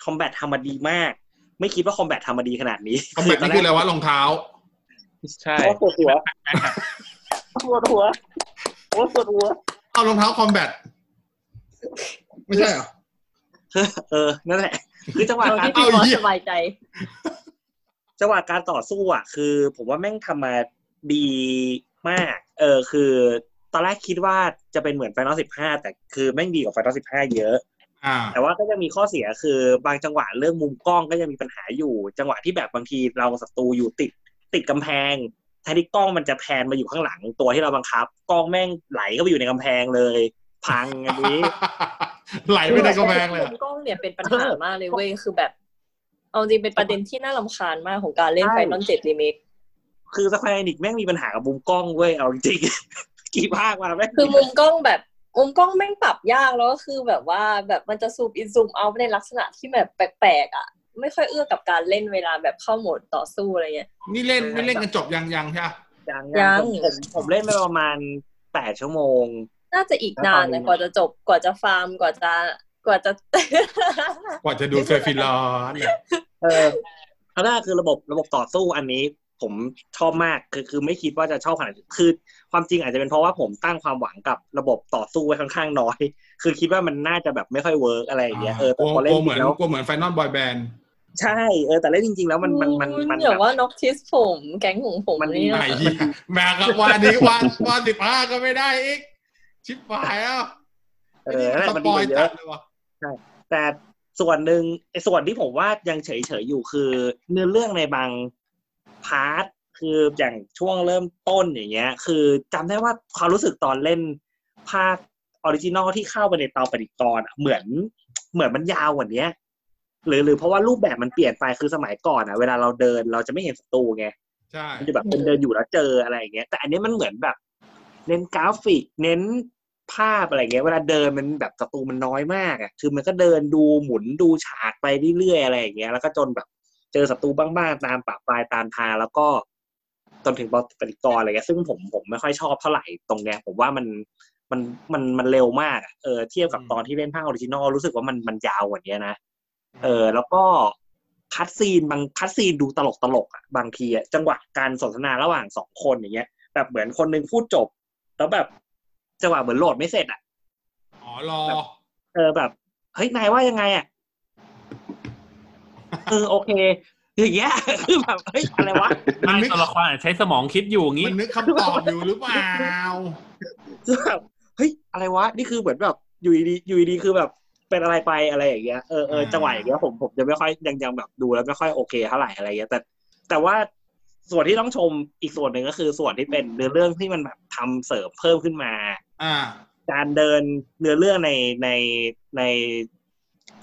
Speaker 4: คอมแบททำมาดีมาก ไม่คิดว่าคอมแบททำมาดีขนาดนี้
Speaker 1: คอมแบทนี่คืออะไรวะรองเท้า
Speaker 3: ใช่
Speaker 4: โอ้ปวดหัวปวดหัวโอ้ปวดหัว
Speaker 1: เอารองเท้าคอมแบทไม่ใช่เหรอ
Speaker 4: เออ นั่นแหละ คือจังหวะ
Speaker 6: เอา
Speaker 4: การ
Speaker 6: ที่พี่บอ
Speaker 1: เอา
Speaker 6: ส
Speaker 1: เหี้ย
Speaker 6: สบายใจ
Speaker 4: จังหวะการต่อสู้อ่ะ คือผมว่าแม่งทำมาดีมาก เออคือ ตอนแรกคิดว่าจะเป็นเหมือนไฟนอลสิบห้าแต่คือแม่งดีกว่าไฟนอลสิบห้าเยอะ
Speaker 1: อ่า
Speaker 4: แต่ว่าก็ยังมีข้อเสียคือบางจังหวะเรื่องมุมกล้องก็ยังมีปัญหาอยู่ จังหวะที่แบบบางทีเราศัตรูอยู่ติดติดกำแพงแทนที่กล้องมันจะแพนมาอยู่ข้างหลังตัวที่เราบังคับ กล้องแม่งไหลเข้าไปอยู่ในกำแพงเลย พังอันนี้ *laughs*
Speaker 1: ไหลไม่ได้กระแพงเลย
Speaker 6: มุ
Speaker 1: อะ
Speaker 6: มกล้องเนี่ยเป็นปัญหามากเลยเว้
Speaker 1: *laughs*
Speaker 6: ยคือแบบ เอาจริงเป็นประเด็นที่น่าลำคาญมากของการเล่น
Speaker 4: ใช่
Speaker 6: ไฟนอลเจ็ดรีเมค
Speaker 4: คือสแควร์นิกแม่งมีปัญหากับมุมกล้องเว้ยเอาจริงๆ *laughs* กี่ภาคมาแม่ง
Speaker 6: คือมุมกล้องแบบมุมกล้องแม่งปรับยากแล้วก็คือแบบว่าแบบมันจะซูมอินซูมเอาในลักษณะที่แบบแปลกๆอ่ะ ไม่ค่อยเอื้อกับการเล่นเวลาแบบเข้าโหมดต่อสู้อะไรเงี้ย
Speaker 1: นี่เล่นนี่เล่นกันจบยังยังใช่ปะ
Speaker 4: ยัง
Speaker 6: ยั
Speaker 4: ยัง
Speaker 6: ง
Speaker 4: ผมผมเล่นไปประมาณแปดชั่วโมง
Speaker 6: น่าจะอีกนาน
Speaker 4: แล้วตอนนี้
Speaker 6: นะกว่าจะจบกว่าจะฟาร์มกว่าจะกว่าจะ *laughs*
Speaker 1: กว่าจะดูเซฟิลอนเนี่ย
Speaker 4: เออข้างหน้าคือระบบระบบต่อสู้อันนี้ ผมชอบมากคือคือไม่คิดว่าจะชอบขนาดนี้คือความจริงอาจจะเป็นเพราะว่าผมตั้งความหวังกับระบบต่อสู้ไว้ค่อนข้างน้อย คือคิดว่ามันน่าจะแบบไม่ค่อยเวิร์กอะไรอย่างเงี้ยเออแต่
Speaker 1: กลัว
Speaker 4: พอกเล่
Speaker 1: ลัว
Speaker 4: นจ
Speaker 1: เหมือ
Speaker 4: ริ
Speaker 1: น
Speaker 4: งแล้ว
Speaker 1: กลัวเหมือนไฟนอลบอยแบนด์
Speaker 4: ใช่เออแต่เล่นจริงๆแล้วมันมันมัน
Speaker 6: คุณ
Speaker 4: มัน
Speaker 6: อย่า
Speaker 4: แบบ
Speaker 6: ว่าน็อกทิสผมแก๊งของผม
Speaker 4: มันดี
Speaker 6: เนี่ย
Speaker 1: ไหนเหี้ยแม่ครับวันนี้วันวันสิบห้าก็ไม่ได้อีก ชิบหายอ่ะ
Speaker 4: เอ
Speaker 1: ไอ้
Speaker 4: อ
Speaker 1: นี่
Speaker 4: นั่
Speaker 1: ส
Speaker 4: นแหละมัน
Speaker 1: ป
Speaker 4: ดี
Speaker 1: อก ยจั
Speaker 4: ว่าเยอะ
Speaker 1: ดเลยวะ
Speaker 4: แต่ส่วนหนึ่งไอ้ส่วนที่ผมว่ายังเฉยๆอยู่คือเนื้อเรื่องในบางพาร์ทคืออย่างช่วงเริ่มต้นอย่างเงี้ย คือจำได้ว่าความรู้สึกตอนเล่นภาคออริจินอลที่เข้าไปในเตาปฏิกรณ์อะเหมือนเหมือนมันยาวกว่าเนี้ยหรือหรือเพราะว่ารูปแบบมันเปลี่ยนไปคือสมัยก่อนอ่ะเวลาเราเดินเราจะไม่เห็นศัตรูไง
Speaker 1: ใช่
Speaker 4: มันจะแบบเป็นเดินอยู่แล้วเจออะไรอย่างเงี้ย แต่อันนี้มันเหมือนแบบ เน้นกราฟิก เน้นภาพอะไรเงี้ย เวลาเดินมันแบบศัตรูมันน้อยมากอ่ะ คือมันก็เดินดูหมุนดูฉากไปเรื่อยๆอะไรอย่างเงี้ย แล้วก็จนแบบ เจอศัตรูบ้างๆตามปะปลายตามทางแล้วก็จนถึงบอสปฏิกรอะไรเงี้ย ซึ่งผมผมไม่ค่อยชอบเท่าไหร่ตรงเนี้ย ผมว่ามันมันมันมันเร็วมากอะเออเทียบกับตอนที่เล่นภาคออริจินอลรู้สึกว่ามันมันยาวกว่าเนี้ยนะ เออแล้วก็คัดซีนบางคัดซีนดูตลกตลกๆอ่ะบางทีอ่ะจังหวะการสนทนาระหว่างสองคนอย่างเงี้ย แบบเหมือนคนหนึงพูดจบ แล้วแบบจังหวะเหมือนโหลดไม่เสร็จอ่ะ
Speaker 1: อ๋อรอ
Speaker 4: เออแบบเฮ้ยนายว่ายังไงอ่ะเออโอเคอย่างเงี้ย *laughs* คือแบบเฮ้ยอะไรวะ
Speaker 1: มันนึ
Speaker 8: ไม่
Speaker 1: ก
Speaker 8: ตัวละครใช้สมองคิดอยู่อย่างงี้
Speaker 1: มันนึกคำตอบอยู่หรือเปล่า
Speaker 4: คือแบบเฮ้ยอะไรวะนี่คือเหมือนแบบอยู่ดีๆอยู่ดีๆคือแบบเป็นอะไรไปอะไรอย่างเงี้ยเออเออจังหวะอย่างเงี้ยผมผมจะไม่ค่อยยังยังแบบดูแล้วไม่ค่อยโอเคเท่าไหร่อะไรเงี้ยแต่แต่ว่าส่วนที่ต้องชมอีกส่วนหนึ่งก็คือส่วนที่เป็นเนื้อเรื่องที่มันแบบทำเสริมเพิ่มขึ้นมา
Speaker 1: อ่า
Speaker 4: การเดินเนื้อเรื่องในในใน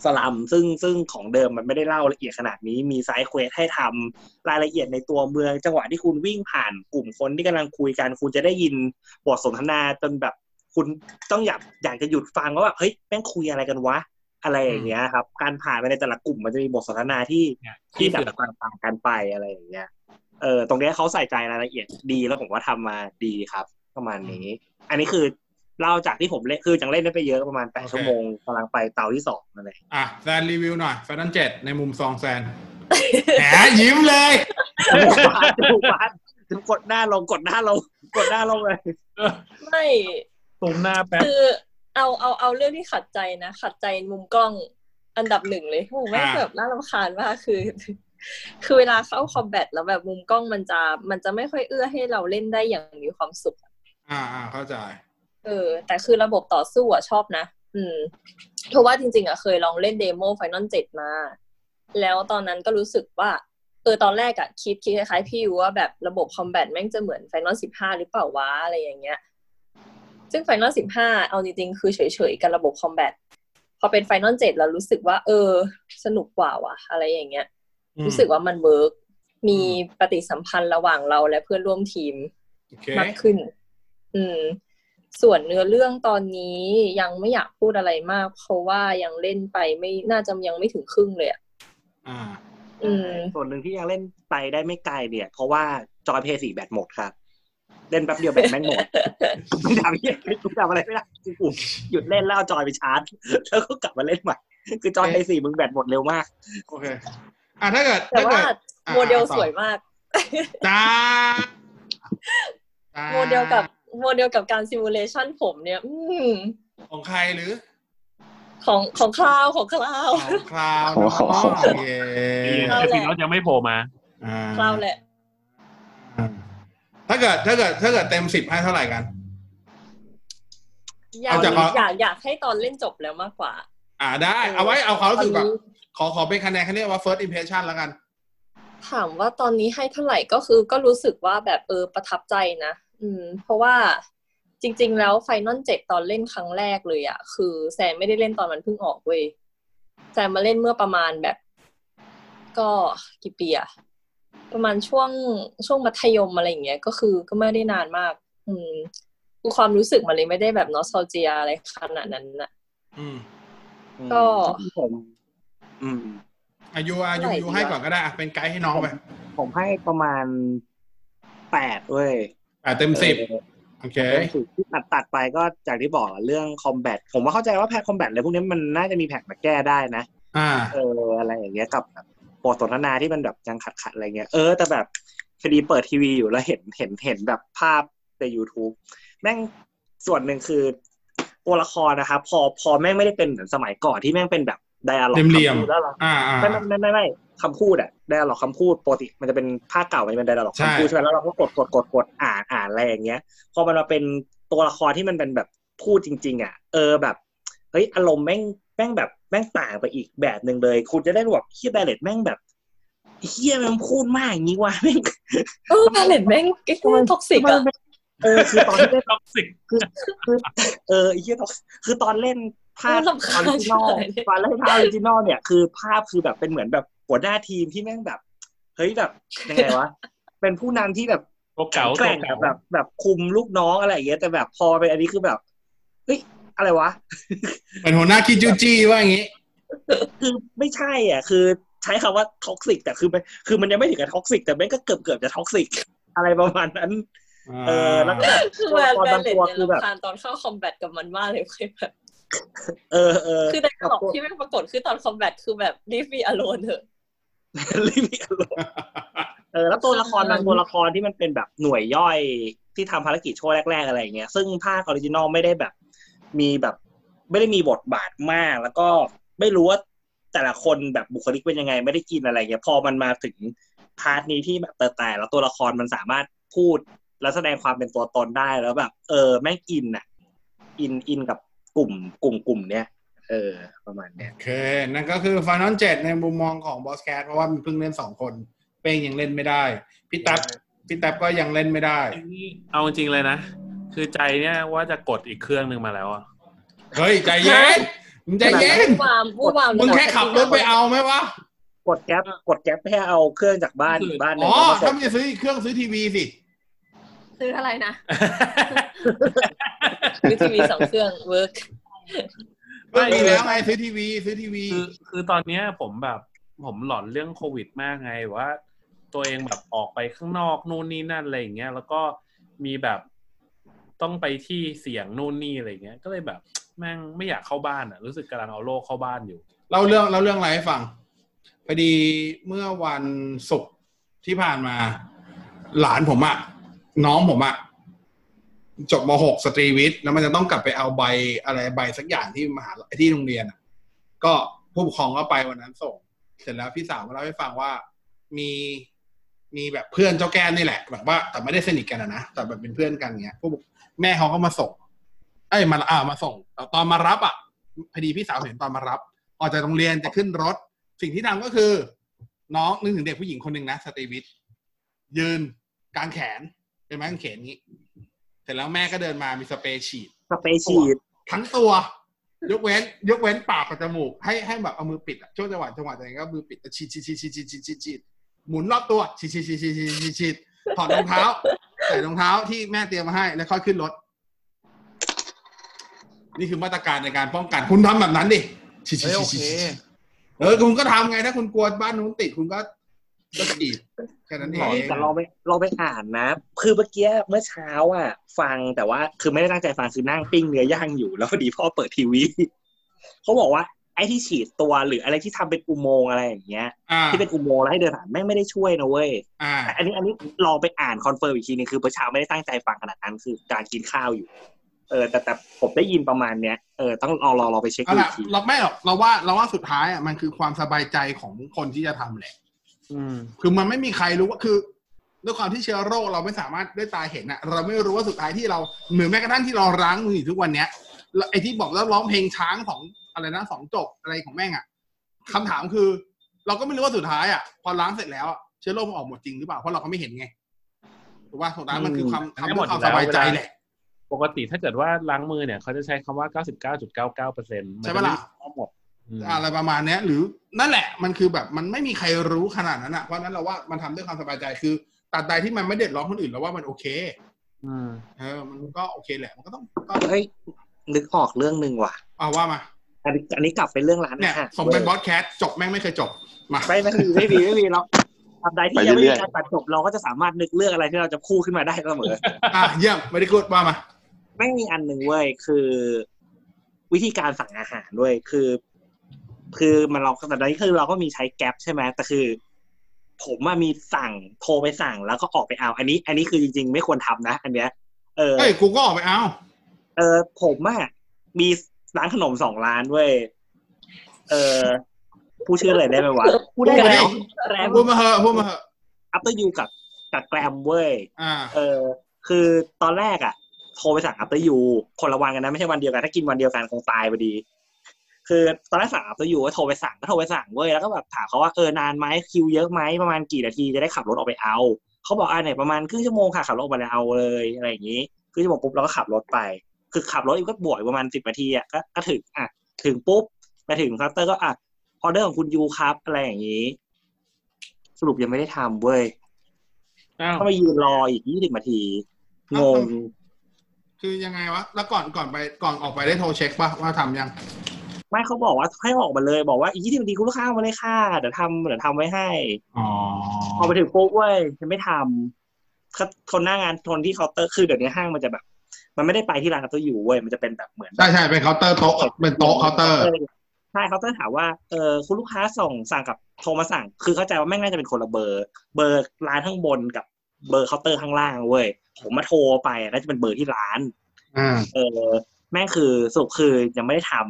Speaker 4: สลัมซึ่งซึ่งของเดิมมันไม่ได้เล่าละเอียดขนาดนี้มีไซด์เควสให้ทำรายละเอียดในตัวเมือง จังหวะที่คุณวิ่งผ่านกลุ่มคนที่กำลังคุยกัน คุณจะได้ยินบทสนทนาจนแบบ คุณต้องอยากอยากจะหยุดฟังว่าแบบเฮ้ยแม่งคุยอะไรกันวะ อะไรอย่างเงี้ยครับ การผ่านไปในแต่ละกลุ่มมันจะมีบทสนทนาที่
Speaker 8: เนี่ย
Speaker 4: ที่
Speaker 8: ที่
Speaker 4: แบบ
Speaker 8: เสือก
Speaker 4: ต่างๆกันไปอะไรอย่างเงี้ยเออตรงเนี้ยเขาใส่ใจรายละเอียดดีแล้วผมว่าทำมาดีครับ ประมาณนี้ อันนี้คือเล่าจากที่ผมเล่นคือยังเล่นได้ไปเยอะประมาณแปด
Speaker 1: โอเค
Speaker 4: ชั่วโมงกำลังไปเตาที่สองนั่นเอง
Speaker 1: อ่ะแซนรีวิวหน่อยแฟนนั่นเจ็ดในมุมซองแซ
Speaker 4: *laughs*
Speaker 1: นแหมยิ้มเลย
Speaker 4: ดูบ้านดูกดหน้าลงกดหน้าลงกดหน้าลงเลย
Speaker 6: ไม่
Speaker 8: ตูมหน้าแป๊บ
Speaker 6: คือเอาเอาเอาเรื่องที่ขัดใจนะ ขัดใจมุมกล้องอันดับหนึ่งเลยโอ้โหแม่ง
Speaker 1: อ่า
Speaker 6: แบบน่ารำคาญมากคือ *laughs* คือเวลาเข้าคอมแบทแล้วแบบมุมกล้องมันจะมันจะไม่ค่อยเอื้อให้เราเล่นได้อย่างมีความสุข
Speaker 1: อ่าอ่าเข้าใจ
Speaker 6: เออ แต่คือระบบต่อสู้อ่ะชอบนะ อืม เพราะว่าจริงๆอ่ะเคยลองเล่นเดโม Final 7 มา แล้วตอนนั้นก็รู้สึกว่า เออตอนแรกอ่ะคิดคิดคล้ายๆพี่ว่าแบบระบบคอมแบทแม่งจะเหมือน Final 15 หรือเปล่าวะอะไรอย่างเงี้ย ซึ่ง Final 15 เอาจริงๆ คือเฉยๆ กับระบบคอมแบทพอเป็น Final 7 แล้วรู้สึกว่า เออ สนุกกว่าว่ะอะไรอย่างเงี้ย
Speaker 1: อืม
Speaker 6: รู้สึกว่ามันเวิร์ก มีปฏิสัมพันธ์ระหว่างเราและเพื่อนร่วมทีม
Speaker 1: โอเค
Speaker 6: มากขึ้น อืม ส่วนเนื้อเรื่องตอนนี้ยังไม่อยากพูดอะไรมาก เพราะว่ายังเล่นไปไม่น่าจะยังไม่ถึงครึ่งเลยอะ
Speaker 1: อ่า
Speaker 6: อืม
Speaker 4: ส่วนหนึ่งที่ยังเล่นไปได้ไม่ไกลเนี่ย เพราะว่าจอยเพย์สี่แบตหมดครับ เล่นแป๊บเดียวแบตแม่งหมด ไม่ทำเหี้ยไม่ทำอะไรไม่ได้คือกูหยุดเล่นแล้วเอาจอยไปชาร์จ แล้วก็กลับมาเล่นใหม่ คือจอยเพย์สี่มึงแบตหมดเร็วมาก
Speaker 1: โอเค อ่าถ้าเกิด
Speaker 6: แต่
Speaker 1: ถ้า
Speaker 6: ว่า
Speaker 1: เกิด อ่ะ
Speaker 6: โมเดล
Speaker 1: ต่อ
Speaker 6: สวยมาก
Speaker 1: จ้า
Speaker 6: โมเดลกับโมเดลกับการซิมูเลชันผมเนี่ย อืม
Speaker 1: ของใครหรือ
Speaker 6: ของของคลาวของคลาว
Speaker 1: ของคราว
Speaker 5: โอ้
Speaker 1: เนาะ
Speaker 5: โห
Speaker 1: โอเค
Speaker 6: อาแหละ
Speaker 8: พี่น็อตยังไม่โผล่มา
Speaker 1: อ่า
Speaker 6: คลาวแหละ
Speaker 1: ถ้าเกิดถ้าเกิดถ้าเกิดเต็มสิบให้เท่าไหร่กัน
Speaker 6: อยาก
Speaker 1: เอาจากเขา
Speaker 6: อยากอยากให้ตอนเล่นจบแล้วมากกว่า
Speaker 1: อ่าได้ เอาไว้เอาความรู้สึก
Speaker 6: ต
Speaker 1: แบ
Speaker 6: อบ นนี้
Speaker 1: ขอขอเป็นคะแนนคะแนนว่า first impression แล้วกัน
Speaker 6: ถามว่าตอนนี้ให้เท่าไหร่ก็คือก็รู้สึกว่าแบบเออประทับใจนะ อืม เพราะว่าจริง ๆ แล้วไฟนอลเจ็ดตอนเล่นครั้งแรกเลยอะคือแซมไม่ได้เล่นตอนมันเพิ่งออกเว้ยแซมมาเล่นเมื่อประมาณแบบ ก็กี่ปีอะประมาณช่วงช่วงมัธยมอะไรอย่างเงี้ยก็คือก็ไม่ได้นานมาก อืมคือความรู้สึกมันเลยไม่ได้แบบนอสโซเจียอะไรขนาดนั้นน่ะ
Speaker 1: อืม
Speaker 6: ก็
Speaker 4: ผมอืม
Speaker 1: อายุอายุอายุให้ก่อนก็ได้อ่ะเป็นไกด์ให้น้องไป
Speaker 4: ผมให้ประมาณแปดเว้ย
Speaker 1: อ่าเต็มสิบ
Speaker 4: เออ
Speaker 1: โอเค
Speaker 4: เต็มสิบที่ตัดตัดไปก็จากที่บอกอะเรื่องคอมแบทผมว่าเข้าใจว่าแพ็คคอมแบทอะไรพวกนี้มันน่าจะมีแพ็คมาแก้ได้นะ
Speaker 1: อ่า
Speaker 4: เอออะไรอย่างเงี้ยกับบทสนทนาที่มันแบบยังขัดขัดๆอะไรเงี้ยเออแต่แบบคดีเปิดทีวีอยู่แล้วเห็นเห็นเห็นแบบภาพใน YouTube แม่งส่วนหนึ่งคือตัวละครนะครับ พอพอแม่งไม่ได้เป็นเหมือนสมัยก่อนที่แม่งเป็นแบบไดอะล็อก
Speaker 1: เหลี่ยมๆ
Speaker 4: แล้วหรอ
Speaker 1: อ่าอ่า
Speaker 4: ไม่ไม่ไม่ไม่ไม่คำพูดอะไดอะล็อกคำพูดปกติมันจะเป็นภาคเก่ามันจะเป็นไดอะล็อก
Speaker 1: ใช่
Speaker 4: คำพูดใช่ไหมแล้วเราก็กดกดกดกดอ่านอ่านอะไรอย่างเงี้ย พอมันมาเป็นตัวละครที่มันเป็นแบบพูดจริง ๆ อ่ะ เออแบบเฮ้ยอารมณ์แม่งแม่งแบบแม่งต่างไปอีกแบบหนึ่งเลย คุณจะได้รู้แบบเฮียแบลเลตแม่งแบบเฮียมันพูดมากอย่างงี้ว่ะแม่ง
Speaker 6: เออพาเลตแม่งเอ๊ะมันท็อกซิกอะ
Speaker 4: เออคือตอนที่เล่น
Speaker 8: ท็อกซิก
Speaker 4: คือเออไอ้เฮียคือตอนเล่นภาพ
Speaker 6: น่ารำ
Speaker 4: อ
Speaker 6: คา
Speaker 4: อ
Speaker 6: ญ
Speaker 4: ริจินอล
Speaker 6: ใช่
Speaker 4: ตอนเล่นภาพออริจินอลเนี่ยคือภาพคือแบบเป็นเหมือนแบบหัวหน้าทีมที่แม่งแบบ เฮ้ยแบบยังไงวะ เป็นผู้นำที่แบบ
Speaker 8: ตัวเก่า
Speaker 4: แกร่ง
Speaker 8: ตัว
Speaker 4: อะ
Speaker 8: เก่า
Speaker 4: แบบแบบคุมลูกน้องอะไรอย่างเงี้ยแต่แบบพอเป็นอันนี้คือแบบเฮ้ยอะไรวะ
Speaker 1: เป็นหัวหน้าคิดจูจี้ว่าอย่างงี้
Speaker 4: คือไม่ใช่อ่ะ คือใช้คำว่าท็อกซิกแต่คือมันคือมันยังไม่ถึงกับท็อกซิกแต่แม่งก็เกือบเกือบจะท็อกซิก *laughs* อะไรประมาณนั้น เออแล้วก็
Speaker 6: คือแบ
Speaker 4: ตัวละคร
Speaker 6: แบน
Speaker 4: บางตัว
Speaker 6: เลตเนี่ย
Speaker 4: คือแบบ
Speaker 6: รำคาญตอนเข้าคอมแบทกับมันมากเลยคือแบบ
Speaker 4: เออเออ
Speaker 6: คือในกรอบที่ไม่งปรากฏคือตอนคอมแบทคือแบบ leave me alone เถอะ
Speaker 4: *laughs* รีบอารมณ์ เออแล้วตัวละครบางตัวละครที่มันเป็นแบบหน่วยย่อยที่ทำภารกิจช่วงแรก ๆ อะไรอย่างเงี้ยซึ่งภาคออริจินอลไม่ได้แบบ มีแบบไม่ได้มีบทบาทมาก แล้วก็ไม่รู้ว่าแต่ละคนแบบบุคลิกเป็นยังไง ไม่ได้กินอะไรเงี้ยพอมันมาถึงพาร์ทนี้ที่แบบแต่แต่แล้วตัวละครมันสามารถพูดและแสดงความเป็นตัวตนได้แล้วแบบ เออแม่งอินอะอินอินกับกลุ่มกลุ่มกลุ่มเนี้ยเออ ประมาณเนี้ย
Speaker 1: โอเค นั่นก็คือ Final 7 ในมุมมองของบอสแคทเพราะว่ามันเพิ่งเล่นสองคน เป้งยังเล่นไม่ได้ พี่ตั๊บพี่ตั๊บก็ยังเล่นไม่ได้
Speaker 8: เอาจริงๆเลยนะ คือใจเนี่ยว่าจะกดอีกเครื่องหนึ่งมาแล้วอ่ะ
Speaker 1: เฮ้ย ใจเย็นมึงใจเย็น
Speaker 6: วามวู้วาม
Speaker 1: มึงแค่ขับรถไปเอาไหมวะ
Speaker 4: กดแก๊ปกดแก๊ปแค่เอาเครื่องจากบ้านบ้านหนึ่
Speaker 1: อ๋
Speaker 4: ง
Speaker 1: อ
Speaker 4: แล้วมาส่
Speaker 1: ถ้าง มึงจะซื้ออีกเครื่องซื้อทีวีสิ
Speaker 7: ซื้ออะไรนะ
Speaker 6: คือทีวีสองเครื่องเวิร์ก
Speaker 1: ก็มีแล้วไงซื้อทีวีซื้อทีวี
Speaker 8: คือคือตอนเนี้ยผมแบบผมหลอนเรื่องโควิดมากไงว่า ตัวเองแบบออกไปข้างนอกนู่นนี่นั่นอะไรอย่างเงี้ยแล้วก็มีแบบต้องไปที่เสียงนู่นนี่อะไรอย่างเงี้ย ก็เลยแบบแม่งไม่อยากเข้าบ้านอ่ะ รู้สึกกำลังเอาโลกเข้าบ้านอยู่
Speaker 1: เล่าเรื่องเล่าเรื่องอะไรให้ฟังพอดีเมื่อวันศุกร์ที่ผ่านมา หลานผมอะน้องผมอะจบม .6 สตรีวิทย์แล้วมันจะต้องกลับไปเอาใบอะไรใบสักอย่างที่มหาลัยที่โรงเรียนอะก็ผู้ปกครองก็ไปวันนั้นส่ง เสร็จแล้วพี่สาวมาเล่าให้ฟังว่ามีมีแบบเพื่อนเจ้าแก้นนี่แหละแบบว่า แต่ไม่ได้สนิทกันอะนะแต่แบบเป็นเพื่อนกันเงี้ยผู้ปกแม่เขาก็มาส่ง เอ้ยมาอ่ามาส่งแต่ตอนมารับอะพอดีพี่สาวเห็นตอนมารับ ออกจากโรงเรียนจะขึ้นรถ สิ่งที่ทำก็คือ น้องนึกถึงเด็กผู้หญิงคนหนึ่งนะสตรีวิทย์ยืนกลางแขนเป็นไม้กางเขนนี้เสร็จแล้วแม่ก็เดินมามีสเปรย์ฉีด
Speaker 4: สเปรย์ชีด
Speaker 1: ทั้งตัวยกเว้น ยกเว้นปากกับจมูก ให้ให้แบบเอามือปิดอะช่วงจังหวะจังหวะอะไรก็เอามือปิดฉีดฉีดฉีดฉีดฉีดฉีดฉีด หมุนรอบตัวชิดชิดชิดชิดชิดชิดชิดถอดรองเท้าใส่รองเท้าที่แม่เตรียมมาให้แล้วค่อยขึ้นรถ นี่คือมาตรการในการป้องกัน คุณทำแบบนั้นดิชิดชิด
Speaker 8: เฮ้ยโอ
Speaker 1: ชิด
Speaker 8: เค
Speaker 1: ชิดชิดเออคุณก็ทำไงถ้าคุณกลัวบ้านนู้นติดคุณก็ก็ติดแค่นั้นเอ
Speaker 4: หมอง แต่เราไปเราไปอ่านนะ คือเมื่อกี้เมื่อเช้าอ่ะ ฟังแต่ว่าคือไม่ได้ตั้งใจฟังคือนั่งปิ้งเนื้อย่างอยู่ แล้วพอดีพ่อเปิดที *laughs* วี เขาบอกว่าไอ้ที่ฉีดตัวหรืออะไรที่ทำเป็นอุโมงค์อะไรอย่างเงี้ย
Speaker 1: อ่า
Speaker 4: ที่เป็นอุโมงค์แล้วให้เดินผ่านแม่งไม่ได้ช่วยนะเว้ย
Speaker 1: อ่า
Speaker 4: อันนี้อันนี้ลองไปอ่านคอนเฟิร์มอีกทีนึงคือประชาไม่ได้ตั้งใจฟังขนาดนั้นคือการกินข้าวอยู่ เออ แต่แต่ผมได้ยินประมาณเนี้ยเออต้องลองลองลองไปเช็ค
Speaker 1: เอา
Speaker 4: ดูอี
Speaker 1: ล่ะ
Speaker 4: กที
Speaker 1: เราไม่หรอกเราว่าเราว่าสุดท้ายอ่ะมันคือความสบายใจของคนที่จะทำแหละ
Speaker 8: อืม
Speaker 1: คือมันไม่มีใครรู้ว่าคือด้วยความที่เชื้อโรคเราไม่สามารถด้วยตาเห็นอ่ะ เราไม่รู้ว่าสุดท้ายที่เราเหมือนแม้กระทั่งที่เราล้างมืออยู่ทุกวันเนี้ยแล้วไอ้ที่บอกแล้วร้องเพลงช้างของอะไรนะสองจบอะไรของแม่งอ่ะคำถามคือ เราก็ไม่รู้ว่าสุดท้ายอ่ะพอล้างเสร็จแล้วอ่ะเชื้อโรคมันออกหมดจริงหรือเปล่าเพราะเราก็ไม่เห็นไงถูกป่ะสุดท้ายมันคือความทำด้วยความสบายใจแหละ
Speaker 8: ปกติถ้าเกิดว่าล้างมือเนี่ย เขาจะใช้คำว่า 99.99เปอร์เซ็นต์
Speaker 1: ใช่ปะล่ะ
Speaker 8: หมดอืม
Speaker 1: อะไรประมาณเนี้ยหรือนั่นแหละมันคือแบบมันไม่มีใครรู้ขนาดนั้นอ่ะเพราะฉะนั้นเราว่ามันทำด้วยความสบายใจคือตัดใดที่มันไม่เดือดร้อนคนอื่นเราว่ามันโอเค
Speaker 8: อืม
Speaker 1: เออมันก็โอเคแหละ มันก็ต้องก็
Speaker 4: เฮ้ยนึกออกเรื่องหนึ่งว่ะ
Speaker 1: เอาว่ามา
Speaker 4: อันนี้อันนี้กลับไปเรื่องร้าน
Speaker 1: เนี่ย
Speaker 4: อาหาร
Speaker 1: สมเป็นบ
Speaker 4: ว้ย
Speaker 1: อสแคสจบแม่งไม่เคยจบมา
Speaker 4: ไม่ไม่มีไม่มีไม่มีเราทำใดที่ยัง
Speaker 5: ไป
Speaker 4: ไม่
Speaker 5: เรื่
Speaker 4: มี
Speaker 5: อยๆ
Speaker 4: การตัดจบเราก็จะสามารถนึกเรื่องอะไรที่เราจะพูดขึ้นมาได้เสมอ
Speaker 1: อ่ะเยี่ยมไม่ได้กูดว่ามา
Speaker 4: ไม่มีอันหนึ่งเว้ยคือวิธีการสั่งอาหารด้วยคือ คือมันเราแต่ตอนนี้คือเราก็มีใช้แก๊ปใช่ไหมแต่คือ ผมอะมีสั่งโทรไปสั่งแล้วก็ออกไปเอา อันนี้ อันนี้คือจริง ๆ ไม่ควรทำนะ อันเนี้ย เออ
Speaker 1: เฮ้ยกูก็ออกไปเอา
Speaker 4: เออผมอะมีร้านขนมสองร้านเว้ยเออผู้ชื่ออะไรได้ไหมวะพูดได้ไหมแกรม
Speaker 1: พูดมาเหอะพูดมาเหอะ
Speaker 4: อัปเตอร์ยูกับกับแกรมเว้ย
Speaker 1: อ่า
Speaker 4: เออคือตอนแรกอ่ะ โทรไปสั่งอัปเตอร์ยูคนละวันกันนะไม่ใช่วันเดียวกัน ถ้ากินวันเดียวกันคงตายพอดี คือตอนแรกสั่งอัปเตอร์ยูก็โทรไปสั่งก็โทรไปสั่งเว้ยแล้วก็แบบถามเขาว่าเออนานไหมคิวเยอะไหมประมาณกี่นาทีจะได้ขับรถออกไปเอา เขาบอกอ่าเนี่ยประมาณครึ่งชั่วโมงค่ะขับรถออกไปเอาเลยอะไรอย่างนี้ครึ่งชั่วโมงปุ๊บเราก็ขับรถไป คือขับรถอีกก็บวกอีกประมาณสิบนาทีอ่ะก็ก็ถึงอ่ะถึงปุ๊บไปถึงเคาน์เตอร์ก็อ่ะออเดอร์ของคุณยูครับอะไรอย่างนี้ สรุปยังไม่ได้ทำเว้ย
Speaker 8: อ้าว
Speaker 4: ก็มายืนรออีกยี่สิบนาทีงง
Speaker 1: คือยังไงวะแล้วก่อนก่อนไปก่อนออกไปได้โทรเช็คปะว่าทำยัง
Speaker 4: ไม่เขาบอกว่าให้ออกมาเลย บอกว่าอีกยี่สิบนาทีคุณลูกค้าเอามาเลยค่ะเดี๋ยวทำเดี๋ยวทำไว้ให้
Speaker 1: อ๋อ
Speaker 4: พอไปถึงปุ๊บเว้ยจะไม่ทำก็คนหน้างานคนที่เคาน์เตอร์คือเดี๋ยวนี้ห้างมันจะแบบ มันไม่ได้ไปที่ร้านเคาน์เตอร์อยู่เว้ยมันจะเป็นแบบเหมือน
Speaker 1: ใช่ใช่เป็นเคาน์เตอร์โต๊ะเป็นโต๊ะเคาน์เตอร์
Speaker 4: ใช่เคาน์เตอร์ถามว่าเออคุณลูกค้าส่งสั่งกับโทรมาสั่ง คือเข้าใจว่าแม่งน่าจะเป็นคนละเบอร์ เบอร์ร้านข้างบนกับเบอร์เคาน์เตอร์ข้างล่างเว้ยผมมาโทรไปอ่ะน่าจะเป็นเบอร์ที่ร้าน
Speaker 1: อ่า
Speaker 4: เออแม่งคือสรุปคือยังไม่ได้ทำ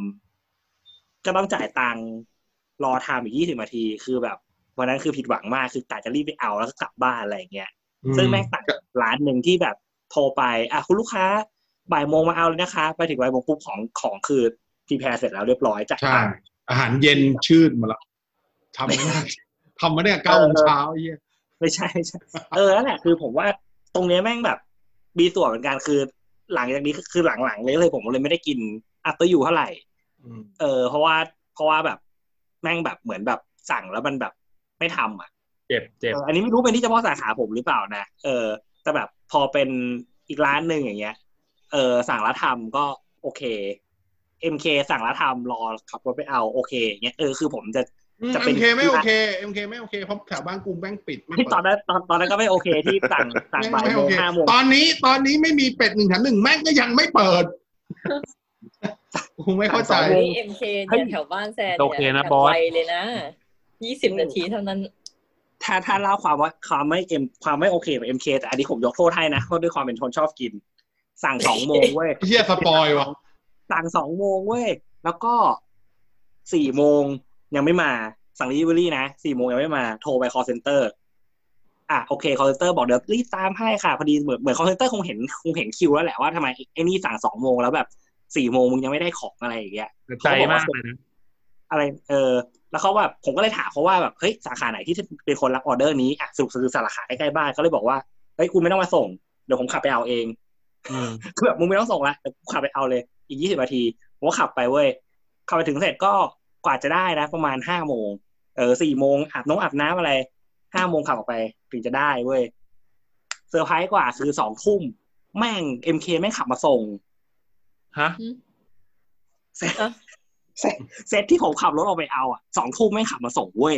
Speaker 4: ก็ต้องจ่ายตังค์รอทำอีกยี่สิบนาทีคือแบบวันนั้นคือผิดหวังมากคือกะจะรีบไปเอาแล้วก็กลับบ้านอะไรอย่างเงี้ยซึ่งแม่งตัดร้านหนึ่งที่แบบโทรไปอ่ะคุณลูกค้าบ่ายโมงมาเอาเลยนะคะ ไปถึงบ่ายโมงปุ๊บของของคือพีแพรเสร็จแล้วเรียบร้อยจ่าย
Speaker 1: ใช่
Speaker 4: ตังค์
Speaker 1: อาหารเย็นชื่นหมาละทำไม่ได้ *laughs* ทำมาได้เก้าโมงเช้าไอ้เหี้ย
Speaker 4: ไม่ใช่ไม่ใช่เออนั่นแหละคือผมว่าตรงเนี้ยแม่งแบบมีส่วนเหมือนกันคือ หลังจากนี้คือคือหลังๆเลยเลยผมเลยไม่ได้กินอัตเตอร์ยูเท่าไหร่
Speaker 1: อืม
Speaker 4: เออ เพราะว่าเพราะว่าแบบแม่งแบบเหมือนแบบสั่งแล้วมันแบบไม่ทำอ่ะ
Speaker 8: เจ็บเจ็บ
Speaker 4: เอออันนี้ไม่รู้เป็นที่เฉพาะสาขาผมหรือเปล่านะเออ แต่แบบพอเป็นอีกร้านหนึ่งอย่างเงี้ย เออ สั่งแล้วทำก็โอเค MK สั่งแล้วทำรอขับรถไปเอาโอเคอย่างเงี้ยเออคือผมจะ
Speaker 1: อืม
Speaker 4: จะเป็น
Speaker 1: MK ไม่โอเค MK ไม่โอเคเพราะแถวบ้านกูแม่งปิดแม่ง
Speaker 4: ที่
Speaker 1: เปิด
Speaker 4: ตอนนั้นตอนตอนนั้นก็ไม่โอเคที่สั่งสั่ง
Speaker 1: แม่ง
Speaker 4: บ่าย
Speaker 1: ไม่
Speaker 4: โม
Speaker 1: โอง เค
Speaker 4: ห้าโมง
Speaker 1: ตอนนี้ตอนนี้ไม่มีเป็ดหนึ่งแถมหนึ่งแม่งก็ยังไม่เปิดกูไม่เข้าใจ
Speaker 4: สองโมง
Speaker 6: เอ็มเคเนี่ยแถวบ้านแซน
Speaker 8: โอ
Speaker 6: เนี่ย
Speaker 8: เคนะ
Speaker 6: แบบ
Speaker 8: อ
Speaker 6: ไว
Speaker 8: ส
Speaker 6: เลยนะยี่สิบนาทีเท่านั้น
Speaker 4: ถ้าถ้าเล่าความว่าความไม่เอ็มความไม่โอเคกับเอ็มเคแต่อันนี้ผมยกโทษให้นะเพราะด้วยความเป็นคนชอบกิน สั่งสองโมงเว้ย
Speaker 1: เหี้ยสปอยล์วะ
Speaker 4: สั่งสองโมงเว้ย แล้วก็สี่โมงยังไม่มา สั่ง d e ลิเวอรี่นะสี่โมงยังไม่มา โทรไป call center อ่ะโอเค call center บอกเดี๋ยวรีบตามให้ค่ะ พอดีเหมือนเหมือน call center คงเห็นคงเห็นคิวแล้วแหละว่าทำไมไอ้นี่สั่งสองโมงแล้วแบบสี่โมงมึงยังไม่ได้ของอะไรอย่างเงี้ย
Speaker 8: ใจมากเลยนะ
Speaker 4: อะไร เออ แล้วเขาแบบผมก็เลยถามเขาว่าแบบ เฮ้ย สาขาไหนที่เป็นคนรับออเดอร์นี้ อ่ะสรุปคือสาขาใกล้ๆบ้านเขาเลยบอกว่า เฮ้ย คุณไม่ต้องมาส่ง เดี๋ยวผมขับไปเอาเอง
Speaker 8: อืม
Speaker 4: คือแบบมึงไม่ต้องส่งละเดี๋ยวกูขับไปเอาเลย อีกยี่สิบนาทีผมก็ขับไปเว้ย ขับไปถึงเสร็จก็กว่าจะได้นะ ประมาณห้าโมง เออสี่โมงอาบน้องอาบน้ำอะไร ห้าโมงขับออกไปถึงจะได้เว้ยเซอร์ไพรส์กว่าคือสองทุ่มแม่งเอ็มเคแม่งขับมาส่ง
Speaker 8: ฮะ
Speaker 4: เซตเซตเซตที่ผมขับรถออกไปเอาอ่ะสองทุ่มแม่งขับมาส่งเว้ย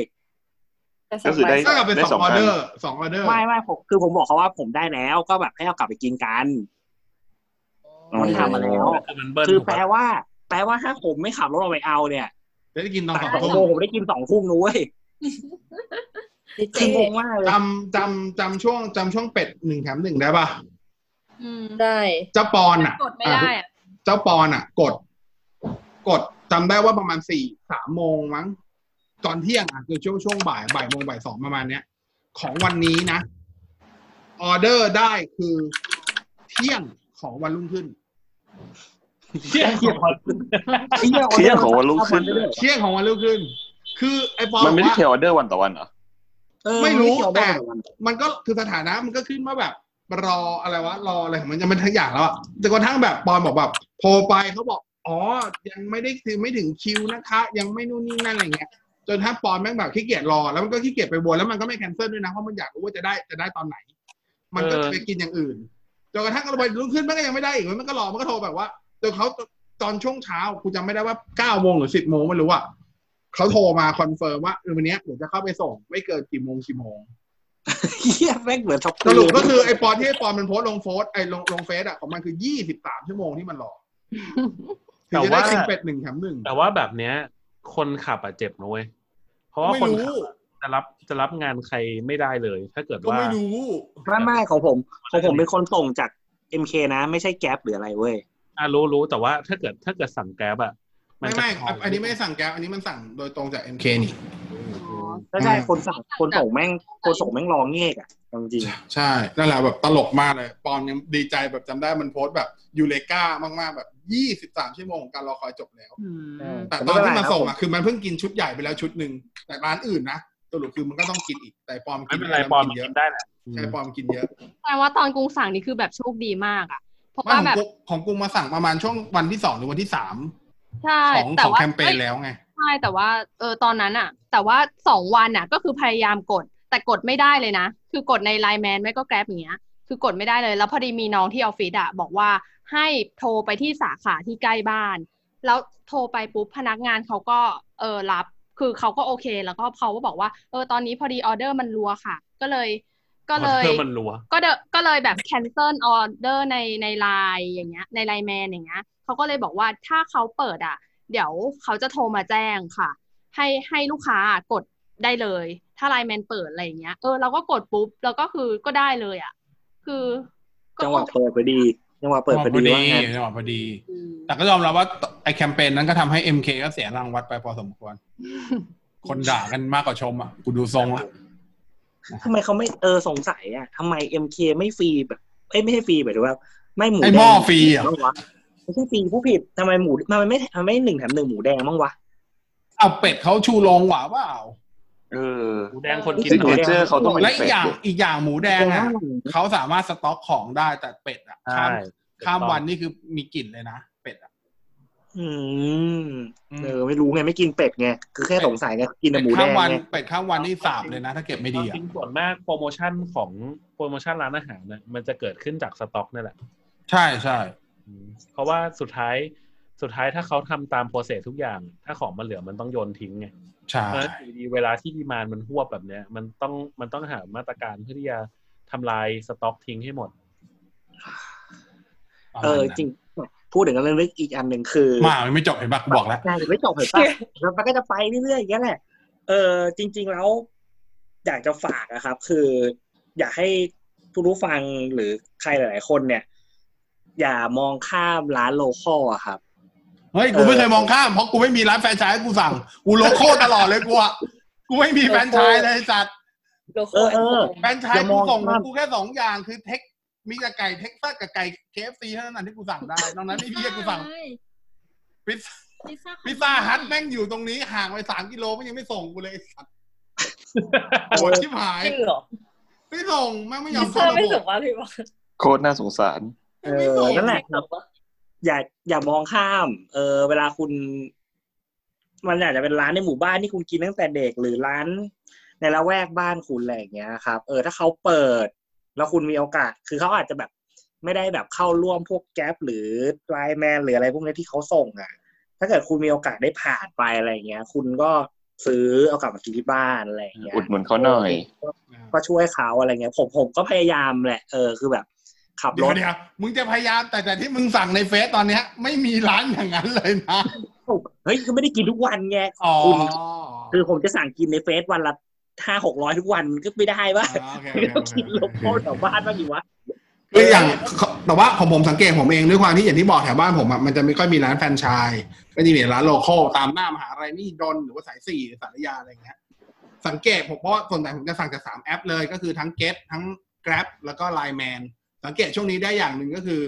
Speaker 6: แต่
Speaker 5: ก็คือได้
Speaker 1: ก็กลับเป็น
Speaker 5: ได้
Speaker 1: ส
Speaker 5: ส
Speaker 1: อ
Speaker 5: อง
Speaker 1: อ
Speaker 5: ง
Speaker 1: อ
Speaker 5: อั
Speaker 1: น เดอร์สองออเดอร์
Speaker 4: ไม่ไม่ผมคือผมบอกเขาว่าผมได้แล้วก็แบบให้เอากลับไปกินกัน
Speaker 5: อ๋อ
Speaker 4: มันทำมาแล้ว
Speaker 8: คือมันเบิ้ล
Speaker 4: คือแปลว่า แปลว่าถ้าผมไม่ขับรถออกไปเอาเนี่ย
Speaker 1: จะได้กินตอน
Speaker 4: ตัก
Speaker 1: สอง
Speaker 4: สอง
Speaker 1: ทุ่
Speaker 4: โมง
Speaker 1: ม
Speaker 4: ผมได้กินสองทุ่มนู้ยคืองงมากเลย
Speaker 1: จำจำจำช่วงจำช่วงเป็ดหนึ่งแถมหนึ่งได้ปะ
Speaker 7: อืม
Speaker 6: ได้
Speaker 1: เจ้าปอนอ่ะ
Speaker 7: กดไม่ได้อะ
Speaker 1: เจ้าปอนอ่ะ กด กดจำได้ว่าประมาณสี่สามโมงมั้งตอนเที่ยงอ่ะคือช่วงช่วงบ่ายบ่ายโมงบ่ายสองประมาณเนี้ย ของวันนี้นะ ออเดอร์ได้คือเที่ยงของวันรุ่งขึ้น
Speaker 8: เชี่ยขอ
Speaker 5: เที่ยงของวันรุ่งขึ้น
Speaker 1: เที่ยงของวันรุ่งขึ้น คือไอ้ปอน
Speaker 5: มันไม่ได้
Speaker 1: บอก
Speaker 5: เทร
Speaker 1: ว่า
Speaker 5: ออเดอร์วันต่อวันเหรอ
Speaker 4: เออ
Speaker 1: ไม่รู้แต่
Speaker 4: ไม่เกี่ยวกัน
Speaker 1: มันก็คือสถานะมันก็ขึ้นว่าแบบ รออะไรวะ รออะไรของมันจะมันทั้งอย่างแล้วอะแต่กระทั่งแบบปอนบอกแบบโทรไปเขาบอก อ๋อ ยังไม่ได้คือไม่ถึงคิวนะคะ ยังไม่นู่นนี่นั่นอะไรเงี้ย จนถ้าปอนแม่งแบบขี้เกียจรอ แล้วมันก็ขี้เกียจไปวนแล้วมันก็ไม่แคนเซิลด้วยนะเพราะมันอยากรู้ว่าจะได้จะได้ตอนไหน มันก็จะไปกินอย่างอื่นจนกระทั่งเราไปรุ่งขึ้นมันก็ยังไม่ได้อีกมันก็รอมันก็โทรแบบว่าจนเขาตอนช่วงเช้ากูจำไม่ได้ว่าเก้าโมงหรือสิบโมงไม่รู้อะเขาโทรมาคอนเฟิร์มว่าเออวันเนี้ยเดี๋ยวจะเข้าไปส่งไม่เกินกี่โมงกี่โมง
Speaker 4: เฮียแม่งเหมือนช็อป
Speaker 1: สรุปก็คือไอ้ปอนที่ไอ้ปอนมันโพสต์ลงโฟสต์ไอ้ลงลงเฟซอ่ะของมันคือยี่สิบสามชั่วโมงที่มันรอถึงจะได้คิงเป็ดหนึ่งแถมหนึ่ง
Speaker 8: แต่ว่าแบบเนี้ย คนขับอะเจ็บนะเว้ยเพราะว่า
Speaker 1: ไม่
Speaker 8: คน
Speaker 1: รู้
Speaker 8: ขับจะรับจะรับงานใครไม่ได้เลย ถ้าเกิด
Speaker 1: ก็
Speaker 8: ว่า
Speaker 1: ไม่รู้
Speaker 4: ไม่ไม่ของผมของผมเป็นคนส่งจากเอ็มเคนะ ไม่ใช่แก๊ปหรืออะไรเว้ย
Speaker 8: อ่ะรู้รู้แต่ว่าถ้าเกิดถ้าเกิดสั่งแกร็บอ่ะ
Speaker 1: ไม่
Speaker 8: จะ
Speaker 1: ไม่อันอันนี้ไม่ได้สั่งแกวอันนี้มันสั่งโดยตรงจาก MK นี่
Speaker 4: ถ้าใช่
Speaker 1: อืม
Speaker 4: คนสั่งคนส่งแม่งคนส่งแม่งรองเงกอ่ะเอาจริง
Speaker 1: ใช่นั่นแหละแบบตลกมากเลยปอนยังดีใจแบบจำได้มันโพสต์แบบยูเลก้ามากๆ แบบยี่สิบสามชั่วโมงของการรอคอยจบแล้ว
Speaker 4: ๆเออ
Speaker 1: แต่ต
Speaker 4: ไม่
Speaker 1: อน
Speaker 4: เป็ไร
Speaker 1: ที่มาส่ง
Speaker 4: ค
Speaker 1: อ่ะ
Speaker 4: รับ
Speaker 1: คือมันเพิ่งกินชุดใหญ่ไปแล้วชุดหนึ่งแต่ร้านอื่นนะสรุปคือมันก็ต้องกินอีกแต่ปอม
Speaker 8: ไม่
Speaker 1: กิน
Speaker 8: เป็นไรปอน
Speaker 1: กิ
Speaker 8: มัน
Speaker 1: เยอะ
Speaker 8: กินได้แหละ
Speaker 1: ใช่ปอมกินเยอะ
Speaker 7: แปลว่าตอนกรุงสั่งนี่คือแบบโชคดีมากอ่ะ เพราะ
Speaker 1: ไม่ขอ
Speaker 7: ว่า
Speaker 1: ง
Speaker 7: แบบ
Speaker 1: กูของกูมาสั่งประมาณช่วงวันที่สองหรือวันที่สาม
Speaker 7: ใช่
Speaker 1: ของ
Speaker 7: แต่
Speaker 1: ของ
Speaker 7: ว่า
Speaker 1: แคมเปญ
Speaker 7: เอ้ย
Speaker 1: แล้วไง
Speaker 7: ใช่แต่ว่าเออตอนนั้นอะแต่ว่าสองวันอะก็คือพยายามกด แต่กดไม่ได้เลยนะ คือกดในไลน์แมนไม่ก็แกร็บอย่างเงี้ย คือกดไม่ได้เลย แล้วพอดีมีน้องที่ออฟฟิศอะบอกว่าให้โทรไปที่สาขาที่ใกล้บ้าน แล้วโทรไปปุ๊บพนักงานเขาก็เออรับ คือเขาก็โอเค แล้วก็เขาก็บอกว่าเออตอนนี้พอดีออเดอร์มันรัวค่ะ ก็เลยก็เลย
Speaker 8: เพิ่มมันรัว
Speaker 7: ก็เดก็เลยแบบ cancel order ในในไลน์อย่างเงี้ย ในไลน์แมนอย่างเงี้ยเขาก็เลยบอกว่าถ้าเขาเปิดอ่ะ เดี๋ยวเขาจะโทรมาแจ้งค่ะ ให้ให้ลูกค้ากดได้เลย ถ้าไลน์แมนเปิดอะไรอย่างเงี้ยเออเราก็กดปุ๊บ แล้วก็คือก็ได้เลยอ่ะ คือก็
Speaker 4: จังหวะเปิดพอดีจังหวะเปิดพอดีว่างั้น
Speaker 1: จังหวะพอดี
Speaker 7: อืม
Speaker 1: แต่ก็ยอมรับว่าไอแคมเปญนั้นก็ทำให้ MK ก็เสียรางวัลไปพอสม
Speaker 7: *laughs*
Speaker 1: ควร คนด่ากันมากกว่าชมอ่ะ กูดูทรงอ่ะ
Speaker 4: ทำไมเขาไม่เออสงสัยอ่ะทำไมเอ็มเคไม่ฟรีแบบเอ้ยไม่ใช่ฟรีแบบว่า ไม่หมู
Speaker 1: ไอ้
Speaker 4: แดง
Speaker 1: หม้อฟรีเหรอ
Speaker 4: บ้างวะไม่ใช่ฟรีผู้ผิดทำไมหมูทำไมไม่ทำไมไม่หนึ่งแถมหนึ่งหมูแดงบ้างวะ
Speaker 1: เอาเป็ดเขาชูโรงหว่าเปล่า
Speaker 5: เออ
Speaker 8: หมูแดงคนกิน
Speaker 5: ซิก
Speaker 8: หน่
Speaker 5: เน
Speaker 8: อย
Speaker 5: เจอร์เขาต้องเป็น
Speaker 1: และอีก
Speaker 5: เป็ด
Speaker 1: อย่าง
Speaker 5: ด้วย
Speaker 1: อีกอย่างหมูแดงอ่ะเขาสามารถสต็อกของได้แต่เป็ดอ่ะข้ามข้ามวันนี่คือมีกลิ่นเลยนะเป็ดอ่ะ
Speaker 4: อืม
Speaker 1: อืม
Speaker 4: เออไม่รู้ไงไม่กินเป็ดไงคือแค่สงสัยไงกินแต่
Speaker 1: เป็ด
Speaker 4: หมูแด
Speaker 1: ข้าม
Speaker 4: ง
Speaker 1: วัน
Speaker 4: ไง
Speaker 1: เป็ดข้ามวันนี่สาบเลยนะ ถ้าเก็บไม่ดีอ่ะ
Speaker 8: จริงส่วนมากโปรโมชั่นของโปรโมชั่นร้านอาหารน่ะมันจะเกิดขึ้นจากสต็อกนี่แหละ
Speaker 1: ใช่ใช่
Speaker 8: อืมเพราะว่าสุดท้ายสุดท้ายถ้าเขาทำตามโปรเซสทุกอย่าง ถ้าของมันเหลือมันต้องโยนทิ้งไง
Speaker 1: ใช่
Speaker 8: เพราะฉะนั้นอยู่ดีเวลาที่ดีมานด์มันหวบแบบเนี้ย มันต้องมันต้องหามาตรการเพื่อที่จะทำลายสต็อกทิ้งให้หมด
Speaker 1: ประมาณ
Speaker 4: เออ
Speaker 1: นั้น
Speaker 4: จริง พูดถึงเรื่องลึกอีกอันหนึ่งคือ
Speaker 1: มามันไม่จบเห็นปะกูบอกแล้ว
Speaker 4: น่าจะไม่จบเห็นปะแล้วมันก็จะไปเรื่อยๆอย่างนี้ยแหละเออจริง ๆ แล้วอยากจะฝากนะครับ คือ อยากให้ผู้รู้ฟังหรือใครหลาย ๆ คนเนี่ย อย่ามองข้ามร้านโลคอลอะครับ
Speaker 1: เฮ้ย กูไม่เคยมองข้ามเพราะกูไม่มีร้านแฟรนไชส์ให้กูสั่ง กูโลโก้ตลอดเลยกูอะกูไม่มีแฟรนไชส์เลยไอ้สัตว์
Speaker 6: โลโก้
Speaker 4: เออเออ
Speaker 1: แฟรนไชส์กูส่งของกูแค่สองอย่างคือเทคมีแต่ไก่เท็กซัสกับไก่เคฟซีเท่านั้นที่กูสั่งได้นอกนั้นที่พี่กูสั่งพิซ
Speaker 2: พิซซ่า
Speaker 1: พิซซ่าฮัทแม่งอยู่ตรงนี้ห่างไปสามกิโลมันยังไม่ส่งกูเลยไอ้สัตว์โหดชิบหาย
Speaker 6: จริงเหรอ
Speaker 1: ไม่ส่งแม่งไม่ยอ
Speaker 6: พิ
Speaker 1: ม
Speaker 6: ซ
Speaker 1: เข้า
Speaker 6: ซ่า
Speaker 1: ระ
Speaker 6: ไม่
Speaker 1: บ
Speaker 6: ส่
Speaker 1: บ
Speaker 6: งว่าพี่บอก
Speaker 5: โคตรน่าสงสาร
Speaker 4: เอ
Speaker 1: ไม่
Speaker 4: อ
Speaker 1: ส่ง
Speaker 4: นั่นแหละ
Speaker 6: ไม่ส่งวะ
Speaker 4: อย่าอย่ามองข้าม เออ เวลาคุณ มันอาจจะเป็นร้านในหมู่บ้านที่คุณกินตั้งแต่เด็กหรือร้าน ในละแวกบ้านคุณอะไรอย่างเงี้ยครับ เออถ้าเขาเปิด แล้วคุณมีโอกาส คือเขาอาจจะแบบไม่ได้แบบเข้าร่วมพวกแก๊ปหรือไลน์แมนหรืออะไรพวกนี้ที่เขาส่งอ่ะ ถ้าเกิดคุณมีโอกาสได้ผ่านไปอะไรอย่างเงี้ย คุณก็ซื้อเอากลับมากินที่บ้านอะไรอย่างเงี้ย
Speaker 5: อุดหนุนเขาหน่อย
Speaker 4: ก็ก็ช่วยเขาอะไรเงี้ย ผมผมก็พยายามแหละ เออคือแบบ ขับร
Speaker 1: เดี๋ยว
Speaker 4: ถ
Speaker 1: เดี๋ยวมึงจะพยายามแต่แต่ที่มึงสั่งในเฟซตอนเนี้ย ไม่มีร้านอย่างนั้นเลยนะ
Speaker 4: เฮ้ยคือไม่ได้กินทุกวันไง
Speaker 1: อ๋อ
Speaker 4: คุณ คือผมจะสั่งกินในเฟซวันละห้าหกร้อยทุกวันก็ไม่ได้ว่า
Speaker 1: าโอเค
Speaker 4: ไม่ต้องกินลงโทษแถวบ้านบ้างดีวะ
Speaker 1: คืออย่างแต่ว่าของผมสังเกตผมเองด้วยความที่อย่างที่บอกแถวบ้านผมอะมันจะไม่ค่อยมีร้านแฟรนไชส์ก็จะมีร้านโลคอลตามหน้ามหาอะไรนี่ดอนหรือว่าสายสี่หรือสารยาอะไรอย่างเงี้ยสังเกตผมเพราะว่าส่วนใหญ่ผมจะสั่งจากสามแอปเลยก็คือทั้งเก t ทั้ง Grab แล้วก็ Line Man สังเกตช่วงนี้ได้อย่างหนึ่งก็คือ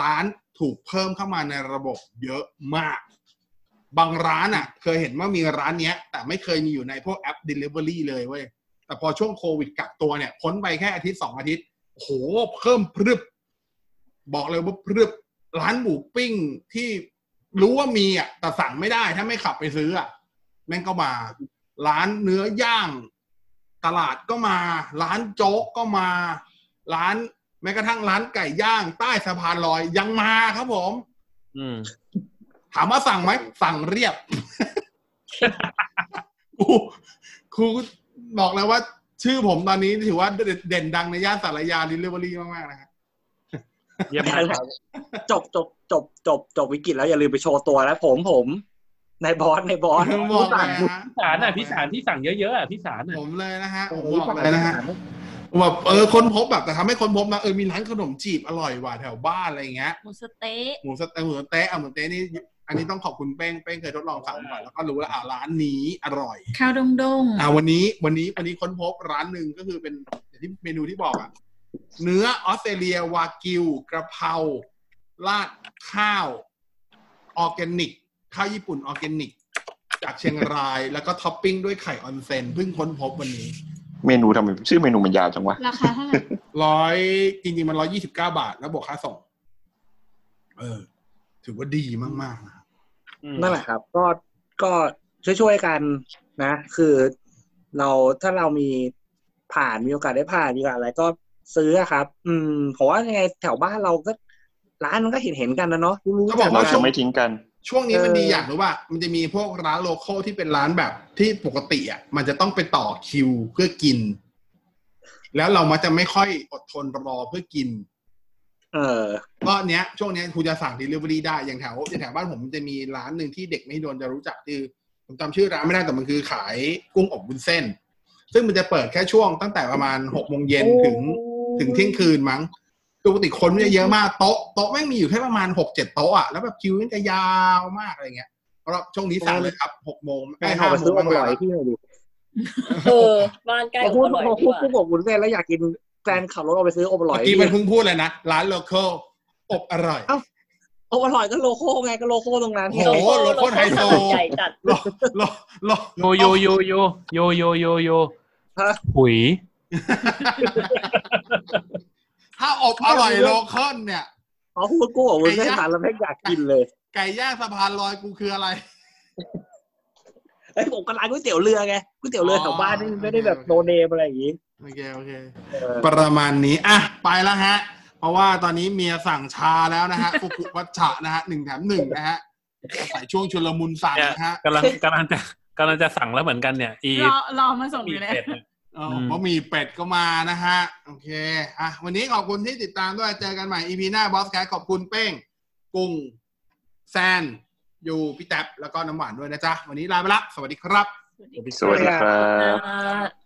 Speaker 1: ร้านถูกเพิ่มเข้ามาในระบบเยอะมาก บางร้านอ่ะ เคยเห็นว่ามีร้านเนี้ย แต่ไม่เคยมีอยู่ในพวกแอป Delivery เลยเว้ย แต่พอช่วงโควิดกักตัวเนี่ยพ้นไปแค่อาทิตย์สองอาทิตย์โอ้โหเพิ่มพรึบ บอกเลยว่าพรึบ ร้านหมูปิ้งที่รู้ว่ามีอ่ะแต่สั่งไม่ได้ถ้าไม่ขับไปซื้ออ่ะแม่งก็มา ร้านเนื้อย่าง ตลาดก็มา ร้านโจ๊กก็มา ร้านแม้กระทั่งร้านไก่ย่างใต้สะพานลอยยังมาครับผม
Speaker 8: อืม
Speaker 1: ถามว่าสั่งไหมสั่งเรียบ *laughs* กูกูบอกเลยว่า ชื่อผมตอนนี้ถือว่าเด่นดังในย่านสารยาดิลิเวอรี่มากๆนะครับ
Speaker 8: เยี่ยมมากครับ
Speaker 4: จบจบจบจบจบวิกฤตแล้วอย่าลืมไปโชว์ตัวนะผมผมนายบอสนายบอส
Speaker 1: บอก
Speaker 4: สั่
Speaker 1: เลย
Speaker 4: ง
Speaker 1: ฮะ
Speaker 8: พี่สารอ่ะพี่สารที่สั่งเยอะๆอ่ะพี่สารอ่ะ
Speaker 1: ผมเลยนะฮะผมบอกเลยนะฮะแบบเออค้นพบแบบแต่ทำให้ค้นพบนะเออมีร้านขนมจีบอร่อยว่ะแถวบ้านอะไรอย่างเงี้ย
Speaker 2: หมูสะเต๊ะ
Speaker 1: หมูสะเต๊ะหมูสะเต๊ะอ่ะหมูสะเต๊ะนี่อันนี้ต้องขอบคุณเป้งเป้งเคยทดลองสั่งมาก่อนแล้วก็รู้แล้วอ่ะร้านนี้อร่อย
Speaker 2: ข้าวดงดง
Speaker 1: อ่าวันนี้วันนี้วันนี้ค้นพบร้านหนึ่งก็คือเป็นอย่างที่เมนูที่บอกอะเนื้อออสเตรเลียวากิวกระเพราราดข้าวออร์แกนิก ข้าวญี่ปุ่นออร์แกนิก จากเชียงรายแล้วก็ท็อปปิ้งด้วยไข่ออนเซนเพิ่งค้นพบวันนี้
Speaker 5: เมนูทำไมชื่อเมนูมันยาวจังวะ
Speaker 2: ราคาเท่าไหร่
Speaker 1: ร้อยจริงๆมันร้อยยี่สิบเก้าบาท แล้วบวกค่าส่งเออ ถือว่าดีมากๆนะ
Speaker 4: นั่นแหละครับ ก็ก็ช่วยช่วยๆกันนะ คือเราถ้าเรามีผ่านมีโอกาสได้ผ่านมีโอกาสอะไรก็ซื้ออะครับ อืมผมว่ายังไงแถวบ้านเราก็ ร้านมันก็เห็นเห็นๆกันนะเนาะรู้ๆ
Speaker 5: เราจะไม่ทิ้งกัน
Speaker 1: ช่วงนี้มัน
Speaker 4: เออ
Speaker 1: ดีอย่างหรือว่า มันจะมีพวกร้านโลโก้ที่เป็นร้านแบบที่ปกติอ่ะมันจะต้องไปต่อคิวเพื่อกิน แล้วเรามักจะไม่ค่อยอดทนรอเพื่อกิน
Speaker 4: เออ
Speaker 1: ก็เนี้ยช่วงเนี้ยคุณจะสั่ง Delivery ได้อย่างแถวอย่างแถวบ้านผมมันจะมีร้านหนึ่งที่เด็กไม่โดนจะรู้จักคือผมจำชื่อร้านไม่ได้แต่มันคือขายกุ้งอบวุ้นเส้น ซึ่งมันจะเปิดแค่ช่วงตั้งแต่ประมาณหกโมงเย็นถึง ถึงเที่ยงคืนมั้งปกติคนมันจะเยอะมากโต๊ะโต๊ะแม่งมีอยู่แค่ประมาณหกเจ็ดโต๊ะอะแล้วแบบคิวมันจะยาวมากอะไรเงี้ยเพราะช่วงนี้สั่งเลยครับหกโมง
Speaker 4: แม่
Speaker 1: ไม่
Speaker 4: ง
Speaker 1: ห้า
Speaker 4: เอาไป
Speaker 1: โม
Speaker 4: ซื้อง อร่
Speaker 1: มา
Speaker 4: อย
Speaker 1: แล้ว
Speaker 4: ที่ไหนดิ
Speaker 6: เออบ้านใกล้
Speaker 4: พอ
Speaker 6: อ
Speaker 4: พูด
Speaker 6: บร่อย
Speaker 4: พอ
Speaker 6: ดี
Speaker 4: พูด
Speaker 6: ก
Speaker 4: พวกผ
Speaker 6: ว่า
Speaker 4: มวุ้นเส้นแล้วอยากกินแฟนขับรถเอาไปซื้ออบอร่อ
Speaker 1: เมื่อ
Speaker 4: ย
Speaker 1: กี้มันเพิ่งพูดเลยนะร้านโลเคอลอบอร่อย
Speaker 4: อบอร่อยก็โลโก้ไงก็โลโก้ตรงนั้น
Speaker 1: โอ้โหรถโคตรไฮโซ
Speaker 6: ใหญ่จัด
Speaker 1: รอรอรอ
Speaker 8: โยโยโยโยโยโยโยโยหุย
Speaker 1: ถ้าอบอร่อยโลเคอลเนี่ย
Speaker 4: พอพูดกูบอกวุ้นเส้นผ่านแล้วแม่งอยากกินเลย
Speaker 1: ไก่ย่างสะพานลอยกูคืออะไร
Speaker 4: ไอ้ยผมก็ร้านก๋วยเตี๋ยวเรือไงก๋วยเตี๋ยวเรือแถวบ้านนี่ไม่ได้แบบโนเนมอะไรอย่างงี้
Speaker 1: โอเค โอเค
Speaker 4: เออ
Speaker 1: ประมาณนี้ อ่ะ ไปแล้วฮะ เพราะว่าตอนนี้เมียสั่งชาแล้วนะฮะ ฟุกุวัชชะนะฮะหนึ่งแถมหนึ่งนะฮะใส่ช่วงชุลมุนสั่งนะฮะ
Speaker 8: กำลังกำลังจะกำลังจะสั่งแล้วเหมือนกันเนี่ย อี
Speaker 2: รอรอมาส่งอ
Speaker 8: มี
Speaker 2: ยู่เลย
Speaker 8: เป็ดเนี่ย
Speaker 1: เออเพราะมีเป็ดก็มานะฮะ โอเค อ่ะ วันนี้ขอบคุณที่ติดตามด้วย เจอกันใหม่ EP หน้าบอสแคขอบคุณเป้ง กุ้ง แซน ยูพี่แท็บแล้วก็น้ำหวานด้วยนะจ๊ะ วันนี้ลาไปละ สวัสดีครับ
Speaker 5: สวัสดีครับ
Speaker 6: อ่า